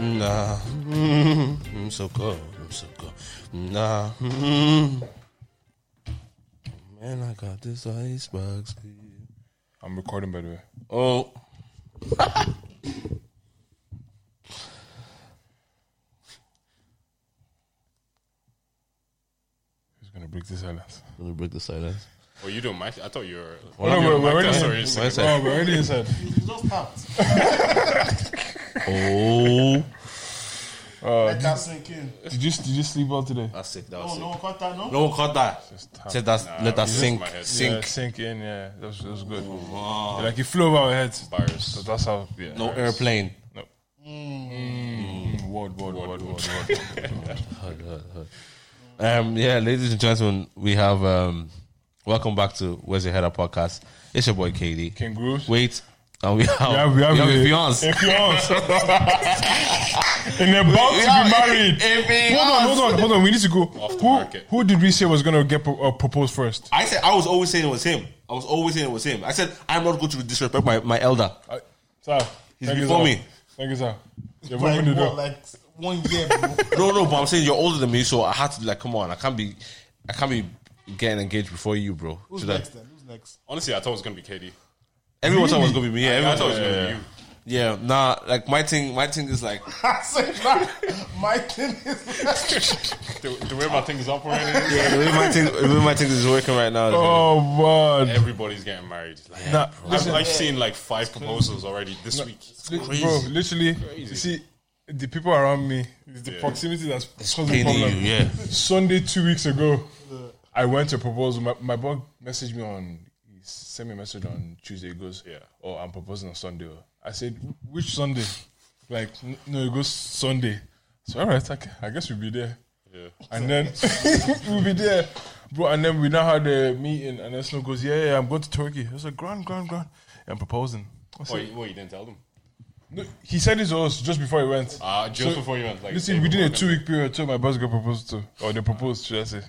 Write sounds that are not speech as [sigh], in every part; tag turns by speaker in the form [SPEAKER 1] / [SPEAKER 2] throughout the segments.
[SPEAKER 1] Nah, mm, I'm so cold. I'm so cold. Nah, mm, man, I got this icebox. for you.
[SPEAKER 2] I'm recording, by the way.
[SPEAKER 1] Oh,
[SPEAKER 2] Who's gonna break the silence?
[SPEAKER 1] let me break the silence.
[SPEAKER 3] Well, you don't mic. I thought you were.
[SPEAKER 2] Oh, no, we're, we're already
[SPEAKER 3] That's already
[SPEAKER 2] inside.
[SPEAKER 3] inside.
[SPEAKER 1] Why is
[SPEAKER 2] Oh,
[SPEAKER 1] that?
[SPEAKER 2] we're already inside.
[SPEAKER 1] Oh,
[SPEAKER 2] Oh,
[SPEAKER 4] That sink in.
[SPEAKER 2] Did you did you sleep well today?
[SPEAKER 1] that's sick. That was
[SPEAKER 4] Oh,
[SPEAKER 1] sick.
[SPEAKER 4] no one caught that, no?
[SPEAKER 1] No one caught that.
[SPEAKER 2] Just tap.
[SPEAKER 1] Said that's let that
[SPEAKER 3] it's
[SPEAKER 1] sink,
[SPEAKER 3] my head.
[SPEAKER 2] Yeah,
[SPEAKER 1] sink.
[SPEAKER 2] sink in. Yeah, that was, that was good. Like it flew over our heads. So
[SPEAKER 3] Bars.
[SPEAKER 2] that's how. Yeah,
[SPEAKER 1] No
[SPEAKER 2] bars.
[SPEAKER 1] airplane.
[SPEAKER 2] No. Mm. Word, word, word, word, word.
[SPEAKER 1] Um, yeah, ladies and gentlemen, we have um, welcome back to Where's Your Head Up podcast. It's your boy Katie.
[SPEAKER 2] Kangaroos.
[SPEAKER 1] Wait, and we have
[SPEAKER 2] Yeah, we have,
[SPEAKER 1] we have
[SPEAKER 2] a-
[SPEAKER 1] a fiance.
[SPEAKER 2] A [laughs] fiance. and about to be married. Hold on, hold on, hold on. We need to go.
[SPEAKER 3] the
[SPEAKER 2] who,
[SPEAKER 3] market.
[SPEAKER 2] who did we say was gonna get pro- uh, proposed first?
[SPEAKER 1] I said I was always saying it was him. I was always saying it was him. I said I'm not going to disrespect my, my elder.
[SPEAKER 2] I, sir,
[SPEAKER 1] He's
[SPEAKER 2] thank you,
[SPEAKER 1] before
[SPEAKER 2] sir.
[SPEAKER 1] me.
[SPEAKER 2] Thank you, sir. You've
[SPEAKER 4] Like,
[SPEAKER 2] opened the
[SPEAKER 4] what,
[SPEAKER 2] door.
[SPEAKER 4] like one year,
[SPEAKER 2] [laughs]
[SPEAKER 4] bro.
[SPEAKER 1] No, no, but I'm saying you're older than me, so I had to like come on. I can't be, I can't be getting engaged before you, bro.
[SPEAKER 4] Who's
[SPEAKER 1] Should I-
[SPEAKER 4] next then? Who's next? [laughs]
[SPEAKER 3] Honestly, I thought it was gonna be Katie.
[SPEAKER 1] Everyone thought it was gonna be me. Yeah,
[SPEAKER 3] I
[SPEAKER 1] everyone
[SPEAKER 3] thought
[SPEAKER 1] thought
[SPEAKER 3] it was
[SPEAKER 1] it was
[SPEAKER 3] gonna
[SPEAKER 1] gonna
[SPEAKER 3] be
[SPEAKER 2] [laughs]
[SPEAKER 3] you.
[SPEAKER 1] be. Yeah, nah. Like my thing, my thing is like
[SPEAKER 4] I said that. My thing is
[SPEAKER 3] The, the way my thing
[SPEAKER 2] [laughs]
[SPEAKER 3] is operating,
[SPEAKER 1] yeah, the way my thing, the way my thing is working right now. Is,
[SPEAKER 2] Oh man,
[SPEAKER 3] everybody's getting married. Like,
[SPEAKER 2] nah,
[SPEAKER 3] I've
[SPEAKER 2] listen,
[SPEAKER 3] like seen like five proposals already this week.
[SPEAKER 2] li- bro. Literally, you see, the people around me, it's the proximity that's causing
[SPEAKER 1] paining
[SPEAKER 2] problem.
[SPEAKER 1] you, yeah.
[SPEAKER 2] Sunday two weeks ago, I went to propose. My my boy messaged me on, he sent me a message on Tuesday. He goes,
[SPEAKER 3] Yeah.
[SPEAKER 2] oh, I'm proposing on Sunday. I said, which Sunday? Like, "N- no, it goes Sunday. So all right, I, c- I guess we'll be there.
[SPEAKER 3] Yeah.
[SPEAKER 2] And then [laughs] we'll be there, bro. And then we now had a meeting, and then Snow goes, "Yeah, yeah, I'm going to Turkey." I was like, "Grand, grand, grand," and proposing. I said,
[SPEAKER 3] Oh, you, well, you didn't tell them.
[SPEAKER 2] no, he said it to us just before he went.
[SPEAKER 3] Uh, just
[SPEAKER 2] So,
[SPEAKER 3] before you went. Like,
[SPEAKER 2] Listen,
[SPEAKER 3] day
[SPEAKER 2] within a
[SPEAKER 3] before
[SPEAKER 2] two week period, two of my boss got proposed to, or they proposed, should I say?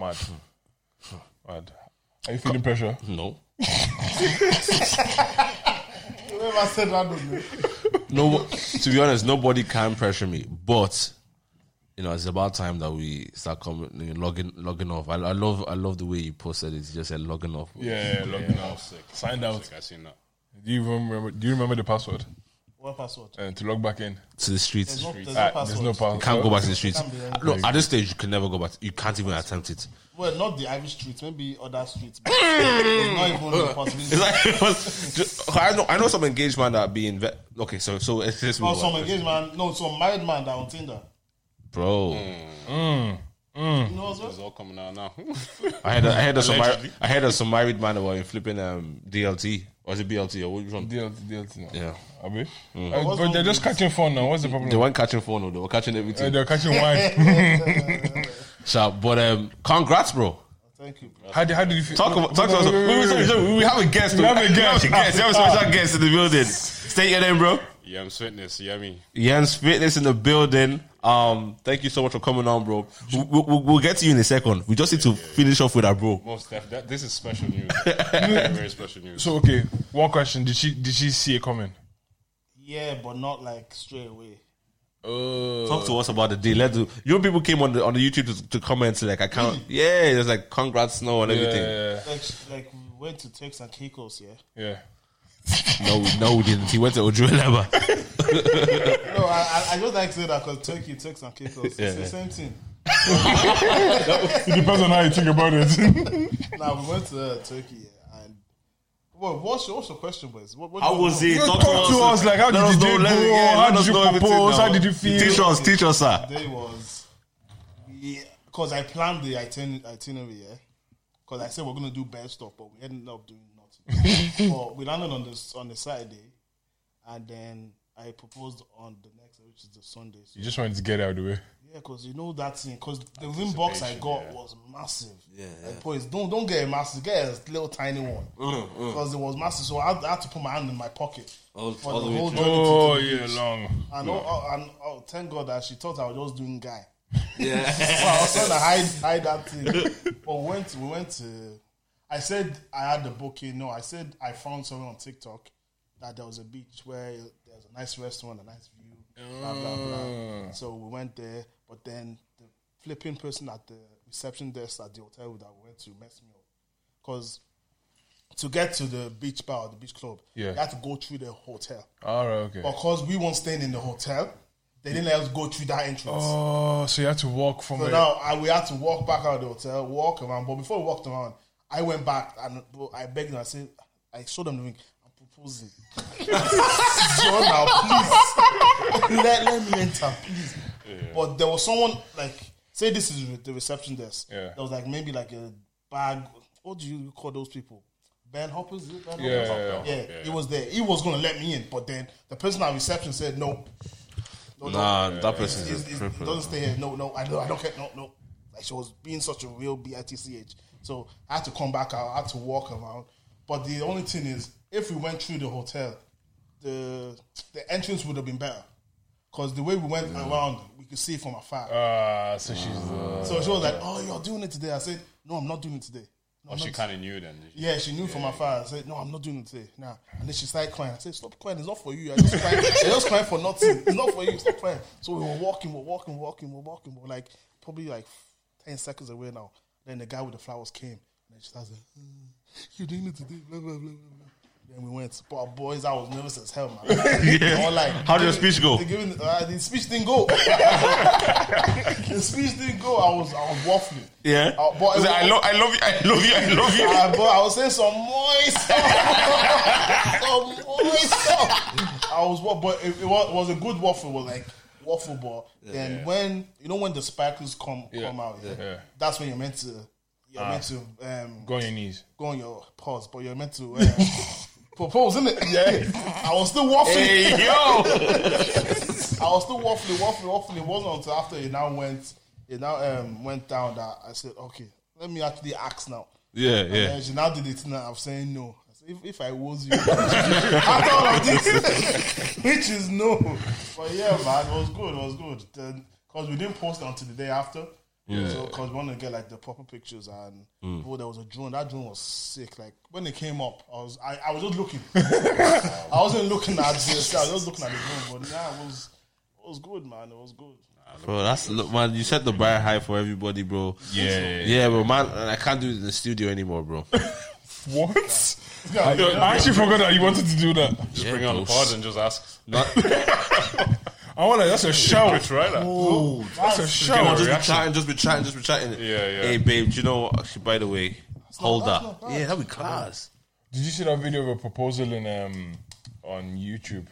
[SPEAKER 2] Mad, mad. Are you feeling pressure?
[SPEAKER 1] No,
[SPEAKER 4] [laughs] whoever said that was me.
[SPEAKER 1] no. to be honest, nobody can pressure me, but. You know, it's about time that we start coming logging logging off. I, I love I love the way you posted it. You just said logging off.
[SPEAKER 2] Yeah, yeah,
[SPEAKER 3] then.
[SPEAKER 2] logging
[SPEAKER 3] Yeah, I was
[SPEAKER 2] out.
[SPEAKER 3] sick.
[SPEAKER 2] Signed
[SPEAKER 3] I was
[SPEAKER 2] out.
[SPEAKER 3] sick, I seen that.
[SPEAKER 2] Do you even remember? Do you remember the password
[SPEAKER 4] What password?
[SPEAKER 2] uh, to log back in?
[SPEAKER 1] to the streets.
[SPEAKER 4] There's no, there's no
[SPEAKER 2] Ah,
[SPEAKER 4] password.
[SPEAKER 2] there's no password.
[SPEAKER 1] can't go back to the streets.
[SPEAKER 4] Can't be anything.
[SPEAKER 1] Look, at this stage, you can never go back. You can't even attempt it.
[SPEAKER 4] Well, not the Irish streets, maybe other streets.
[SPEAKER 2] [laughs]
[SPEAKER 4] But there's not even a possibility.
[SPEAKER 1] It's like [laughs] it was just, I know I know some engaged man that be inve- okay. So so [laughs] it's this
[SPEAKER 4] or Oh, some engaged man, no, some married man that on Tinder.
[SPEAKER 1] bro.
[SPEAKER 4] You know what's
[SPEAKER 3] It's all coming out now. [laughs]
[SPEAKER 1] I had I had some
[SPEAKER 3] Allegedly.
[SPEAKER 1] I had some married man that were in flipping um DLT or is it BLT or which one?
[SPEAKER 2] DLT, DLT now.
[SPEAKER 1] Yeah,
[SPEAKER 2] Abi? Uh, but they're just catching fun now. What's the problem?
[SPEAKER 1] they weren't catching phone though. They were catching
[SPEAKER 2] Uh,
[SPEAKER 1] everything.
[SPEAKER 2] they're catching wine.
[SPEAKER 1] So, but um, congrats, bro.
[SPEAKER 4] Thank you, bro.
[SPEAKER 2] how, did, how did you feel?
[SPEAKER 1] Talk about talk to us. We, we- sorry, sorry, we have a guest.
[SPEAKER 2] We have a guest.
[SPEAKER 1] We have a special guest in the building. State your name, bro.
[SPEAKER 3] yeah, I'm fitness. You hear me?
[SPEAKER 1] Jens Fitness in the building. Um, thank you so much for coming on, bro. We, we, we- we'll get to you in a second. We just need to finish off with our bro.
[SPEAKER 3] Most def- that, This is special
[SPEAKER 2] [laughs]
[SPEAKER 3] news. very, very special news.
[SPEAKER 2] So okay, one question: Did she did she see it coming?
[SPEAKER 4] Yeah, but not like straight away.
[SPEAKER 3] Oh,
[SPEAKER 1] Talk to us about the deal. Let the, your people came on the on the YouTube to, to comment like I can't. Yeah, there's like congrats, snow and everything.
[SPEAKER 2] Yeah,
[SPEAKER 4] Like, like we went to Tex and Caicos, yeah.
[SPEAKER 2] yeah.
[SPEAKER 1] No, we- no, we didn't. He went to Ojuelaba.
[SPEAKER 4] No, I, I, I just like to say that because Turkey, Tex and Caicos, it's the same thing.
[SPEAKER 2] [laughs] It depends on how you think about it.
[SPEAKER 4] Now we went to uh, Turkey yeah, and well, what's your, what's your question, boys? What, what do
[SPEAKER 1] [laughs] How
[SPEAKER 4] you
[SPEAKER 1] was
[SPEAKER 4] want?
[SPEAKER 1] it?
[SPEAKER 2] Talk to us, like how
[SPEAKER 1] Let
[SPEAKER 2] did
[SPEAKER 1] us
[SPEAKER 2] you
[SPEAKER 1] know.
[SPEAKER 2] go?
[SPEAKER 1] Let- yeah,
[SPEAKER 2] How
[SPEAKER 1] let
[SPEAKER 2] did
[SPEAKER 1] us
[SPEAKER 2] you
[SPEAKER 1] know everything
[SPEAKER 2] propose?
[SPEAKER 1] now.
[SPEAKER 2] How did you
[SPEAKER 1] Teach
[SPEAKER 2] feel?
[SPEAKER 1] us, teach us, sir.
[SPEAKER 4] Day was because I planned the itiner- itinerary, yeah. Because I said we're gonna do bad stuff, but we ended up doing nothing. but we landed on this on the Saturday, and then I proposed on the next, which is the Sunday.
[SPEAKER 2] [laughs]
[SPEAKER 4] So,
[SPEAKER 2] You just wanted to get out of the way.
[SPEAKER 4] yeah, because you know that thing. Because the ring box I got was massive. Yeah, Mm, Like, boys, don't don't get a massive, get a little tiny one. Because it was massive, so I had, I had to put my hand in my pocket for the, whole journey. to-
[SPEAKER 2] Oh yeah, long.
[SPEAKER 4] And oh, oh, and oh, thank God that she thought I was just doing guy. Yeah. [laughs] so I was trying to hide hide that thing. But we went we went to I said I had the booking. No, I said I found someone on TikTok that there was a beach where there's a nice restaurant, a nice view, blah blah blah.
[SPEAKER 2] Ah.
[SPEAKER 4] So we went there, but then the flipping person at the reception desk at the hotel that we went to messed me up because to get to the beach bar, or the beach club,
[SPEAKER 2] Yeah.
[SPEAKER 4] you had to go through the hotel.
[SPEAKER 2] All right, okay.
[SPEAKER 4] Because we weren't staying in the hotel, they didn't let us go through that entrance.
[SPEAKER 2] Oh, so you had to walk from
[SPEAKER 4] So
[SPEAKER 2] where-
[SPEAKER 4] now I, we had to walk back out of the hotel, walk around. But before we walked around, I went back and bro, I begged them. I said, I showed them the ring. I'm proposing. [laughs] John, now please let, let me enter, please. But there was someone like say this is the reception desk.
[SPEAKER 2] Yeah.
[SPEAKER 4] There was like maybe like a bag. What do you call those people? Ben Hoppers, is it Ben
[SPEAKER 2] Yeah,
[SPEAKER 4] Hoppers?
[SPEAKER 2] yeah,
[SPEAKER 4] yeah, He was there. He was gonna let me in, but then the person at reception said nope. No, no,
[SPEAKER 1] Nah, that person
[SPEAKER 4] it's,
[SPEAKER 1] is
[SPEAKER 4] it's,
[SPEAKER 1] a
[SPEAKER 4] it doesn't
[SPEAKER 1] cripple.
[SPEAKER 4] stay here. No, no, I know, I don't care. No, no. Like she was being such a real bitch. So I had to come back out. I had to walk around. But the only thing is, if we went through the hotel, the the entrance would have been better because the way we went around, we could see from afar.
[SPEAKER 2] Ah, so she's. Uh,
[SPEAKER 4] so she was like, "Oh, you're doing it today." I said, "No, I'm not doing it today." No,
[SPEAKER 3] Oh,
[SPEAKER 4] I'm
[SPEAKER 3] she
[SPEAKER 4] not-
[SPEAKER 3] kind of knew then. didn't she?
[SPEAKER 4] yeah, she knew from afar. I said, "No, I'm not doing it today." Nah, and then she started crying. I said, "Stop crying. It's not for you. I just
[SPEAKER 1] [laughs]
[SPEAKER 4] crying. I just crying for nothing. It's not for you. Stop crying." So we were walking, we're walking, walking, we're walking. We're like probably like ten seconds away now. Then the guy with the flowers came, and then she starts like, "Mm, "You're doing it today." Blah blah blah blah. blah. Then we went. But boys, I was nervous as hell,
[SPEAKER 1] [laughs]
[SPEAKER 4] man. I was like,
[SPEAKER 1] How did your
[SPEAKER 4] they-
[SPEAKER 1] speech go?
[SPEAKER 4] they giving- uh, the speech
[SPEAKER 1] [laughs]
[SPEAKER 4] didn't go. the speech didn't go. I was I was waffling.
[SPEAKER 1] Yeah.
[SPEAKER 4] Uh, but it
[SPEAKER 1] He's like, I,
[SPEAKER 4] was-
[SPEAKER 1] lo- I love you. I love you. I love
[SPEAKER 4] [laughs]
[SPEAKER 1] you.
[SPEAKER 4] uh, but I was saying some moist stuff. [laughs] some moist stuff. I was what, but it, it was, was a good waffle. Was like waffle ball. then when you know when the sparkles come
[SPEAKER 2] Yeah.
[SPEAKER 4] come out, yeah,
[SPEAKER 2] Yeah.
[SPEAKER 4] that's when you're meant to you're meant to um,
[SPEAKER 2] go on your knees.
[SPEAKER 4] go on your pause, but you're meant to uh, propose, isn't it? Yeah. [laughs] I was still waffling.
[SPEAKER 1] Hey yo.
[SPEAKER 4] I was still waffling, waffling, waffling. It wasn't until after it now went, it now um, went down that I said, okay, let me actually ask now.
[SPEAKER 1] Yeah,
[SPEAKER 4] And
[SPEAKER 1] yeah.
[SPEAKER 4] then she now did it, and I'm saying no. I said, if, if I was you, [laughs] after all of this, [laughs] which is no. But yeah, man, it was good. It was good. Then because we didn't post until the day after. Yeah. because we wanted to get like the proper pictures and
[SPEAKER 2] Mm.
[SPEAKER 4] oh, there was a drone. That drone was sick. Like when it came up, I was I, I was just
[SPEAKER 2] [laughs]
[SPEAKER 4] looking. I wasn't looking at this. I was just looking at the drone. But yeah, it was it was good, man. It was good.
[SPEAKER 1] Bro, that's look, man. You set the bar high for everybody, bro.
[SPEAKER 3] Yeah.
[SPEAKER 1] Yeah, but man, I can't do it in the studio anymore, [laughs] bro.
[SPEAKER 2] What?
[SPEAKER 4] Yeah, [laughs]
[SPEAKER 2] I,
[SPEAKER 4] yeah.
[SPEAKER 2] I actually forgot that you wanted to do that.
[SPEAKER 3] Just bring on the pod and just ask.
[SPEAKER 2] I want to. That's a shout.
[SPEAKER 3] Try that.
[SPEAKER 2] That's a
[SPEAKER 1] Come on,
[SPEAKER 2] shout.
[SPEAKER 1] just be
[SPEAKER 3] reaction.
[SPEAKER 1] chatting, just be chatting, just be chatting.
[SPEAKER 3] Yeah, yeah.
[SPEAKER 1] Hey, babe, do you know what? Actually, by the way, hold
[SPEAKER 4] that's
[SPEAKER 1] that.
[SPEAKER 4] not bad.
[SPEAKER 1] Yeah, that'd be class.
[SPEAKER 2] Did you see that video of a proposal in um on YouTube,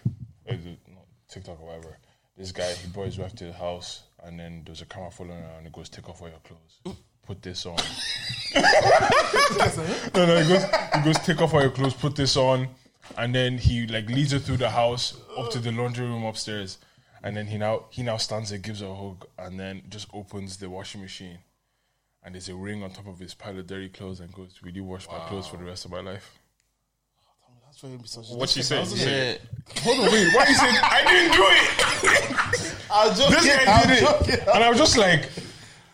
[SPEAKER 2] Uh, the- not TikTok or whatever? This guy he brought his wife to the house, and then there's a camera following her, and it goes, "Take off all your clothes, put this on." no, no, he goes, he goes, "Take off all your clothes, put this on," and then he like leads her through the house up to the laundry room upstairs, and then he now he now stands there, gives her a hug, and then just opens the washing machine. And there's a ring on top of his pile of dirty clothes and goes, Will you wash my clothes for the rest of my life?
[SPEAKER 4] That's why I'm such a-
[SPEAKER 3] What she said?
[SPEAKER 4] That's
[SPEAKER 3] She
[SPEAKER 4] a-
[SPEAKER 3] said,
[SPEAKER 1] Yeah.
[SPEAKER 2] Hold on, wait. Why you saying I didn't do it?
[SPEAKER 4] I was joking.
[SPEAKER 2] This
[SPEAKER 4] I
[SPEAKER 2] guy
[SPEAKER 4] was
[SPEAKER 2] did
[SPEAKER 4] joking.
[SPEAKER 2] it, and I was just like,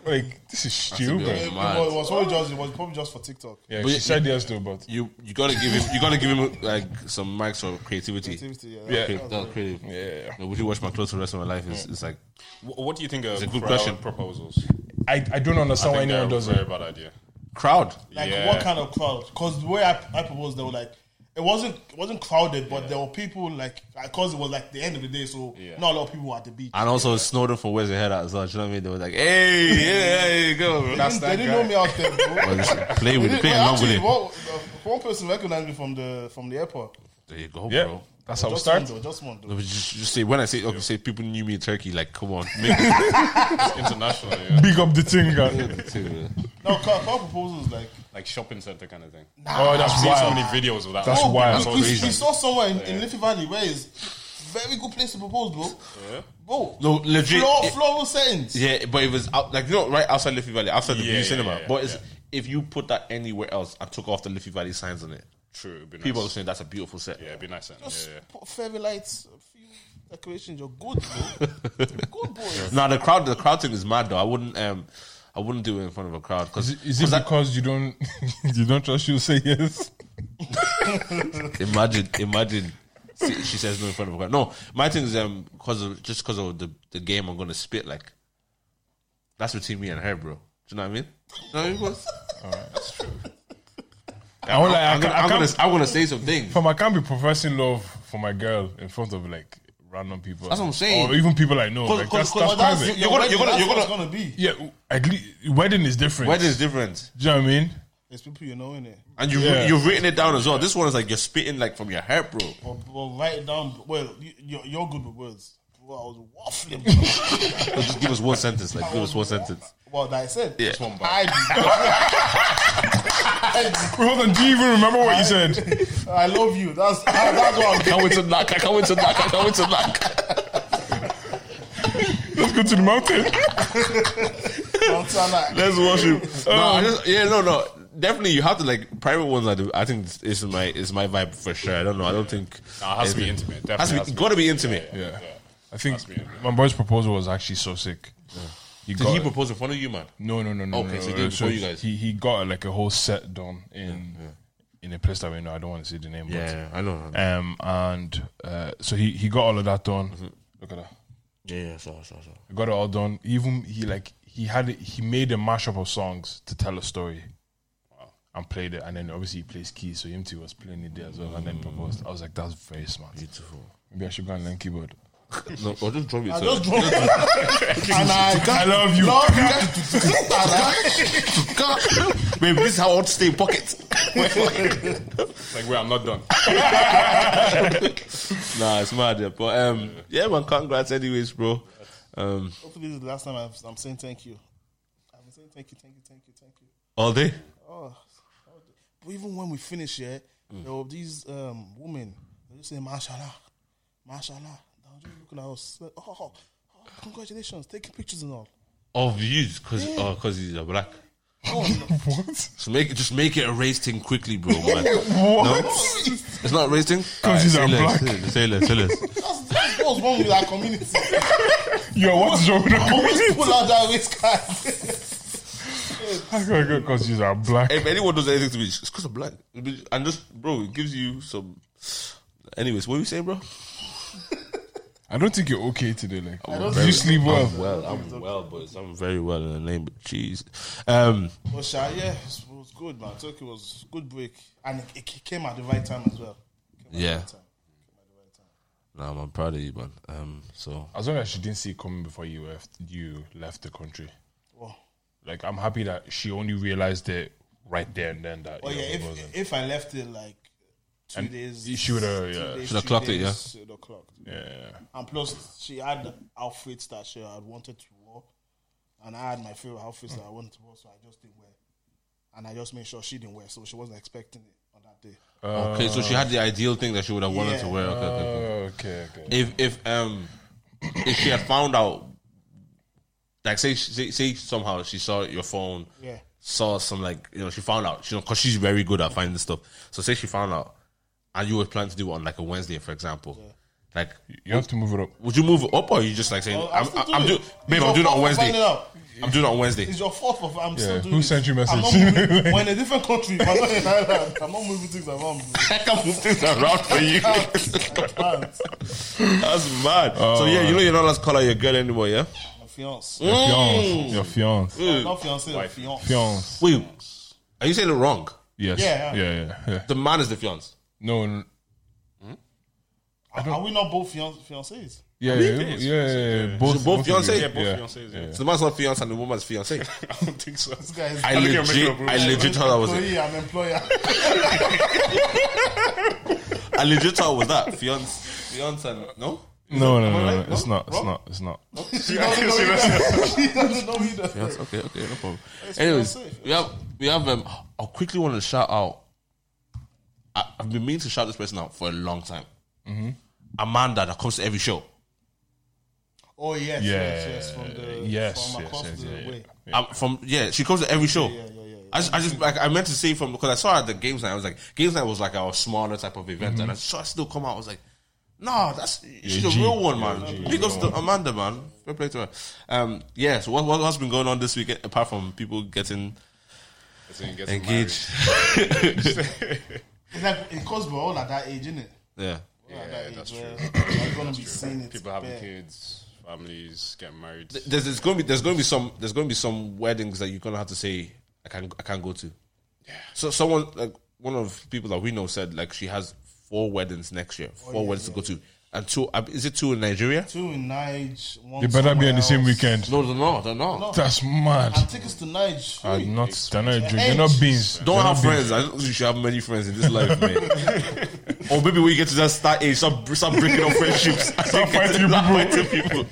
[SPEAKER 2] like this is
[SPEAKER 1] bit
[SPEAKER 2] stupid.
[SPEAKER 1] of-
[SPEAKER 4] It was, it was probably just it was probably just for TikTok.
[SPEAKER 2] Yeah,
[SPEAKER 1] But
[SPEAKER 2] she
[SPEAKER 1] you-
[SPEAKER 2] said yes though, but
[SPEAKER 1] You you gotta give him you gotta give him like some marks for creativity.
[SPEAKER 4] Activity, yeah.
[SPEAKER 2] Yeah.
[SPEAKER 1] Okay, that's creative.
[SPEAKER 2] yeah,
[SPEAKER 1] No, would you wash my clothes for the rest of my life? It's, it's like
[SPEAKER 3] "Wh- What do you think of
[SPEAKER 1] a good
[SPEAKER 3] crowd
[SPEAKER 1] question.
[SPEAKER 3] proposals?
[SPEAKER 2] I, I don't understand why
[SPEAKER 3] think they're
[SPEAKER 2] anyone does
[SPEAKER 3] a very
[SPEAKER 2] it.
[SPEAKER 3] bad idea.
[SPEAKER 1] crowd.
[SPEAKER 4] Like
[SPEAKER 3] Yeah.
[SPEAKER 4] what kind of crowd? Because the way I, I proposed, they were like, it wasn't it wasn't crowded, but there were people like because it was like the end of the day, so
[SPEAKER 3] Yeah.
[SPEAKER 4] not a lot of people were at the beach.
[SPEAKER 1] And also Snowden for where's your head at as well. Do you know what I mean? They were like, hey, yeah, hey, go. bro."
[SPEAKER 4] They didn't, they didn't know me out there. Bro.
[SPEAKER 1] Well, just play
[SPEAKER 4] They
[SPEAKER 1] with
[SPEAKER 4] didn't-
[SPEAKER 1] it, play
[SPEAKER 4] well,
[SPEAKER 1] along with
[SPEAKER 4] actually,
[SPEAKER 1] it.
[SPEAKER 4] One, uh, one person recognized me from the from the airport.
[SPEAKER 1] There you go,
[SPEAKER 2] Yeah,
[SPEAKER 1] bro.
[SPEAKER 2] that's how we
[SPEAKER 4] just
[SPEAKER 2] start.
[SPEAKER 4] one though, just one
[SPEAKER 1] No,
[SPEAKER 4] though.
[SPEAKER 1] but Just, just say when I say okay, say people knew me in Turkey. Like, come on, make
[SPEAKER 3] It's international,
[SPEAKER 2] [laughs]
[SPEAKER 3] yeah.
[SPEAKER 2] Big up the thing, guy.
[SPEAKER 1] [laughs] it too.
[SPEAKER 4] No, crowd, crowd proposals like
[SPEAKER 3] like shopping center kind of thing.
[SPEAKER 2] Oh, that's
[SPEAKER 3] I've seen so
[SPEAKER 2] wild.
[SPEAKER 3] many videos of that.
[SPEAKER 2] That's
[SPEAKER 3] Oh,
[SPEAKER 2] wild.
[SPEAKER 3] That's
[SPEAKER 4] we,
[SPEAKER 3] all
[SPEAKER 4] we,
[SPEAKER 3] reason.
[SPEAKER 4] we saw somewhere in, in Liffey Valley where is very good place to propose, bro.
[SPEAKER 3] Yeah.
[SPEAKER 4] Bro,
[SPEAKER 1] No, legit.
[SPEAKER 4] floral,
[SPEAKER 1] it-
[SPEAKER 4] floral settings.
[SPEAKER 1] yeah, but it was out, like you know, right outside Liffey Valley, outside the
[SPEAKER 3] Yeah,
[SPEAKER 1] Blue
[SPEAKER 3] yeah,
[SPEAKER 1] Cinema.
[SPEAKER 3] yeah, yeah,
[SPEAKER 1] but it's, if you put that anywhere else and took off the Liffey Valley signs on it,
[SPEAKER 3] True. It'd be nice.
[SPEAKER 1] people are saying that's a beautiful set.
[SPEAKER 3] yeah, it'd be nice. Then. Yeah,
[SPEAKER 4] Just
[SPEAKER 3] yeah.
[SPEAKER 4] put fairy lights, a few decorations. You're good, bro.
[SPEAKER 1] [laughs]
[SPEAKER 4] good boy.
[SPEAKER 1] Now the crowd, the crowd thing is mad though. I wouldn't, um, I wouldn't do it in front of a crowd because
[SPEAKER 2] Is it because you don't [laughs] you don't trust you say yes?
[SPEAKER 1] imagine, imagine see- she says no in front of her. No, my thing is um, cause of just cause of the, the game, I'm gonna spit like. That's between me and her, bro. Do you know what I mean? Do you know what I mean, boss?
[SPEAKER 2] I won't lie, I
[SPEAKER 1] I'm gonna,
[SPEAKER 2] can't- I
[SPEAKER 1] I'm gonna,
[SPEAKER 2] can't-
[SPEAKER 1] I'm gonna say some things.
[SPEAKER 2] Fam, I can't be professing love for my girl in front of like random people.
[SPEAKER 1] That's what I'm saying.
[SPEAKER 2] Or even people I know.
[SPEAKER 1] Cause-
[SPEAKER 2] like,
[SPEAKER 1] cause-
[SPEAKER 2] that's,
[SPEAKER 1] cause
[SPEAKER 2] that's
[SPEAKER 1] that's-
[SPEAKER 2] private.
[SPEAKER 1] you're gonna- you're gonna-
[SPEAKER 4] that's
[SPEAKER 1] you're
[SPEAKER 4] what it's
[SPEAKER 1] gonna-
[SPEAKER 4] gonna be.
[SPEAKER 2] Yeah, at least, wedding is different.
[SPEAKER 1] Wedding is different,
[SPEAKER 2] Do you know what I mean?
[SPEAKER 4] There's people you know in it,
[SPEAKER 1] and you
[SPEAKER 2] Yeah.
[SPEAKER 1] you've written it down as well. This one is like you're spitting like from your head, bro.
[SPEAKER 4] but, but write it down. Well, you, you're, you're good with words. Well, I was
[SPEAKER 1] [laughs]
[SPEAKER 4] waffling. bro.
[SPEAKER 1] So just give us one sentence. Like give us one sentence.
[SPEAKER 4] well, that I said.
[SPEAKER 1] Yeah.
[SPEAKER 4] Just one bar. I,
[SPEAKER 2] Wait, hold on. Do you even remember what
[SPEAKER 1] [laughs]
[SPEAKER 2] you said?
[SPEAKER 4] [laughs] I love you. That's that's what I'm
[SPEAKER 1] I can't wait to knock. I can't wait to knock. I can't wait to knock.
[SPEAKER 2] Let's go to the mountain.
[SPEAKER 4] I'm trying to-
[SPEAKER 1] Let's worship. No, I just yeah, no, no. Definitely, you have to like private ones. Are the, I think it's- it's my it's my vibe for sure. I don't know. I don't think.
[SPEAKER 3] Nah, it has to be intimate. Definitely
[SPEAKER 1] Has to be,
[SPEAKER 3] has to be
[SPEAKER 1] gotta be intimate.
[SPEAKER 2] Yeah. I think my boy's proposal was actually so sick. He
[SPEAKER 1] Did
[SPEAKER 2] got
[SPEAKER 1] he
[SPEAKER 2] it.
[SPEAKER 1] propose in front of you, man?
[SPEAKER 2] No, no, no, no.
[SPEAKER 1] Okay,
[SPEAKER 2] no,
[SPEAKER 1] so he
[SPEAKER 2] no,
[SPEAKER 1] did it
[SPEAKER 2] no.
[SPEAKER 1] before you guys.
[SPEAKER 2] He he got like a whole set done in in a place that we know. I don't want to say the name.
[SPEAKER 1] I know.
[SPEAKER 2] But, um, and uh, so he he got all of that done. Look at that.
[SPEAKER 1] Yeah, yeah, so, so, so.
[SPEAKER 2] He got it all done. Even he like he had it, he made a mashup of songs to tell a story. And played it, and then obviously he plays keys, so MT was playing it there as well, and then proposed. I was like, "That's very smart."
[SPEAKER 1] Beautiful.
[SPEAKER 2] Maybe I should go and learn keyboard.
[SPEAKER 1] No, or just drop it.
[SPEAKER 4] I
[SPEAKER 1] so-
[SPEAKER 4] [laughs] just drove. and
[SPEAKER 1] [laughs]
[SPEAKER 4] I
[SPEAKER 2] I love you.
[SPEAKER 4] Love you.
[SPEAKER 1] [laughs] Babe, this is how I want to stay in pocket.
[SPEAKER 3] like wait, I'm
[SPEAKER 1] [laughs]
[SPEAKER 3] not done.
[SPEAKER 1] nah, it's mad. Yeah. But um, yeah, man. Congrats, anyways, bro. Um,
[SPEAKER 4] Hopefully, this is the last time I'm, I'm saying thank you. I've been saying thank you, thank you, thank you, thank you.
[SPEAKER 1] all day.
[SPEAKER 4] Oh, oh, but even when we finish here, there were these um, women. They just say, "Mashallah, Mashallah." They were just looking at us. like, Oh, oh, oh, congratulations, taking pictures and all. [laughs]
[SPEAKER 1] Of views, cause oh, cause he's a black.
[SPEAKER 2] What?
[SPEAKER 1] So make it, just make it a race thing quickly, bro, man. It's not a race thing. Cause
[SPEAKER 2] he's a black.
[SPEAKER 1] Say less, say less.
[SPEAKER 4] That's, that's what's wrong with our community. [laughs]
[SPEAKER 2] Yo, what's wrong with the
[SPEAKER 4] Always
[SPEAKER 2] comments?
[SPEAKER 4] pull out that waist
[SPEAKER 2] [laughs]
[SPEAKER 4] card. [laughs]
[SPEAKER 2] I gotta go because you are black.
[SPEAKER 1] [laughs] if anyone does anything to me, it's because I'm black. And just, bro, it gives you some. Anyways, what are you saying, bro?
[SPEAKER 2] I don't think you're okay today. Like,
[SPEAKER 4] don't
[SPEAKER 2] do you sleep well?
[SPEAKER 1] Well, I'm well, but I'm very well in the name of cheese. Um,
[SPEAKER 4] But Sha, yeah, it was good, man. Turkey was good break, and it, it came at the right time as well. It came at the
[SPEAKER 1] Yeah.
[SPEAKER 4] right time.
[SPEAKER 1] nah, man, I'm proud of you, man. Um, so
[SPEAKER 2] As long as she didn't see it coming before you left, you left the country.
[SPEAKER 4] Well,
[SPEAKER 2] Like, I'm happy that she only realized it right there and then. That
[SPEAKER 4] but
[SPEAKER 2] you
[SPEAKER 4] Oh, yeah,
[SPEAKER 2] know, it
[SPEAKER 4] if
[SPEAKER 2] wasn't.
[SPEAKER 4] if I left it like two
[SPEAKER 2] And
[SPEAKER 4] days,
[SPEAKER 2] she would've, yeah.
[SPEAKER 1] Should've clocked it, yeah.
[SPEAKER 4] should have clocked.
[SPEAKER 2] yeah,
[SPEAKER 4] And plus, she had outfits that she had wanted to wear, and I had my favorite outfits that I wanted to wear, so I just didn't wear. And I just made sure she didn't wear, so she wasn't expecting it on that day.
[SPEAKER 1] okay, so she had the ideal thing that she would have wanted to
[SPEAKER 4] yeah.
[SPEAKER 1] wear. Okay, okay, okay.
[SPEAKER 2] Oh, okay, okay.
[SPEAKER 1] If if um if she had found out, like say say, say somehow she saw your phone,
[SPEAKER 4] Yeah.
[SPEAKER 1] saw some like you know she found out, you know, because she's very good at finding stuff. So say she found out, and you were planning to do it on like a Wednesday, for example, like.
[SPEAKER 2] You have to move it up.
[SPEAKER 1] Would you move it up or are you just like saying,
[SPEAKER 4] Well,
[SPEAKER 1] I'm,
[SPEAKER 4] I'm still
[SPEAKER 1] I'm, I'm,
[SPEAKER 4] doing
[SPEAKER 1] do,
[SPEAKER 4] it.
[SPEAKER 1] babe,
[SPEAKER 4] It's
[SPEAKER 1] I'm
[SPEAKER 4] your
[SPEAKER 1] doing it on
[SPEAKER 4] fault for
[SPEAKER 1] Wednesday.
[SPEAKER 4] finding out.
[SPEAKER 1] I'm doing it on Wednesday.
[SPEAKER 4] It's your fault for I'm
[SPEAKER 2] Yeah.
[SPEAKER 4] still doing
[SPEAKER 2] Who
[SPEAKER 4] this.
[SPEAKER 2] sent you
[SPEAKER 4] I'm not
[SPEAKER 2] message?
[SPEAKER 1] [laughs]
[SPEAKER 4] moving- We're in a different country. We're not in Ireland. I'm not moving things around. Bro.
[SPEAKER 1] I can [laughs] move things around for you. [laughs]
[SPEAKER 4] Can't.
[SPEAKER 1] That's mad. so yeah, you know you're not allowed to call out your girl anymore, yeah?
[SPEAKER 4] My fiance.
[SPEAKER 2] Your fiance, your fiance,
[SPEAKER 4] Not fiance, my fiance.
[SPEAKER 2] fiance.
[SPEAKER 1] Wait, are you saying it wrong?
[SPEAKER 2] Yes.
[SPEAKER 4] Yeah,
[SPEAKER 2] Yeah,
[SPEAKER 4] yeah.
[SPEAKER 2] yeah, yeah.
[SPEAKER 1] The man is the fiance.
[SPEAKER 2] No. n-
[SPEAKER 4] Are we not both fian- fiancés?
[SPEAKER 2] Yeah, yeah, yeah, yeah, yeah, Both,
[SPEAKER 1] both
[SPEAKER 2] of you.
[SPEAKER 1] fiance?
[SPEAKER 3] Yeah, both
[SPEAKER 2] yeah.
[SPEAKER 3] fiancés. Yeah.
[SPEAKER 1] So the man's not fiance and the woman's fiance.
[SPEAKER 3] [laughs] I don't think so.
[SPEAKER 4] This guy is
[SPEAKER 1] [laughs] I
[SPEAKER 3] think you're making
[SPEAKER 1] legit,
[SPEAKER 3] up rules.
[SPEAKER 1] I legit thought that was it.
[SPEAKER 4] employee and employer.
[SPEAKER 1] [laughs] I legit thought it was that fiance, fiance. And, no,
[SPEAKER 2] No, no,
[SPEAKER 1] I
[SPEAKER 2] no, no,
[SPEAKER 1] right?
[SPEAKER 2] It's
[SPEAKER 1] No?
[SPEAKER 2] not. It's not. It's not.
[SPEAKER 4] she doesn't know either. [laughs] she doesn't know either.
[SPEAKER 1] Yes, okay, okay, no problem. Anyways,
[SPEAKER 4] fiancé,
[SPEAKER 1] we have we have um I quickly want to shout out I, I've been meaning to shout this person out for a long time. Mm-hmm. Amanda that comes to every show.
[SPEAKER 4] Oh yes,
[SPEAKER 2] Yeah.
[SPEAKER 4] yes, yes, from the
[SPEAKER 2] Yes,
[SPEAKER 4] from
[SPEAKER 2] yes,
[SPEAKER 4] across
[SPEAKER 2] yes,
[SPEAKER 4] the
[SPEAKER 2] yeah, yeah.
[SPEAKER 4] way.
[SPEAKER 1] Um, from yeah, she comes to every show.
[SPEAKER 4] yeah, yeah, yeah.
[SPEAKER 1] I just, I just like I meant to say from because I saw her at the games night. I was like, games night was like our smaller type of event,
[SPEAKER 4] Mm-hmm.
[SPEAKER 1] and I saw her still come out. I was like, no, that's she's a
[SPEAKER 2] G.
[SPEAKER 1] real one, man.
[SPEAKER 2] G,
[SPEAKER 1] Big ups to Amanda, man. Fair play to her. Um, yeah. So what, what has been going on this weekend apart from people getting
[SPEAKER 3] So you get some married.
[SPEAKER 1] engaged?
[SPEAKER 4] It's like it comes we're all at that age, isn't it?
[SPEAKER 1] yeah.
[SPEAKER 4] We're at
[SPEAKER 3] Yeah,
[SPEAKER 4] that
[SPEAKER 3] that's
[SPEAKER 4] age where
[SPEAKER 3] true.
[SPEAKER 4] we're gonna be seeing it.
[SPEAKER 3] People having
[SPEAKER 4] bare.
[SPEAKER 3] kids, families, getting married.
[SPEAKER 1] There's, there's going to be there's going to be some there's going to be some weddings that you're going to have to say I can I can't go to. Yeah. So someone like one of people that we know said like she has four weddings next year, four weddings to go to, and two uh, is it two in Nigeria?
[SPEAKER 4] Two in Nige. One
[SPEAKER 2] They better be
[SPEAKER 4] somewhere
[SPEAKER 2] on the same
[SPEAKER 4] else.
[SPEAKER 2] weekend.
[SPEAKER 1] No, no, no, no, no.
[SPEAKER 2] That's mad.
[SPEAKER 4] And tickets to Nige.
[SPEAKER 2] They're
[SPEAKER 4] free.
[SPEAKER 2] not, they're not, drink- they're not beans.
[SPEAKER 1] Don't have friends. I don't think you should have many friends in this life, man. [laughs] or maybe when you get to that start age, start, start breaking up
[SPEAKER 2] [laughs]
[SPEAKER 1] friendships. Start
[SPEAKER 2] fighting
[SPEAKER 1] fighting [laughs] people.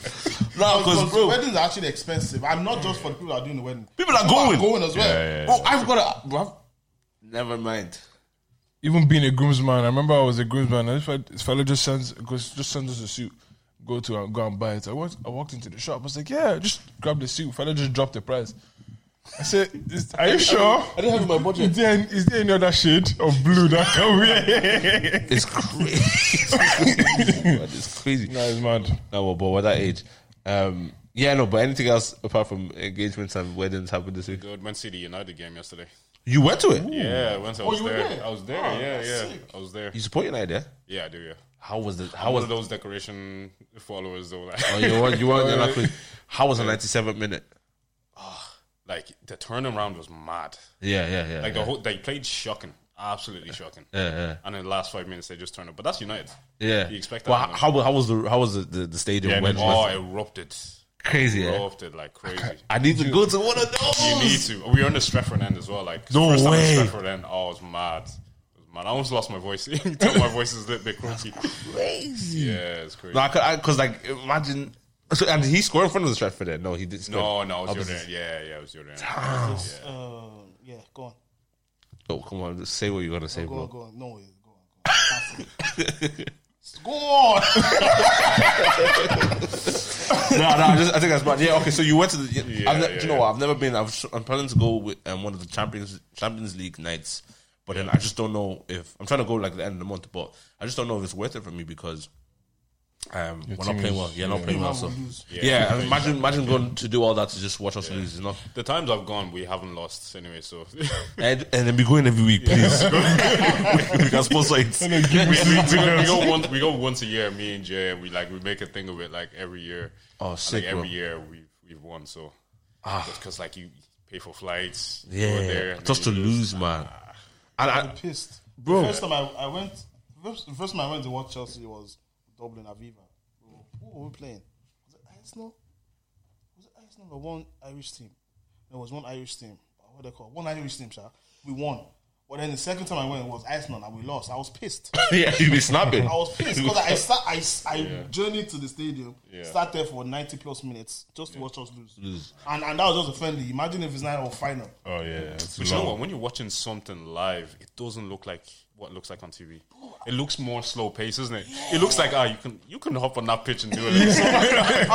[SPEAKER 1] Nah, because
[SPEAKER 4] Because
[SPEAKER 1] bro,
[SPEAKER 4] weddings are actually expensive. I'm not just for the people that are doing the wedding.
[SPEAKER 1] people are going.
[SPEAKER 4] Going as well.
[SPEAKER 2] Yeah, yeah,
[SPEAKER 1] Bro, I've got a. Bro, I've- never mind.
[SPEAKER 2] Even being a groomsman, I remember I was a groomsman, and this fella, this fella just sends goes, just sends us a suit. Go to and go and buy it. I walked, I walked into the shop. I was like, "Yeah, just grab the suit." Fella just dropped the price. I said, "Is- "Are you sure?"
[SPEAKER 1] [laughs] I didn't have my budget.
[SPEAKER 2] Is there, any- is there any other shade of blue that [laughs] can wear?
[SPEAKER 1] It's crazy. it's crazy. [laughs] man. It's crazy.
[SPEAKER 2] That is mad.
[SPEAKER 1] No, well, but we're that age. Um, yeah, no, but anything else apart from engagements and weddings happened this week?
[SPEAKER 3] Dude, went to see the United game yesterday.
[SPEAKER 1] You went to it.
[SPEAKER 3] Yeah, once I was
[SPEAKER 4] you were
[SPEAKER 3] there.
[SPEAKER 4] there?
[SPEAKER 3] I was there.
[SPEAKER 4] Oh,
[SPEAKER 3] yeah,
[SPEAKER 4] that's
[SPEAKER 3] yeah,
[SPEAKER 4] sick.
[SPEAKER 3] I was there.
[SPEAKER 1] You support United, yeah?
[SPEAKER 3] Yeah, I do. Yeah,
[SPEAKER 1] How was the? How
[SPEAKER 3] one
[SPEAKER 1] was?
[SPEAKER 3] of those decoration followers though. Like, [laughs]
[SPEAKER 1] Oh, you weren't. You weren't there. like, How was the 97th minute?
[SPEAKER 3] like the turnaround was mad.
[SPEAKER 1] Yeah, yeah, yeah.
[SPEAKER 3] Like oh,
[SPEAKER 1] yeah.
[SPEAKER 3] the whole they played shocking, absolutely shocking.
[SPEAKER 1] Yeah, yeah.
[SPEAKER 3] And in the last five minutes, they just turned up. But that's United.
[SPEAKER 1] Yeah.
[SPEAKER 3] You expect that
[SPEAKER 1] Well,
[SPEAKER 3] from them.
[SPEAKER 1] how, how was the how was the, the, the stadium?
[SPEAKER 2] Yeah,
[SPEAKER 1] when
[SPEAKER 2] no,
[SPEAKER 1] was
[SPEAKER 3] Oh, erupted,
[SPEAKER 1] crazy. Yeah?
[SPEAKER 3] erupted like crazy.
[SPEAKER 1] I need to go to one of
[SPEAKER 3] You need
[SPEAKER 1] those.
[SPEAKER 3] to. We were on the Stretford end as well. Like
[SPEAKER 1] No
[SPEAKER 3] first
[SPEAKER 1] way.
[SPEAKER 3] Time on Stretford end. Oh, it was mad. It was mad. I almost lost my voice. [laughs] You can Tell my voice is a little bit
[SPEAKER 1] [laughs]
[SPEAKER 3] croaky.
[SPEAKER 1] Crazy.
[SPEAKER 3] Yeah, it's crazy.
[SPEAKER 1] No, I could because like imagine. So, and he scored in front of the Stratford. Then no, he did.
[SPEAKER 3] No, no, it
[SPEAKER 1] Oh,
[SPEAKER 3] was your
[SPEAKER 1] this
[SPEAKER 3] end. Yeah, yeah, it was your end.
[SPEAKER 4] It's, uh, yeah, go on.
[SPEAKER 1] Oh come on, just say what you're gonna say,
[SPEAKER 4] Go on,
[SPEAKER 1] bro.
[SPEAKER 4] go on. No, way. go on. Go on. That's it. go on.
[SPEAKER 1] no, no, I, just, I think that's bad. Yeah, okay. So you went to the.
[SPEAKER 3] Yeah,
[SPEAKER 1] I've ne-
[SPEAKER 3] yeah,
[SPEAKER 1] do you know
[SPEAKER 3] yeah.
[SPEAKER 1] what? I've never been. I've, s- I'm planning to go with um, one of the Champions Champions League nights, but then I just don't know if I'm trying to go like the end of the month, but I just don't know if it's worth it for me because. Um, we're not
[SPEAKER 2] team
[SPEAKER 1] playing
[SPEAKER 2] is-
[SPEAKER 1] well. You're not playing well, so
[SPEAKER 4] we lose.
[SPEAKER 1] yeah. and imagine, imagine going to do all that to just watch us lose. You know,
[SPEAKER 3] The times I've gone, we haven't lost
[SPEAKER 1] [laughs]
[SPEAKER 3] anyway. So [laughs]
[SPEAKER 1] and, and then be going every week, please. [laughs] we can sponsor it.
[SPEAKER 3] we, we- we go once we go once a year. Me and Jay, we like we make a thing of it. Like every year,
[SPEAKER 1] Oh,
[SPEAKER 3] And,
[SPEAKER 1] sick,
[SPEAKER 3] like, every
[SPEAKER 1] bro. Ah.
[SPEAKER 3] year we've we've won. So because like you pay for flights, you [laughs] go there,
[SPEAKER 1] Yeah,
[SPEAKER 3] and
[SPEAKER 1] just to
[SPEAKER 3] then you
[SPEAKER 1] lose, man. And
[SPEAKER 4] I'm
[SPEAKER 1] I, [laughs]
[SPEAKER 4] pissed.
[SPEAKER 1] Bro.
[SPEAKER 4] The first time I, I went, first, the first time I went to watch Chelsea was Dublin Aviva. Who were we playing? Was it Arsenal? Was it Arsenal or one Irish team? There was one Irish team. What they call one Irish team, sha. We won. But then the second time I went, it was Arsenal and we lost. I was pissed.
[SPEAKER 1] yeah, you be snapping.
[SPEAKER 4] I
[SPEAKER 1] [laughs]
[SPEAKER 4] was pissed because I [laughs] start, I, s- I journeyed to the stadium, sat there for 90 plus minutes just to watch us lose. And, and that was just a friendly. Imagine if it's not our final.
[SPEAKER 2] Oh yeah, it's
[SPEAKER 3] But you know what? When you're watching something live, it doesn't look like what it looks like on TV. It looks more slow paced, isn't it? It looks like ah, you can you can hop on that pitch and do
[SPEAKER 4] [laughs]
[SPEAKER 3] it.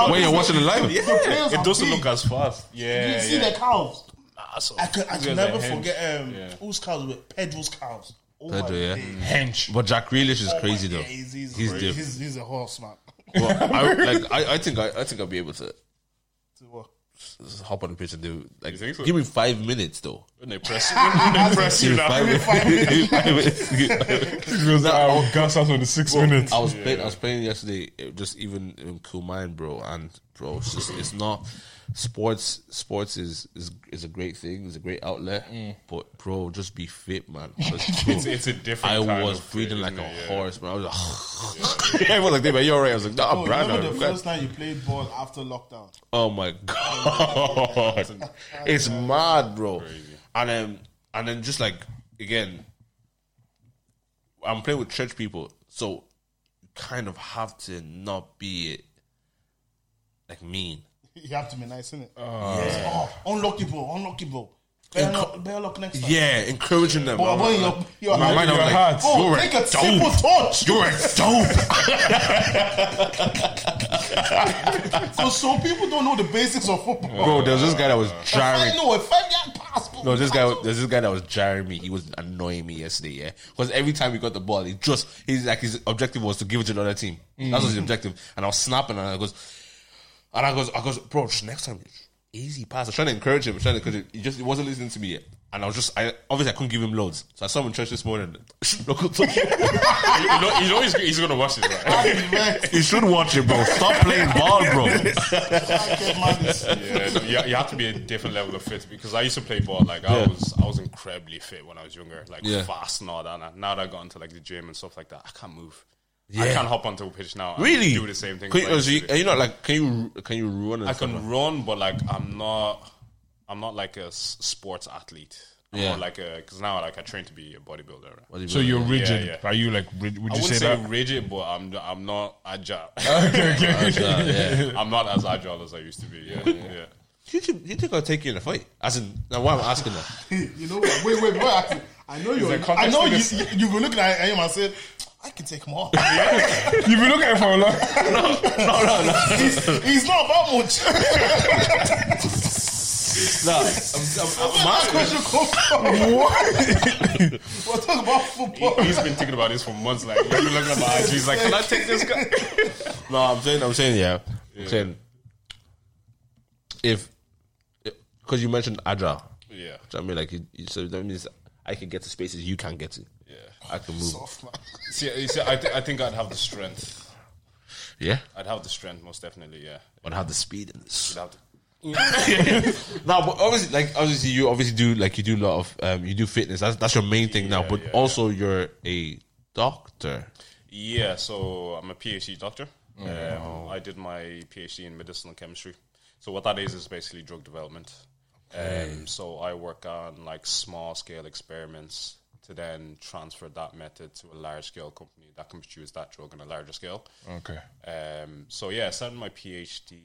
[SPEAKER 1] When you're watching it live, yeah.
[SPEAKER 4] players
[SPEAKER 3] it
[SPEAKER 4] are
[SPEAKER 3] doesn't
[SPEAKER 4] big.
[SPEAKER 3] look as fast. Yeah,
[SPEAKER 4] you
[SPEAKER 3] yeah.
[SPEAKER 4] see their calves.
[SPEAKER 3] Ah, so-
[SPEAKER 4] I can, I
[SPEAKER 3] you
[SPEAKER 4] can
[SPEAKER 3] guys are
[SPEAKER 4] never
[SPEAKER 3] hens.
[SPEAKER 4] forget um,
[SPEAKER 3] Yeah.
[SPEAKER 4] whose calves were Pedro's calves. Oh
[SPEAKER 1] Pedro, yeah.
[SPEAKER 4] days.
[SPEAKER 2] hench.
[SPEAKER 1] But Jack Grealish is
[SPEAKER 4] Oh my
[SPEAKER 1] crazy though.
[SPEAKER 4] days. He's, he's,
[SPEAKER 1] He's
[SPEAKER 4] he's,
[SPEAKER 1] diff.
[SPEAKER 4] he's, a horse, man. [laughs]
[SPEAKER 1] But I, like, I, I think I, I think I'll be able to
[SPEAKER 4] To what?
[SPEAKER 1] s- hop on the pitch and do like.
[SPEAKER 3] think so?
[SPEAKER 1] Give me five minutes though.
[SPEAKER 3] When they
[SPEAKER 4] [laughs]
[SPEAKER 3] press, when they press
[SPEAKER 1] Give
[SPEAKER 3] you
[SPEAKER 1] me
[SPEAKER 3] now.
[SPEAKER 1] five, minutes. [laughs] five minutes.
[SPEAKER 2] Because I will uh, gas out on the six minutes.
[SPEAKER 1] oh, I was playing. I was playing yesterday. it Just even in cool mind, bro. And bro, it's just it's not sports. Sports is is is a great thing. It's a great outlet. But bro, just be fit, man. 'Cause, bro,
[SPEAKER 3] It's, it's a different.
[SPEAKER 1] I
[SPEAKER 3] kind
[SPEAKER 1] was
[SPEAKER 3] of fit,
[SPEAKER 1] breathing like
[SPEAKER 3] isn't
[SPEAKER 1] a
[SPEAKER 3] it? Yeah.
[SPEAKER 1] horse, man. I was like, [laughs] everyone like, "Damn, man, you're alright." I was like, "Nah,
[SPEAKER 4] Oh,
[SPEAKER 1] bro." I'm
[SPEAKER 4] remember the
[SPEAKER 1] glad-
[SPEAKER 4] first time you played ball after lockdown?
[SPEAKER 1] Oh my [laughs] god, it's mad, bro. And then, and then, just like again, I'm playing with church people, so you kind of have to not be like mean.
[SPEAKER 4] You have to be nice, innit? Oh, unlucky ball, unlucky ball. Better luck, better luck next time.
[SPEAKER 1] Yeah, encouraging them.
[SPEAKER 4] But
[SPEAKER 1] I'm
[SPEAKER 4] when
[SPEAKER 1] like-
[SPEAKER 4] you're, you're
[SPEAKER 1] my mind, I'm
[SPEAKER 2] your
[SPEAKER 1] like,
[SPEAKER 2] heart.
[SPEAKER 4] oh,
[SPEAKER 1] you're
[SPEAKER 4] take
[SPEAKER 1] a
[SPEAKER 4] a simple
[SPEAKER 1] dope.
[SPEAKER 4] touch.
[SPEAKER 1] You're a dope.
[SPEAKER 4] [laughs] So some people don't know the basics of football.
[SPEAKER 1] Bro, there's this guy that was
[SPEAKER 4] I
[SPEAKER 1] jarring.
[SPEAKER 4] know a five-yard pass. bro.
[SPEAKER 1] No, this guy, there's this guy that was jarring me. He was annoying me yesterday, yeah. Because every time he got the ball, he just he's like his objective was to give it to another team. That was
[SPEAKER 3] Mm.
[SPEAKER 1] his objective, and I was snapping, and I goes, and I goes, I goes, bro, just next time, easy pass. I was trying to encourage him, trying to encourage him. He just he wasn't listening to me yet. And I was just, I obviously I couldn't give him loads, so I saw him in church this morning. [laughs] Local talk.
[SPEAKER 3] [laughs] You know, you know he's, he's gonna watch it. Right?
[SPEAKER 4] [laughs]
[SPEAKER 1] you should watch it, bro. Stop playing ball, bro.
[SPEAKER 3] [laughs] Yeah, no, you, you have to be a different level of fit because I used to play ball. Like I
[SPEAKER 1] Yeah.
[SPEAKER 3] was, I was incredibly fit when I was younger, like
[SPEAKER 1] Yeah.
[SPEAKER 3] fast and all that. And now that I got into like the gym and stuff like that, I can't move. I
[SPEAKER 1] Yeah.
[SPEAKER 3] can't hop onto a pitch now. and
[SPEAKER 1] Really?
[SPEAKER 3] do the same thing.
[SPEAKER 1] Can you,
[SPEAKER 3] as I used
[SPEAKER 1] is
[SPEAKER 3] to
[SPEAKER 1] you,
[SPEAKER 3] do.
[SPEAKER 1] are you not like? Can you can you run? And
[SPEAKER 3] I
[SPEAKER 1] stuff
[SPEAKER 3] can run, but like I'm not, I'm not like a s- sports athlete. I'm
[SPEAKER 1] Yeah.
[SPEAKER 3] more like a because now like I train to be a bodybuilder. right?
[SPEAKER 1] like-
[SPEAKER 2] So you're rigid.
[SPEAKER 3] yeah.
[SPEAKER 2] Are you like? Rigid? Would
[SPEAKER 3] I
[SPEAKER 2] you
[SPEAKER 3] wouldn't
[SPEAKER 2] say,
[SPEAKER 3] say,
[SPEAKER 2] that?
[SPEAKER 3] rigid, but I'm I'm not
[SPEAKER 2] [laughs]
[SPEAKER 3] agile.
[SPEAKER 1] [laughs]
[SPEAKER 2] okay, okay, okay.
[SPEAKER 1] Yeah, yeah.
[SPEAKER 3] I'm not as agile as I used to be. Yeah, yeah.
[SPEAKER 1] Do you, think- do you think I'll take you in a fight? As in, now why I'm asking [laughs] that?
[SPEAKER 4] [laughs] you know what? Wait, wait, wait. I- I know you're.
[SPEAKER 3] there
[SPEAKER 4] I
[SPEAKER 3] context
[SPEAKER 4] know
[SPEAKER 3] to
[SPEAKER 4] you,
[SPEAKER 3] this?
[SPEAKER 4] you. You were looking at him and said, "I can take him on."
[SPEAKER 2] You've been looking at it for a long.
[SPEAKER 1] No, no, no.
[SPEAKER 4] [laughs] he's, he's not about much. [laughs]
[SPEAKER 1] No, I'm, I'm, I'm
[SPEAKER 4] That's
[SPEAKER 1] asking.
[SPEAKER 4] question
[SPEAKER 3] [laughs]
[SPEAKER 4] comes from. [laughs] We're talking about football.
[SPEAKER 3] He, has been thinking about this for months. Like, [laughs] he's been looking at my IG. He's like, can I take this guy?
[SPEAKER 4] [laughs]
[SPEAKER 1] No, I'm saying, I'm saying, yeah, I'm saying, if because you mentioned agile,
[SPEAKER 3] Yeah,
[SPEAKER 1] which I mean, like, you, you- so that means I can get to spaces you can't get to.
[SPEAKER 3] yeah.
[SPEAKER 1] I can move.
[SPEAKER 3] See, you see I, th- I think I'd have the strength.
[SPEAKER 1] Yeah,
[SPEAKER 3] I'd have the strength, most definitely. Yeah,
[SPEAKER 1] but I have the speed in this.
[SPEAKER 3] I'd have the,
[SPEAKER 1] Now, but obviously, like obviously, you obviously do like you do a lot of um, you do fitness. That's that's your main thing now.
[SPEAKER 3] Yeah,
[SPEAKER 1] But
[SPEAKER 3] yeah,
[SPEAKER 1] also, you're a doctor.
[SPEAKER 3] Yeah, so I'm a PhD doctor. Um, I did my PhD in medicinal chemistry. So what that is is basically drug development. Um, so I work on like small scale experiments to then transfer that method to a large scale company that can produce that drug on a larger scale.
[SPEAKER 2] Okay.
[SPEAKER 3] Um, so yeah, I started my PhD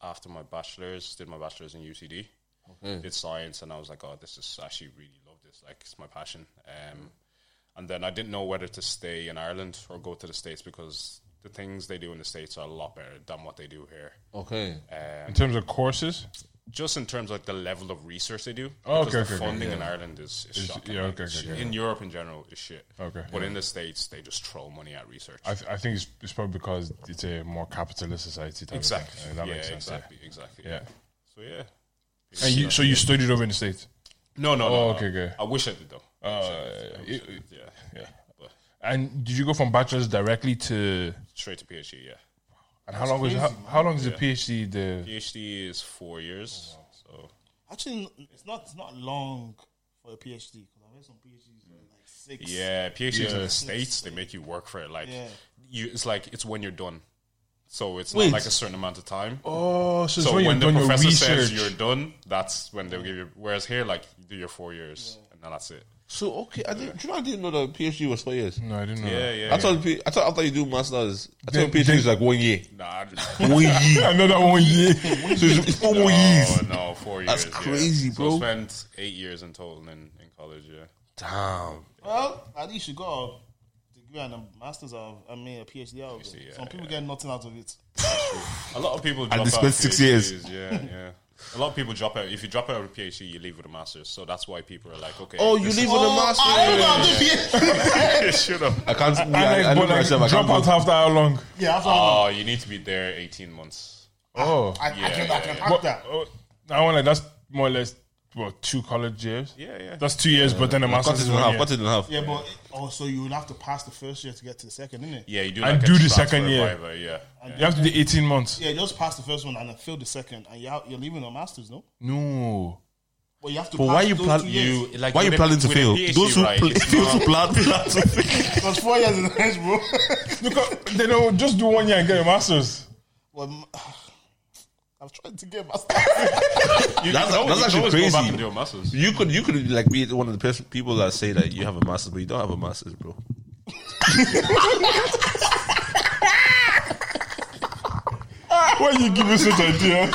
[SPEAKER 3] after my bachelor's. Did my bachelor's in UCD. Did science, and I was like, oh, this is I actually really love this. Like, it's my passion. Um, and then I didn't know whether to stay in Ireland or go to the states because the things they do in the states are a lot better than what they do here. Um,
[SPEAKER 1] Okay.
[SPEAKER 2] In terms of courses,
[SPEAKER 3] Just in terms of like the level of research they do.
[SPEAKER 2] Oh,
[SPEAKER 3] because
[SPEAKER 2] okay,
[SPEAKER 3] the
[SPEAKER 2] okay, okay,
[SPEAKER 3] funding in Ireland is, is, shocking.
[SPEAKER 2] yeah,
[SPEAKER 3] like,
[SPEAKER 2] okay,
[SPEAKER 3] it's
[SPEAKER 2] okay,
[SPEAKER 3] shit.
[SPEAKER 2] okay.
[SPEAKER 3] In Europe in general, is shit.
[SPEAKER 2] Okay,
[SPEAKER 3] But
[SPEAKER 2] yeah.
[SPEAKER 3] in the states, they just throw money at research.
[SPEAKER 2] I, th- I think it's, it's probably because it's a more capitalist society. Type of thing.
[SPEAKER 3] exactly.
[SPEAKER 2] Uh, that
[SPEAKER 3] yeah,
[SPEAKER 2] makes sense. yeah.
[SPEAKER 3] exactly. Exactly.
[SPEAKER 2] Yeah.
[SPEAKER 3] So yeah.
[SPEAKER 2] And you, so you studied over in the states.
[SPEAKER 3] No, no,
[SPEAKER 2] Oh,
[SPEAKER 3] no.
[SPEAKER 2] okay,
[SPEAKER 3] no.
[SPEAKER 2] good.
[SPEAKER 3] I wish I did though.
[SPEAKER 2] Uh,
[SPEAKER 3] yeah,
[SPEAKER 2] it-
[SPEAKER 3] yeah, But
[SPEAKER 2] and did you go from bachelor's directly to?
[SPEAKER 3] straight to PhD. Yeah,
[SPEAKER 2] And how long was how, how long is the PhD? The
[SPEAKER 3] PhD is four years. So
[SPEAKER 4] Actually, n- it's not. It's not long for a PhD because I read some PhDs that are like six.
[SPEAKER 3] yeah, PhDs in
[SPEAKER 2] Yeah.
[SPEAKER 3] the states they make you work for it. Like
[SPEAKER 4] Yeah.
[SPEAKER 3] you, it's like it's when you're done. So it's
[SPEAKER 1] Wait.
[SPEAKER 3] not like a certain amount of time.
[SPEAKER 2] oh, so, it's
[SPEAKER 3] so
[SPEAKER 2] when,
[SPEAKER 3] when,
[SPEAKER 2] you're
[SPEAKER 3] the
[SPEAKER 2] done your
[SPEAKER 3] professor
[SPEAKER 2] research.
[SPEAKER 3] says you're done, that's when they'll give you. Whereas here, like you do your four years and then that's it.
[SPEAKER 1] So okay, I didn't. Do you know I didn't know that PhD was four years.
[SPEAKER 2] no, I didn't know.
[SPEAKER 3] Yeah,
[SPEAKER 2] that.
[SPEAKER 3] yeah.
[SPEAKER 1] I thought P- I thought after you do masters, I thought
[SPEAKER 2] They-
[SPEAKER 1] PhD is like one year.
[SPEAKER 3] nah, I don't know.
[SPEAKER 1] [laughs] One year.
[SPEAKER 2] [laughs] Another one
[SPEAKER 3] [laughs]
[SPEAKER 2] year.
[SPEAKER 1] so it's, it's four more years.
[SPEAKER 3] Oh, no, four
[SPEAKER 1] That's
[SPEAKER 3] years.
[SPEAKER 1] crazy,
[SPEAKER 3] yeah.
[SPEAKER 1] bro.
[SPEAKER 3] So I spent eight years in total in, in college. Yeah.
[SPEAKER 1] Damn.
[SPEAKER 4] Well, at least you got a degree and a master's of. I mean, a PhD out of it.
[SPEAKER 3] yeah,
[SPEAKER 4] some people get nothing out of it.
[SPEAKER 3] A lot of people drop
[SPEAKER 1] they
[SPEAKER 3] out.
[SPEAKER 1] spent
[SPEAKER 3] of
[SPEAKER 1] six
[SPEAKER 3] PhDs,
[SPEAKER 1] years.
[SPEAKER 3] Yeah, yeah. A lot of people drop out. If you drop out of PhD, you leave with a master's. So that's why people are like, okay.
[SPEAKER 1] Oh, you
[SPEAKER 3] [laughs] this
[SPEAKER 1] leave
[SPEAKER 3] is-
[SPEAKER 1] with a
[SPEAKER 4] I don't
[SPEAKER 1] master.
[SPEAKER 4] know, I did
[SPEAKER 3] [laughs]
[SPEAKER 4] PhD.
[SPEAKER 3] Shut up.
[SPEAKER 1] I can't. Yeah,
[SPEAKER 2] And
[SPEAKER 1] I, I
[SPEAKER 2] like,
[SPEAKER 1] know
[SPEAKER 2] but like,
[SPEAKER 1] myself. I
[SPEAKER 2] drop
[SPEAKER 1] can't.
[SPEAKER 2] out
[SPEAKER 1] do-
[SPEAKER 2] after how long?
[SPEAKER 4] [laughs] Yeah, after
[SPEAKER 3] Oh, you need to be there 18 months.
[SPEAKER 2] Oh,
[SPEAKER 4] I, I can, I can hack that.
[SPEAKER 2] oh, I want like that's more or less what two college years.
[SPEAKER 3] Yeah, yeah.
[SPEAKER 2] That's two years, but then a
[SPEAKER 1] Cut
[SPEAKER 2] master's
[SPEAKER 1] it
[SPEAKER 2] is
[SPEAKER 1] in
[SPEAKER 2] one
[SPEAKER 1] half.
[SPEAKER 2] year.
[SPEAKER 1] Cut it in half.
[SPEAKER 4] Yeah, but it, also you would have to pass the first year to get to the second, isn't it?
[SPEAKER 3] yeah, you do.
[SPEAKER 2] And
[SPEAKER 3] like a
[SPEAKER 2] do the
[SPEAKER 3] transfer
[SPEAKER 2] second year.
[SPEAKER 3] viva, yeah.
[SPEAKER 2] You have to do eighteen months.
[SPEAKER 4] Yeah, just pass the first one and fill the second, and you're, out, you're leaving a master's, no?
[SPEAKER 2] No.
[SPEAKER 4] But you have to.
[SPEAKER 1] But
[SPEAKER 4] pass
[SPEAKER 1] why you
[SPEAKER 4] those
[SPEAKER 1] plan
[SPEAKER 4] two
[SPEAKER 1] you
[SPEAKER 4] years.
[SPEAKER 3] like,
[SPEAKER 1] why you
[SPEAKER 3] with a-
[SPEAKER 1] planning to
[SPEAKER 3] with a
[SPEAKER 1] fail?
[SPEAKER 3] PhD,
[SPEAKER 1] Those who
[SPEAKER 3] right,
[SPEAKER 1] pl-
[SPEAKER 3] it's
[SPEAKER 1] fail to
[SPEAKER 3] not-
[SPEAKER 1] plan [laughs] plan to fail.
[SPEAKER 4] Because four years in the next, bro.
[SPEAKER 2] Because they don't just do one year and get a master's.
[SPEAKER 4] [laughs] well, [sighs] m- I've tried to get a master's.
[SPEAKER 1] That's-
[SPEAKER 3] You, you can
[SPEAKER 1] that's
[SPEAKER 3] always- you can
[SPEAKER 1] actually
[SPEAKER 3] always Go
[SPEAKER 1] crazy.
[SPEAKER 3] back and do a master's.
[SPEAKER 1] You could you could like be one of the pers- people that say that you have a master's but you don't have a master's, bro.
[SPEAKER 2] Why you give me such ideas?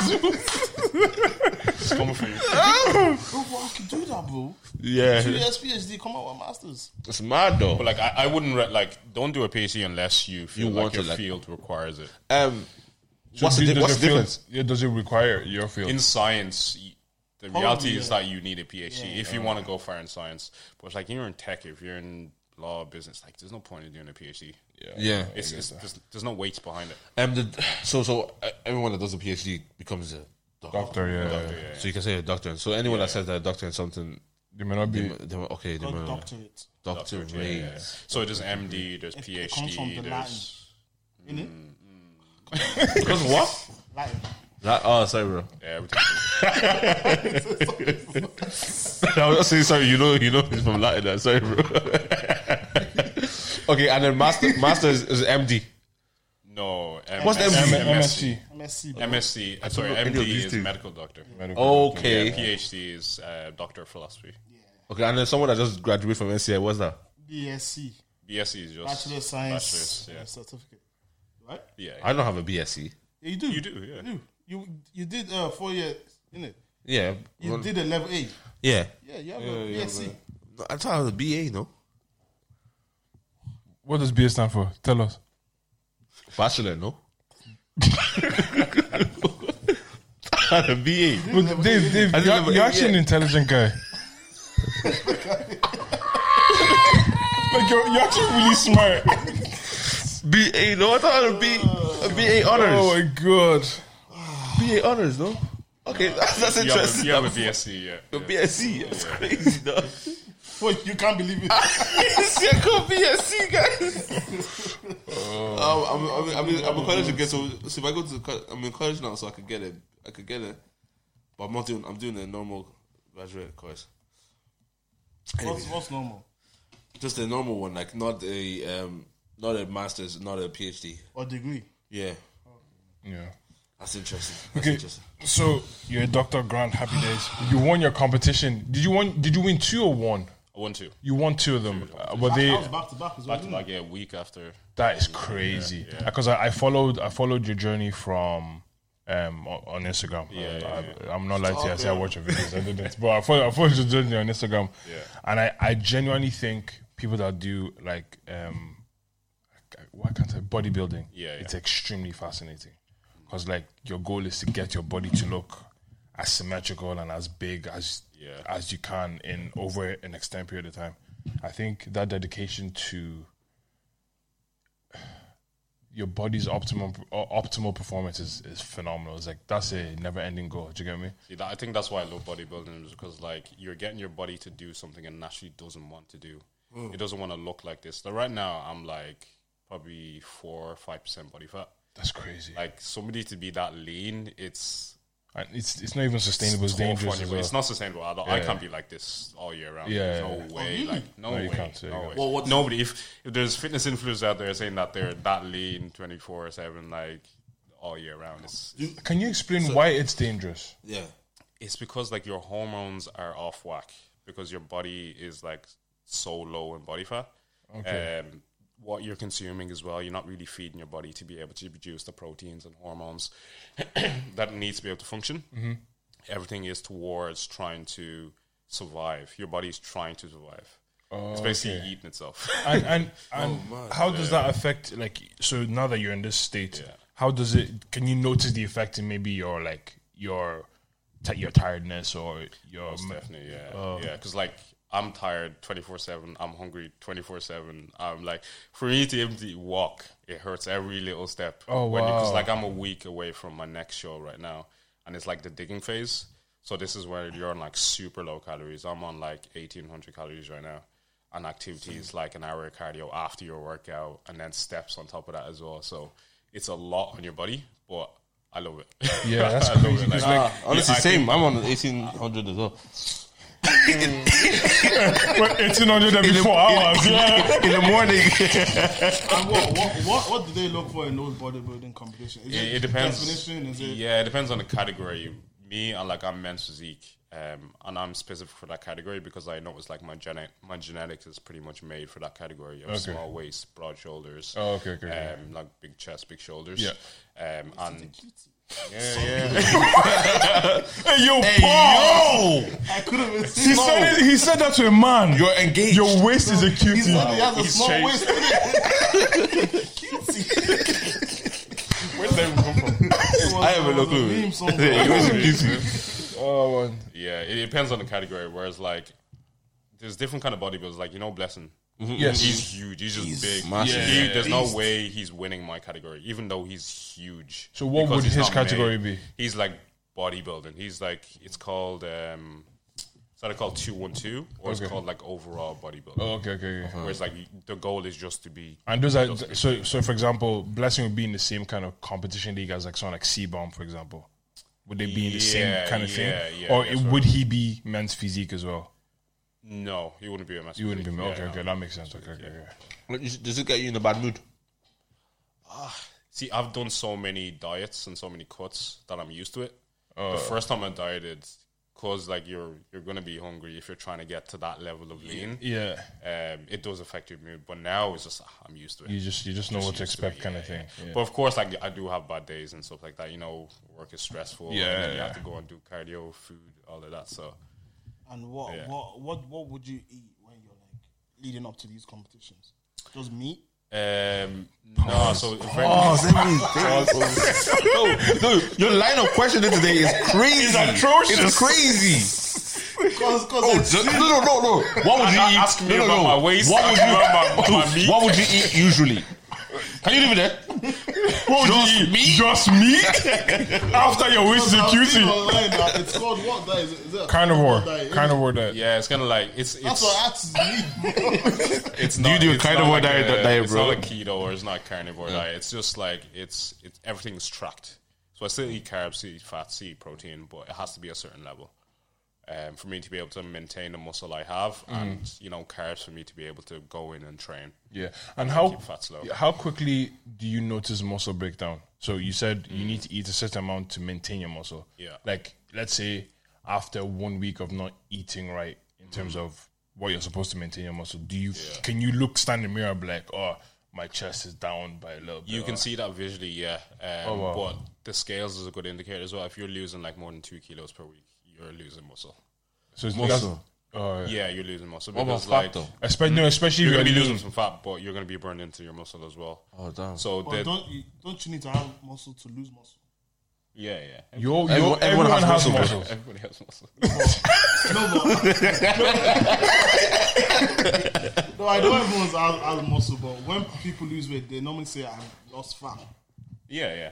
[SPEAKER 3] It's coming for you.
[SPEAKER 4] [laughs] bro, but I could do that, bro. Two
[SPEAKER 1] Yeah, [laughs]
[SPEAKER 4] years PhD, come out with a master's.
[SPEAKER 1] it's mad though.
[SPEAKER 3] But like, I, I wouldn't re- like. Don't do a PhD unless you feel
[SPEAKER 1] You
[SPEAKER 3] like
[SPEAKER 1] want
[SPEAKER 3] your
[SPEAKER 1] it, like-
[SPEAKER 3] field requires it.
[SPEAKER 1] Um, what's the, di-
[SPEAKER 2] Does your
[SPEAKER 1] what's the
[SPEAKER 2] field-
[SPEAKER 1] difference?
[SPEAKER 2] Yeah, does it require your field?
[SPEAKER 3] in science, y- the reality is
[SPEAKER 4] yeah.
[SPEAKER 3] that you need a PhD if you want to go far in science. But like you're in tech, if you're in law, business, like there's no point in doing a PhD.
[SPEAKER 1] Yeah,
[SPEAKER 3] It's, it's there's, there's no weights behind it.
[SPEAKER 1] um, the, so so uh, everyone that does a PhD becomes a doctor.
[SPEAKER 2] Doctor, yeah.
[SPEAKER 1] So you can say a doctor. So anyone that says they're a doctor in something,
[SPEAKER 2] They may not be.
[SPEAKER 1] They were, okay, they
[SPEAKER 4] Got
[SPEAKER 1] were
[SPEAKER 4] doctorate.
[SPEAKER 1] Doctor
[SPEAKER 3] Yeah,
[SPEAKER 1] Ray.
[SPEAKER 3] yeah. So there's MD, there's
[SPEAKER 4] It,
[SPEAKER 3] PhD,
[SPEAKER 4] it comes from the Latin.
[SPEAKER 3] there's
[SPEAKER 4] Isn't it?
[SPEAKER 1] Mm, [laughs] Because what?
[SPEAKER 4] Latin.
[SPEAKER 1] That, oh, sorry, bro.
[SPEAKER 3] yeah, we did-
[SPEAKER 1] I [laughs] was just saying sorry. You know, you know, he's from Latin. I'm Sorry, bro. [laughs] okay, and then master, master is, is MD.
[SPEAKER 3] no.
[SPEAKER 1] What's
[SPEAKER 3] MS,
[SPEAKER 1] M-
[SPEAKER 2] MSc.
[SPEAKER 4] MSc. bro.
[SPEAKER 3] MSc. uh, sorry,
[SPEAKER 1] know any of
[SPEAKER 3] MD
[SPEAKER 1] these
[SPEAKER 3] is
[SPEAKER 1] two.
[SPEAKER 3] medical doctor.
[SPEAKER 1] Okay,
[SPEAKER 3] PhD is uh, doctor of philosophy.
[SPEAKER 1] okay, and then someone that just graduated from NCI. What's that?
[SPEAKER 4] BSc.
[SPEAKER 3] BSc is just
[SPEAKER 4] Bachelor of Science
[SPEAKER 3] bachelor's,
[SPEAKER 4] certificate. Right?
[SPEAKER 3] yeah. yeah.
[SPEAKER 1] I don't have a BSc.
[SPEAKER 4] Yeah, you do.
[SPEAKER 3] You do, yeah.
[SPEAKER 4] You do. You, you did uh, four years, innit?
[SPEAKER 1] Yeah,
[SPEAKER 4] You
[SPEAKER 1] Well,
[SPEAKER 4] did a level eight.
[SPEAKER 1] yeah.
[SPEAKER 4] Yeah, you have a BSc.
[SPEAKER 1] No, I thought I was a BA, no.
[SPEAKER 2] What does BA stand for? Tell us.
[SPEAKER 1] Bachelor, [laughs] no. I had a BA.
[SPEAKER 2] But Dave, Dave,
[SPEAKER 1] I did
[SPEAKER 2] you're,
[SPEAKER 1] level
[SPEAKER 2] you're
[SPEAKER 1] eight,
[SPEAKER 2] actually an
[SPEAKER 1] yeah.
[SPEAKER 2] intelligent guy. like you're, you're actually really smart.
[SPEAKER 1] BA, no. I thought I had a, B, a BA honors.
[SPEAKER 2] Oh my god.
[SPEAKER 1] BA honors, no. Okay, [laughs] that's, that's
[SPEAKER 3] You have, a,
[SPEAKER 1] interesting.
[SPEAKER 3] you have a BSc, yeah.
[SPEAKER 1] A BSc, it's crazy, dog. [laughs]
[SPEAKER 4] Wait, you can't believe
[SPEAKER 3] [laughs]
[SPEAKER 4] it.
[SPEAKER 1] Circle BSc, guys. Um, I'm, I'm, I'm, in, I'm in college again, so, so if I go to, co- I'm in college now, so I could get it. I could get it, but I'm not doing. I'm doing a normal graduate course,
[SPEAKER 4] what's, what's normal?
[SPEAKER 1] just a normal one, like not a, um, not a master's, not a PhD.
[SPEAKER 4] Or degree?
[SPEAKER 1] Yeah,
[SPEAKER 2] Yeah.
[SPEAKER 1] that's interesting. That's
[SPEAKER 2] Okay.
[SPEAKER 1] interesting.
[SPEAKER 2] So you're a Dr. Grant. Happy days. You won your competition. Did you won? Did you win two or one?
[SPEAKER 3] I want to.
[SPEAKER 2] You won two of them. Uh, were
[SPEAKER 4] That
[SPEAKER 2] they?
[SPEAKER 4] was back to back as well.
[SPEAKER 3] Back to
[SPEAKER 4] didn't it?
[SPEAKER 3] back, yeah, week after.
[SPEAKER 2] That is crazy. Because I, I followed. I followed your journey from. Um, o- on Instagram, yeah, I, am not lying to you. I say I watch your videos, I didn't, but I follow, I follow your journey on Instagram,
[SPEAKER 3] Yeah.
[SPEAKER 2] and I, I genuinely think people that do like, um, why can't I bodybuilding?
[SPEAKER 3] Yeah, yeah.
[SPEAKER 2] it's extremely fascinating because like your goal is to get your body to look as symmetrical and as big as
[SPEAKER 3] Yeah.
[SPEAKER 2] as you can in over an extended period of time. I think that dedication to your body's optimum o- optimal performance is, is phenomenal. It's like that's a never ending goal. Do you get me?
[SPEAKER 3] See, that, I think that's why I love bodybuilding is because like you're getting your body to do something it naturally doesn't want to do. It doesn't want to look like this. So right now, I'm like probably four or five percent body fat.
[SPEAKER 2] That's crazy.
[SPEAKER 3] Like somebody to be that lean, it's
[SPEAKER 2] and it's it's not even sustainable. It's,
[SPEAKER 3] tough
[SPEAKER 2] dangerous
[SPEAKER 3] on
[SPEAKER 2] as
[SPEAKER 3] you.
[SPEAKER 2] well.
[SPEAKER 3] It's not sustainable. I, don't- I
[SPEAKER 2] Yeah.
[SPEAKER 3] can't be like this all year round.
[SPEAKER 2] Yeah. Oh,
[SPEAKER 3] There's no way. Like no,
[SPEAKER 2] No,
[SPEAKER 3] way.
[SPEAKER 2] you can't, yeah,
[SPEAKER 3] no
[SPEAKER 2] you
[SPEAKER 3] way.
[SPEAKER 2] can't.
[SPEAKER 1] Well, what's-
[SPEAKER 3] Nobody. If, if there's fitness influencers out there saying that they're that lean twenty four seven like all year round, it's
[SPEAKER 2] Can you explain why it's dangerous?
[SPEAKER 1] Yeah,
[SPEAKER 3] it's because like your hormones are off whack because your body is like so low in body fat. Okay. Um, what you're consuming as well, you're not really feeding your body to be able to produce the proteins and hormones [clears throat] that it needs to be able to function. Mm-hmm. Everything is towards trying to survive. Your body's trying to survive. it's basically eating itself. [laughs]
[SPEAKER 2] and and,
[SPEAKER 3] Oh,
[SPEAKER 2] and how does that affect like so now that you're in this state how does it can you notice the effect in maybe your like your ti your tiredness or your
[SPEAKER 3] Most definitely, yeah,
[SPEAKER 2] Oh.
[SPEAKER 3] yeah. Because like I'm tired twenty four seven. I'm hungry twenty four seven. I'm like for me to even to walk, it hurts every little step.
[SPEAKER 2] Oh,
[SPEAKER 3] Because
[SPEAKER 2] wow.
[SPEAKER 3] like I'm a week away from my next show right now, and it's like the digging phase. So this is where you're on like super low calories. I'm on like eighteen hundred calories right now. And activities like an hour of cardio after your workout, and then steps on top of that as well. So it's a lot on your body, but I love it.
[SPEAKER 2] Yeah, that's
[SPEAKER 3] [laughs] I love
[SPEAKER 2] crazy,
[SPEAKER 3] it.
[SPEAKER 2] 'cause,
[SPEAKER 1] Ah, honestly, same. I'm on 1800 as well.
[SPEAKER 2] eighteen hundred every four hours yeah
[SPEAKER 1] In the morning,
[SPEAKER 4] And what, what, what, what do they look for in those bodybuilding competition? Is
[SPEAKER 3] It, it depends.
[SPEAKER 4] Definition? Is it
[SPEAKER 3] Yeah, it depends on the category. Me, I like I'm men's physique, um, and I'm specific for that category because I know it's like my genet my genetics is pretty much made for that category of small waist, broad shoulders.
[SPEAKER 2] Oh, okay, okay, okay.
[SPEAKER 3] Um, like big chest, big shoulders.
[SPEAKER 2] Yeah.
[SPEAKER 3] Um, and
[SPEAKER 2] hey, yo Paul
[SPEAKER 4] I couldn't
[SPEAKER 3] [laughs]
[SPEAKER 4] even see.
[SPEAKER 2] he said it, he said that to a man your,
[SPEAKER 1] you're
[SPEAKER 2] [laughs]
[SPEAKER 1] engaged.
[SPEAKER 2] your waist is a
[SPEAKER 4] He
[SPEAKER 2] cutie
[SPEAKER 4] said he has a
[SPEAKER 3] He's
[SPEAKER 4] small
[SPEAKER 3] changed. [laughs]
[SPEAKER 4] waist. Cutie.
[SPEAKER 3] where did that come from?
[SPEAKER 4] It was-
[SPEAKER 1] I have
[SPEAKER 4] it
[SPEAKER 1] no
[SPEAKER 4] was
[SPEAKER 1] clue. [laughs]
[SPEAKER 4] meme somewhere.
[SPEAKER 1] Yeah, you're a cutie.
[SPEAKER 2] oh man.
[SPEAKER 3] yeah, it depends on the category. Whereas like, there's different kind of bodybuilders. Like you know, blessing.
[SPEAKER 2] yes
[SPEAKER 3] He's huge. He's just big.
[SPEAKER 1] massive.
[SPEAKER 3] He-
[SPEAKER 2] Yeah.
[SPEAKER 3] there's no way he's winning my category, even though he's huge.
[SPEAKER 2] So what
[SPEAKER 3] Because
[SPEAKER 2] would
[SPEAKER 3] he's
[SPEAKER 2] his
[SPEAKER 3] not
[SPEAKER 2] category be?
[SPEAKER 3] He's like bodybuilding. He's like it's called um, It's either called 212 or it's
[SPEAKER 2] Okay.
[SPEAKER 3] called like overall bodybuilding.
[SPEAKER 2] Oh, okay, okay, okay.
[SPEAKER 3] Where it's like you- the goal is just to be
[SPEAKER 2] And those are so so. For example, blessing would be in the same kind of competition league as like someone like Seabomb, for example. Would they be in the same
[SPEAKER 3] Yeah,
[SPEAKER 2] kind of
[SPEAKER 3] yeah,
[SPEAKER 2] thing,
[SPEAKER 3] yeah,
[SPEAKER 2] or
[SPEAKER 3] I
[SPEAKER 2] it,
[SPEAKER 3] guess so.
[SPEAKER 2] would he be men's physique as well?
[SPEAKER 3] no, you wouldn't be a master.
[SPEAKER 2] You wouldn't be.
[SPEAKER 3] athlete.
[SPEAKER 2] Okay,
[SPEAKER 3] Yeah,
[SPEAKER 2] okay, that makes sense. Okay, okay, okay.
[SPEAKER 1] What is- Does it get you in a bad mood?
[SPEAKER 3] See, I've done so many diets and so many cuts that I'm used to it.
[SPEAKER 2] Oh.
[SPEAKER 3] the first time I dieted, cause like you're you're gonna be hungry if you're trying to get to that level of lean.
[SPEAKER 2] Yeah,
[SPEAKER 3] Um, it does affect your mood, but now it's just ah, I'm used to it.
[SPEAKER 2] you just you just know what to
[SPEAKER 3] used to
[SPEAKER 2] expect,
[SPEAKER 3] it,
[SPEAKER 2] kind
[SPEAKER 3] yeah,
[SPEAKER 2] of thing. Yeah.
[SPEAKER 3] But of course, like I do have bad days and stuff like that. You know, work is stressful. and
[SPEAKER 2] Yeah,
[SPEAKER 3] then you
[SPEAKER 2] yeah.
[SPEAKER 3] have to go and do cardio, food, all of that. So
[SPEAKER 4] And what
[SPEAKER 3] Yeah.
[SPEAKER 4] what what what would you eat when you're like leading up to these competitions? Just meat.
[SPEAKER 3] um, no, so it very-
[SPEAKER 1] no, no, your line of questioning today is crazy. It's atrocious. It's crazy.
[SPEAKER 4] Cause, cause
[SPEAKER 1] Oh,
[SPEAKER 4] it's-
[SPEAKER 1] ju- no, no, no, no. What would you
[SPEAKER 3] Not
[SPEAKER 1] eat?
[SPEAKER 3] asking me
[SPEAKER 1] no, no,
[SPEAKER 3] about
[SPEAKER 1] no.
[SPEAKER 3] my waist,
[SPEAKER 1] What would you?
[SPEAKER 3] asking
[SPEAKER 1] [laughs]
[SPEAKER 3] about my- my meat.
[SPEAKER 1] What would you eat usually? Can you leave it there?
[SPEAKER 3] Oh,
[SPEAKER 2] What would you eat? Just meat [laughs] after your waist
[SPEAKER 4] I've seen
[SPEAKER 2] security.
[SPEAKER 4] online that It's called what? That is, is it
[SPEAKER 2] Carnivore,
[SPEAKER 4] Diet.
[SPEAKER 2] carnivore diet.
[SPEAKER 3] yeah, it's kind of like it's
[SPEAKER 4] That's
[SPEAKER 3] it's
[SPEAKER 4] what that's meat. [laughs]
[SPEAKER 3] it's
[SPEAKER 1] you
[SPEAKER 3] not,
[SPEAKER 1] do
[SPEAKER 3] it's
[SPEAKER 1] carnivore
[SPEAKER 3] not like
[SPEAKER 1] diet-
[SPEAKER 3] a-
[SPEAKER 1] diet,
[SPEAKER 3] it's
[SPEAKER 1] bro?
[SPEAKER 3] not like keto or it's not carnivore diet. It's just like it's it's everything's tracked. So I still eat carbs, still eat fat, still eat protein, but it has to be a certain level. Um, for me to be able to maintain the muscle I have,
[SPEAKER 1] Mm.
[SPEAKER 3] and you know, carbs for me to be able to go in and train.
[SPEAKER 2] Yeah, and how
[SPEAKER 3] keep fats low.
[SPEAKER 2] yeah, how quickly do you notice muscle breakdown? So you said you need to eat a certain amount to maintain your muscle.
[SPEAKER 3] Mm. Yeah.
[SPEAKER 2] like let's say after one week of not eating right in terms
[SPEAKER 3] Mm.
[SPEAKER 2] of what you're supposed to maintain your muscle, do you can you look stand in the mirror and be like, oh, my chest is down by a little bit.
[SPEAKER 3] You can
[SPEAKER 2] or-
[SPEAKER 3] see that visually, yeah.
[SPEAKER 1] Oh,
[SPEAKER 3] Um,
[SPEAKER 2] wow.
[SPEAKER 3] But the scales is a good indicator as well. If you're losing like more than two kilos per week, you're losing muscle.
[SPEAKER 2] so it's
[SPEAKER 1] Muscle.
[SPEAKER 2] Oh, yeah.
[SPEAKER 3] Yeah, you're losing muscle
[SPEAKER 1] What about
[SPEAKER 3] because
[SPEAKER 1] fat
[SPEAKER 3] like
[SPEAKER 1] though?
[SPEAKER 2] Espe- no, especially
[SPEAKER 3] you're
[SPEAKER 2] if
[SPEAKER 3] gonna be
[SPEAKER 2] you're
[SPEAKER 3] losing
[SPEAKER 2] lean.
[SPEAKER 3] some fat, but you're gonna be burned into your muscle as well.
[SPEAKER 1] Oh damn.
[SPEAKER 3] So
[SPEAKER 4] But
[SPEAKER 3] the,
[SPEAKER 4] don't you- don't you need to have muscle to lose muscle?
[SPEAKER 3] yeah, yeah.
[SPEAKER 2] Yo, yo,
[SPEAKER 1] Everyone-
[SPEAKER 2] everyone,
[SPEAKER 1] everyone has
[SPEAKER 2] has,
[SPEAKER 1] muscle, bro.
[SPEAKER 2] muscles.
[SPEAKER 3] Everybody has muscle.
[SPEAKER 4] [laughs] No, I know everyone's out, out of muscle, but when people lose weight, they normally say I lost fat.
[SPEAKER 3] Yeah, yeah.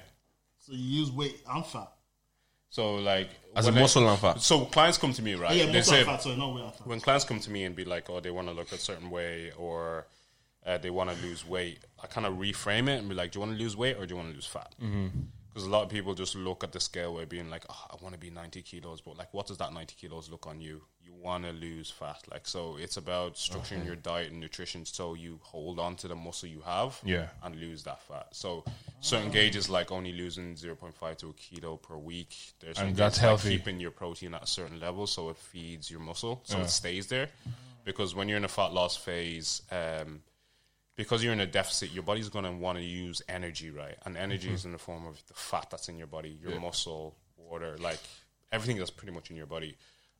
[SPEAKER 4] So you lose weight and fat.
[SPEAKER 3] So like
[SPEAKER 1] As a
[SPEAKER 3] when I-
[SPEAKER 1] muscle and fat.
[SPEAKER 3] So clients come to me, right?
[SPEAKER 4] Yeah,
[SPEAKER 3] they
[SPEAKER 4] muscle
[SPEAKER 3] say
[SPEAKER 4] and fat, so not weight and fat.
[SPEAKER 3] when clients come to me and be like, "Oh, they want to look a certain way," or uh, they want to lose weight, I kind of reframe it and be like, "Do you want to lose weight or do you want to lose fat?" Because a lot of people just look at the scale way, being like, oh, "I want to be ninety kilos," but like, what does that ninety kilos look on you? You want to lose fat, like so. It's about structuring your diet and nutrition so you hold on to the muscle you have,
[SPEAKER 2] Yeah.
[SPEAKER 3] and lose that fat. So certain gauges like only losing zero point five to a kilo per week. There's some
[SPEAKER 2] And that's
[SPEAKER 3] gauges, like,
[SPEAKER 2] healthy.
[SPEAKER 3] keeping your protein at a certain level so it feeds your muscle so it stays there because when you're in a fat loss phase um, because you're in a deficit your body's going to want to use energy right and energy
[SPEAKER 2] Mm-hmm.
[SPEAKER 3] is in the form of the fat that's in your body your muscle water like everything that's pretty much in your body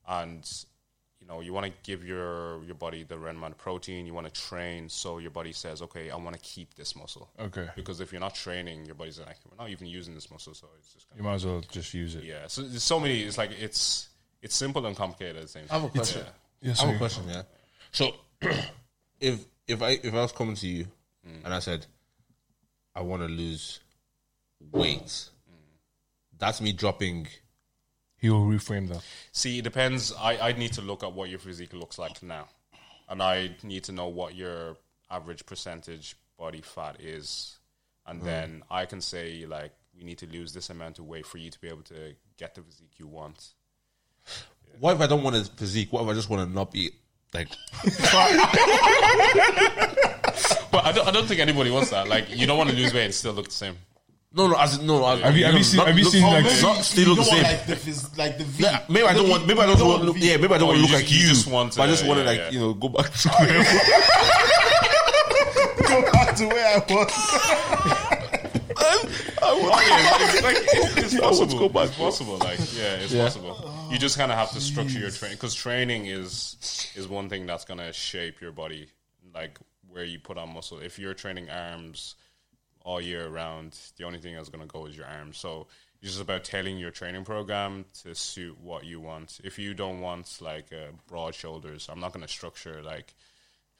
[SPEAKER 3] and you know you want to give your your body the right amount of protein you want to train so your body says okay i want to keep this muscle
[SPEAKER 2] Okay,
[SPEAKER 3] because if you're not training your body's like we're not even using this muscle so it's just gonna
[SPEAKER 2] you might as well just use it.
[SPEAKER 3] yeah, so there's so many. It's like it's it's simple and complicated at the same
[SPEAKER 1] I
[SPEAKER 3] time.
[SPEAKER 1] have a question.
[SPEAKER 2] Yes,
[SPEAKER 1] I have
[SPEAKER 2] sir.
[SPEAKER 1] a question. Yeah. So, [clears throat] if if I if I was coming to you and I said, I want to lose weight, that's me dropping.
[SPEAKER 2] He will reframe that.
[SPEAKER 3] [laughs] See, it depends. I I need to look at what your physique looks like now, and I need to know what your average percentage body fat is, and
[SPEAKER 1] Hmm.
[SPEAKER 3] then I can say like we need to lose this amount of weight for you to be able to get the physique you want.
[SPEAKER 1] What if I don't want a physique? What if I just want to not eat? Like,
[SPEAKER 3] But I don't, I don't think anybody wants that. Like you don't want to lose weight and still look the same.
[SPEAKER 1] no, no, as in, no, I,
[SPEAKER 2] Have you- have you seen- have you seen, like,
[SPEAKER 1] not,
[SPEAKER 4] Maybe
[SPEAKER 1] still
[SPEAKER 4] you
[SPEAKER 1] look the same?
[SPEAKER 4] don't want, like the phys- like the V.
[SPEAKER 1] Yeah, maybe I don't want. Maybe I don't, want. Look,
[SPEAKER 4] V.
[SPEAKER 1] yeah, maybe I don't
[SPEAKER 3] Oh,
[SPEAKER 1] want to look
[SPEAKER 3] you just-
[SPEAKER 1] like
[SPEAKER 3] you
[SPEAKER 1] you.
[SPEAKER 3] just want to-
[SPEAKER 1] but I just want to
[SPEAKER 3] yeah,
[SPEAKER 1] like
[SPEAKER 3] yeah.
[SPEAKER 1] you know go back to [laughs] go back to where I was.
[SPEAKER 3] It's like it's
[SPEAKER 1] to
[SPEAKER 3] possible.
[SPEAKER 1] go back.
[SPEAKER 3] It's possible. Like yeah, it's possible. You just kind of have to structure your training because training is is one thing that's gonna shape your body, like where you put on muscle. If you're training arms all year round, the only thing that's gonna go is your arms. So it's just about tailoring your training program to suit what you want. If you don't want like uh, broad shoulders, I'm not gonna structure like.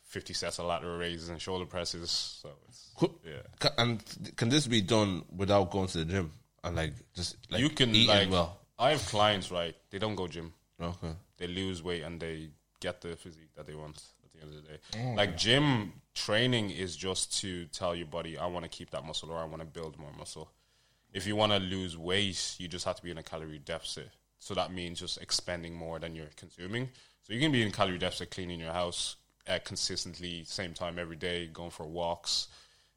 [SPEAKER 3] 50 sets of lateral raises and shoulder presses. So it's,
[SPEAKER 1] Could-
[SPEAKER 3] Yeah.
[SPEAKER 1] ca- And can this be done without going to the gym and like just like
[SPEAKER 3] you can
[SPEAKER 1] eating
[SPEAKER 3] like
[SPEAKER 1] well?
[SPEAKER 3] I have clients right; they don't go gym.
[SPEAKER 1] Okay.
[SPEAKER 3] They lose weight and they get the physique that they want at the end of the day.
[SPEAKER 1] Oh.
[SPEAKER 3] like gym training is just to tell your body, I want to keep that muscle or I want to build more muscle. If you want to lose weight, you just have to be in a calorie deficit. So that means just expending more than you're consuming. So you can be in calorie deficit, cleaning your house uh, consistently, same time every day, going for walks,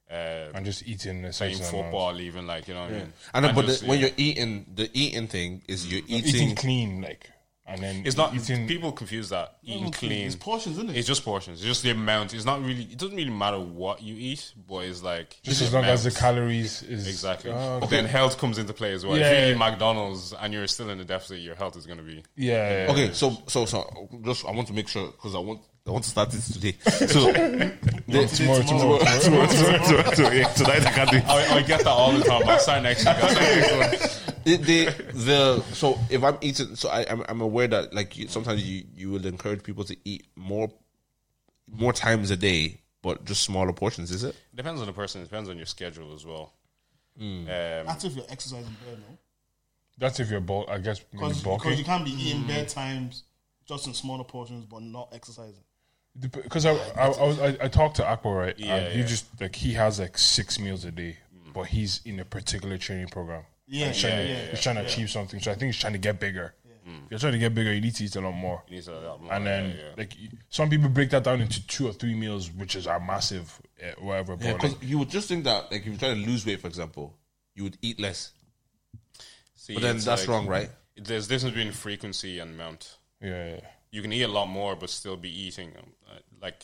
[SPEAKER 3] uh,
[SPEAKER 2] and just eating a
[SPEAKER 3] playing
[SPEAKER 2] certain amount.
[SPEAKER 3] football, even like you know what I mean.
[SPEAKER 1] I know,
[SPEAKER 3] And
[SPEAKER 1] but
[SPEAKER 3] just,
[SPEAKER 1] the, when
[SPEAKER 3] yeah.
[SPEAKER 1] you're eating, the eating thing is you're
[SPEAKER 2] eating
[SPEAKER 1] eating.
[SPEAKER 2] clean, like, and then
[SPEAKER 3] It's not
[SPEAKER 2] eating.
[SPEAKER 3] people confuse that
[SPEAKER 2] Mm,
[SPEAKER 3] eating clean.
[SPEAKER 4] It's portions, isn't it?
[SPEAKER 3] It's just portions. It's just the amount. It's not really. It doesn't really matter what you eat, but it's like
[SPEAKER 2] just as long as the
[SPEAKER 3] amounts.
[SPEAKER 2] calories is
[SPEAKER 3] exactly.
[SPEAKER 2] Ah,
[SPEAKER 3] But then health comes into play as well.
[SPEAKER 2] Yeah.
[SPEAKER 3] If you eat McDonald's and you're still in the deficit, your health is going to
[SPEAKER 2] [laughs]
[SPEAKER 3] be.
[SPEAKER 2] yeah, yeah.
[SPEAKER 1] Okay, so so so just I want to make sure because I want I want to start this [laughs] today. So
[SPEAKER 2] tomorrow, tomorrow, tomorrow.
[SPEAKER 1] tonight I can't do.
[SPEAKER 3] [laughs] I, I get that all the time. I start next week. I start next week.
[SPEAKER 2] [laughs]
[SPEAKER 1] the, the the so if I'm eating, so I I'm, I'm aware that like you, sometimes you you will encourage people to eat more more times a day, but just smaller portions. Is it?
[SPEAKER 3] Depends on the person. It depends on your schedule as well.
[SPEAKER 2] Mm.
[SPEAKER 3] Um,
[SPEAKER 4] That's if you're exercising bare, no?
[SPEAKER 2] That's if you're bulk. I guess maybe
[SPEAKER 4] Because you
[SPEAKER 2] bulking.
[SPEAKER 4] can't be eating
[SPEAKER 1] Hmm.
[SPEAKER 4] bare times just in smaller portions but not exercising.
[SPEAKER 2] Because I I, I, was, I I talked to Aqua right.
[SPEAKER 3] Yeah,
[SPEAKER 2] and He
[SPEAKER 3] yeah.
[SPEAKER 2] just like he has like six meals a day, but he's in a particular training program.
[SPEAKER 4] Yeah,
[SPEAKER 2] He's
[SPEAKER 4] yeah,
[SPEAKER 2] trying,
[SPEAKER 4] yeah.
[SPEAKER 2] to, he's trying to achieve something, so I think he's trying to get bigger. If you're trying to get bigger, you need to eat a lot more.
[SPEAKER 3] you need to-
[SPEAKER 2] And then,
[SPEAKER 3] yeah, yeah.
[SPEAKER 2] like, some people break that down into two or three meals, which is are massive, eh, whatever. But like,
[SPEAKER 1] Because you would just think that like if you're trying to lose weight, for example, you would eat less,
[SPEAKER 3] See,
[SPEAKER 1] but then
[SPEAKER 3] it's
[SPEAKER 1] that's
[SPEAKER 3] like-
[SPEAKER 1] wrong, right?
[SPEAKER 3] There's difference between frequency and amount.
[SPEAKER 2] yeah, yeah.
[SPEAKER 3] you can eat a lot more but still be eating uh, like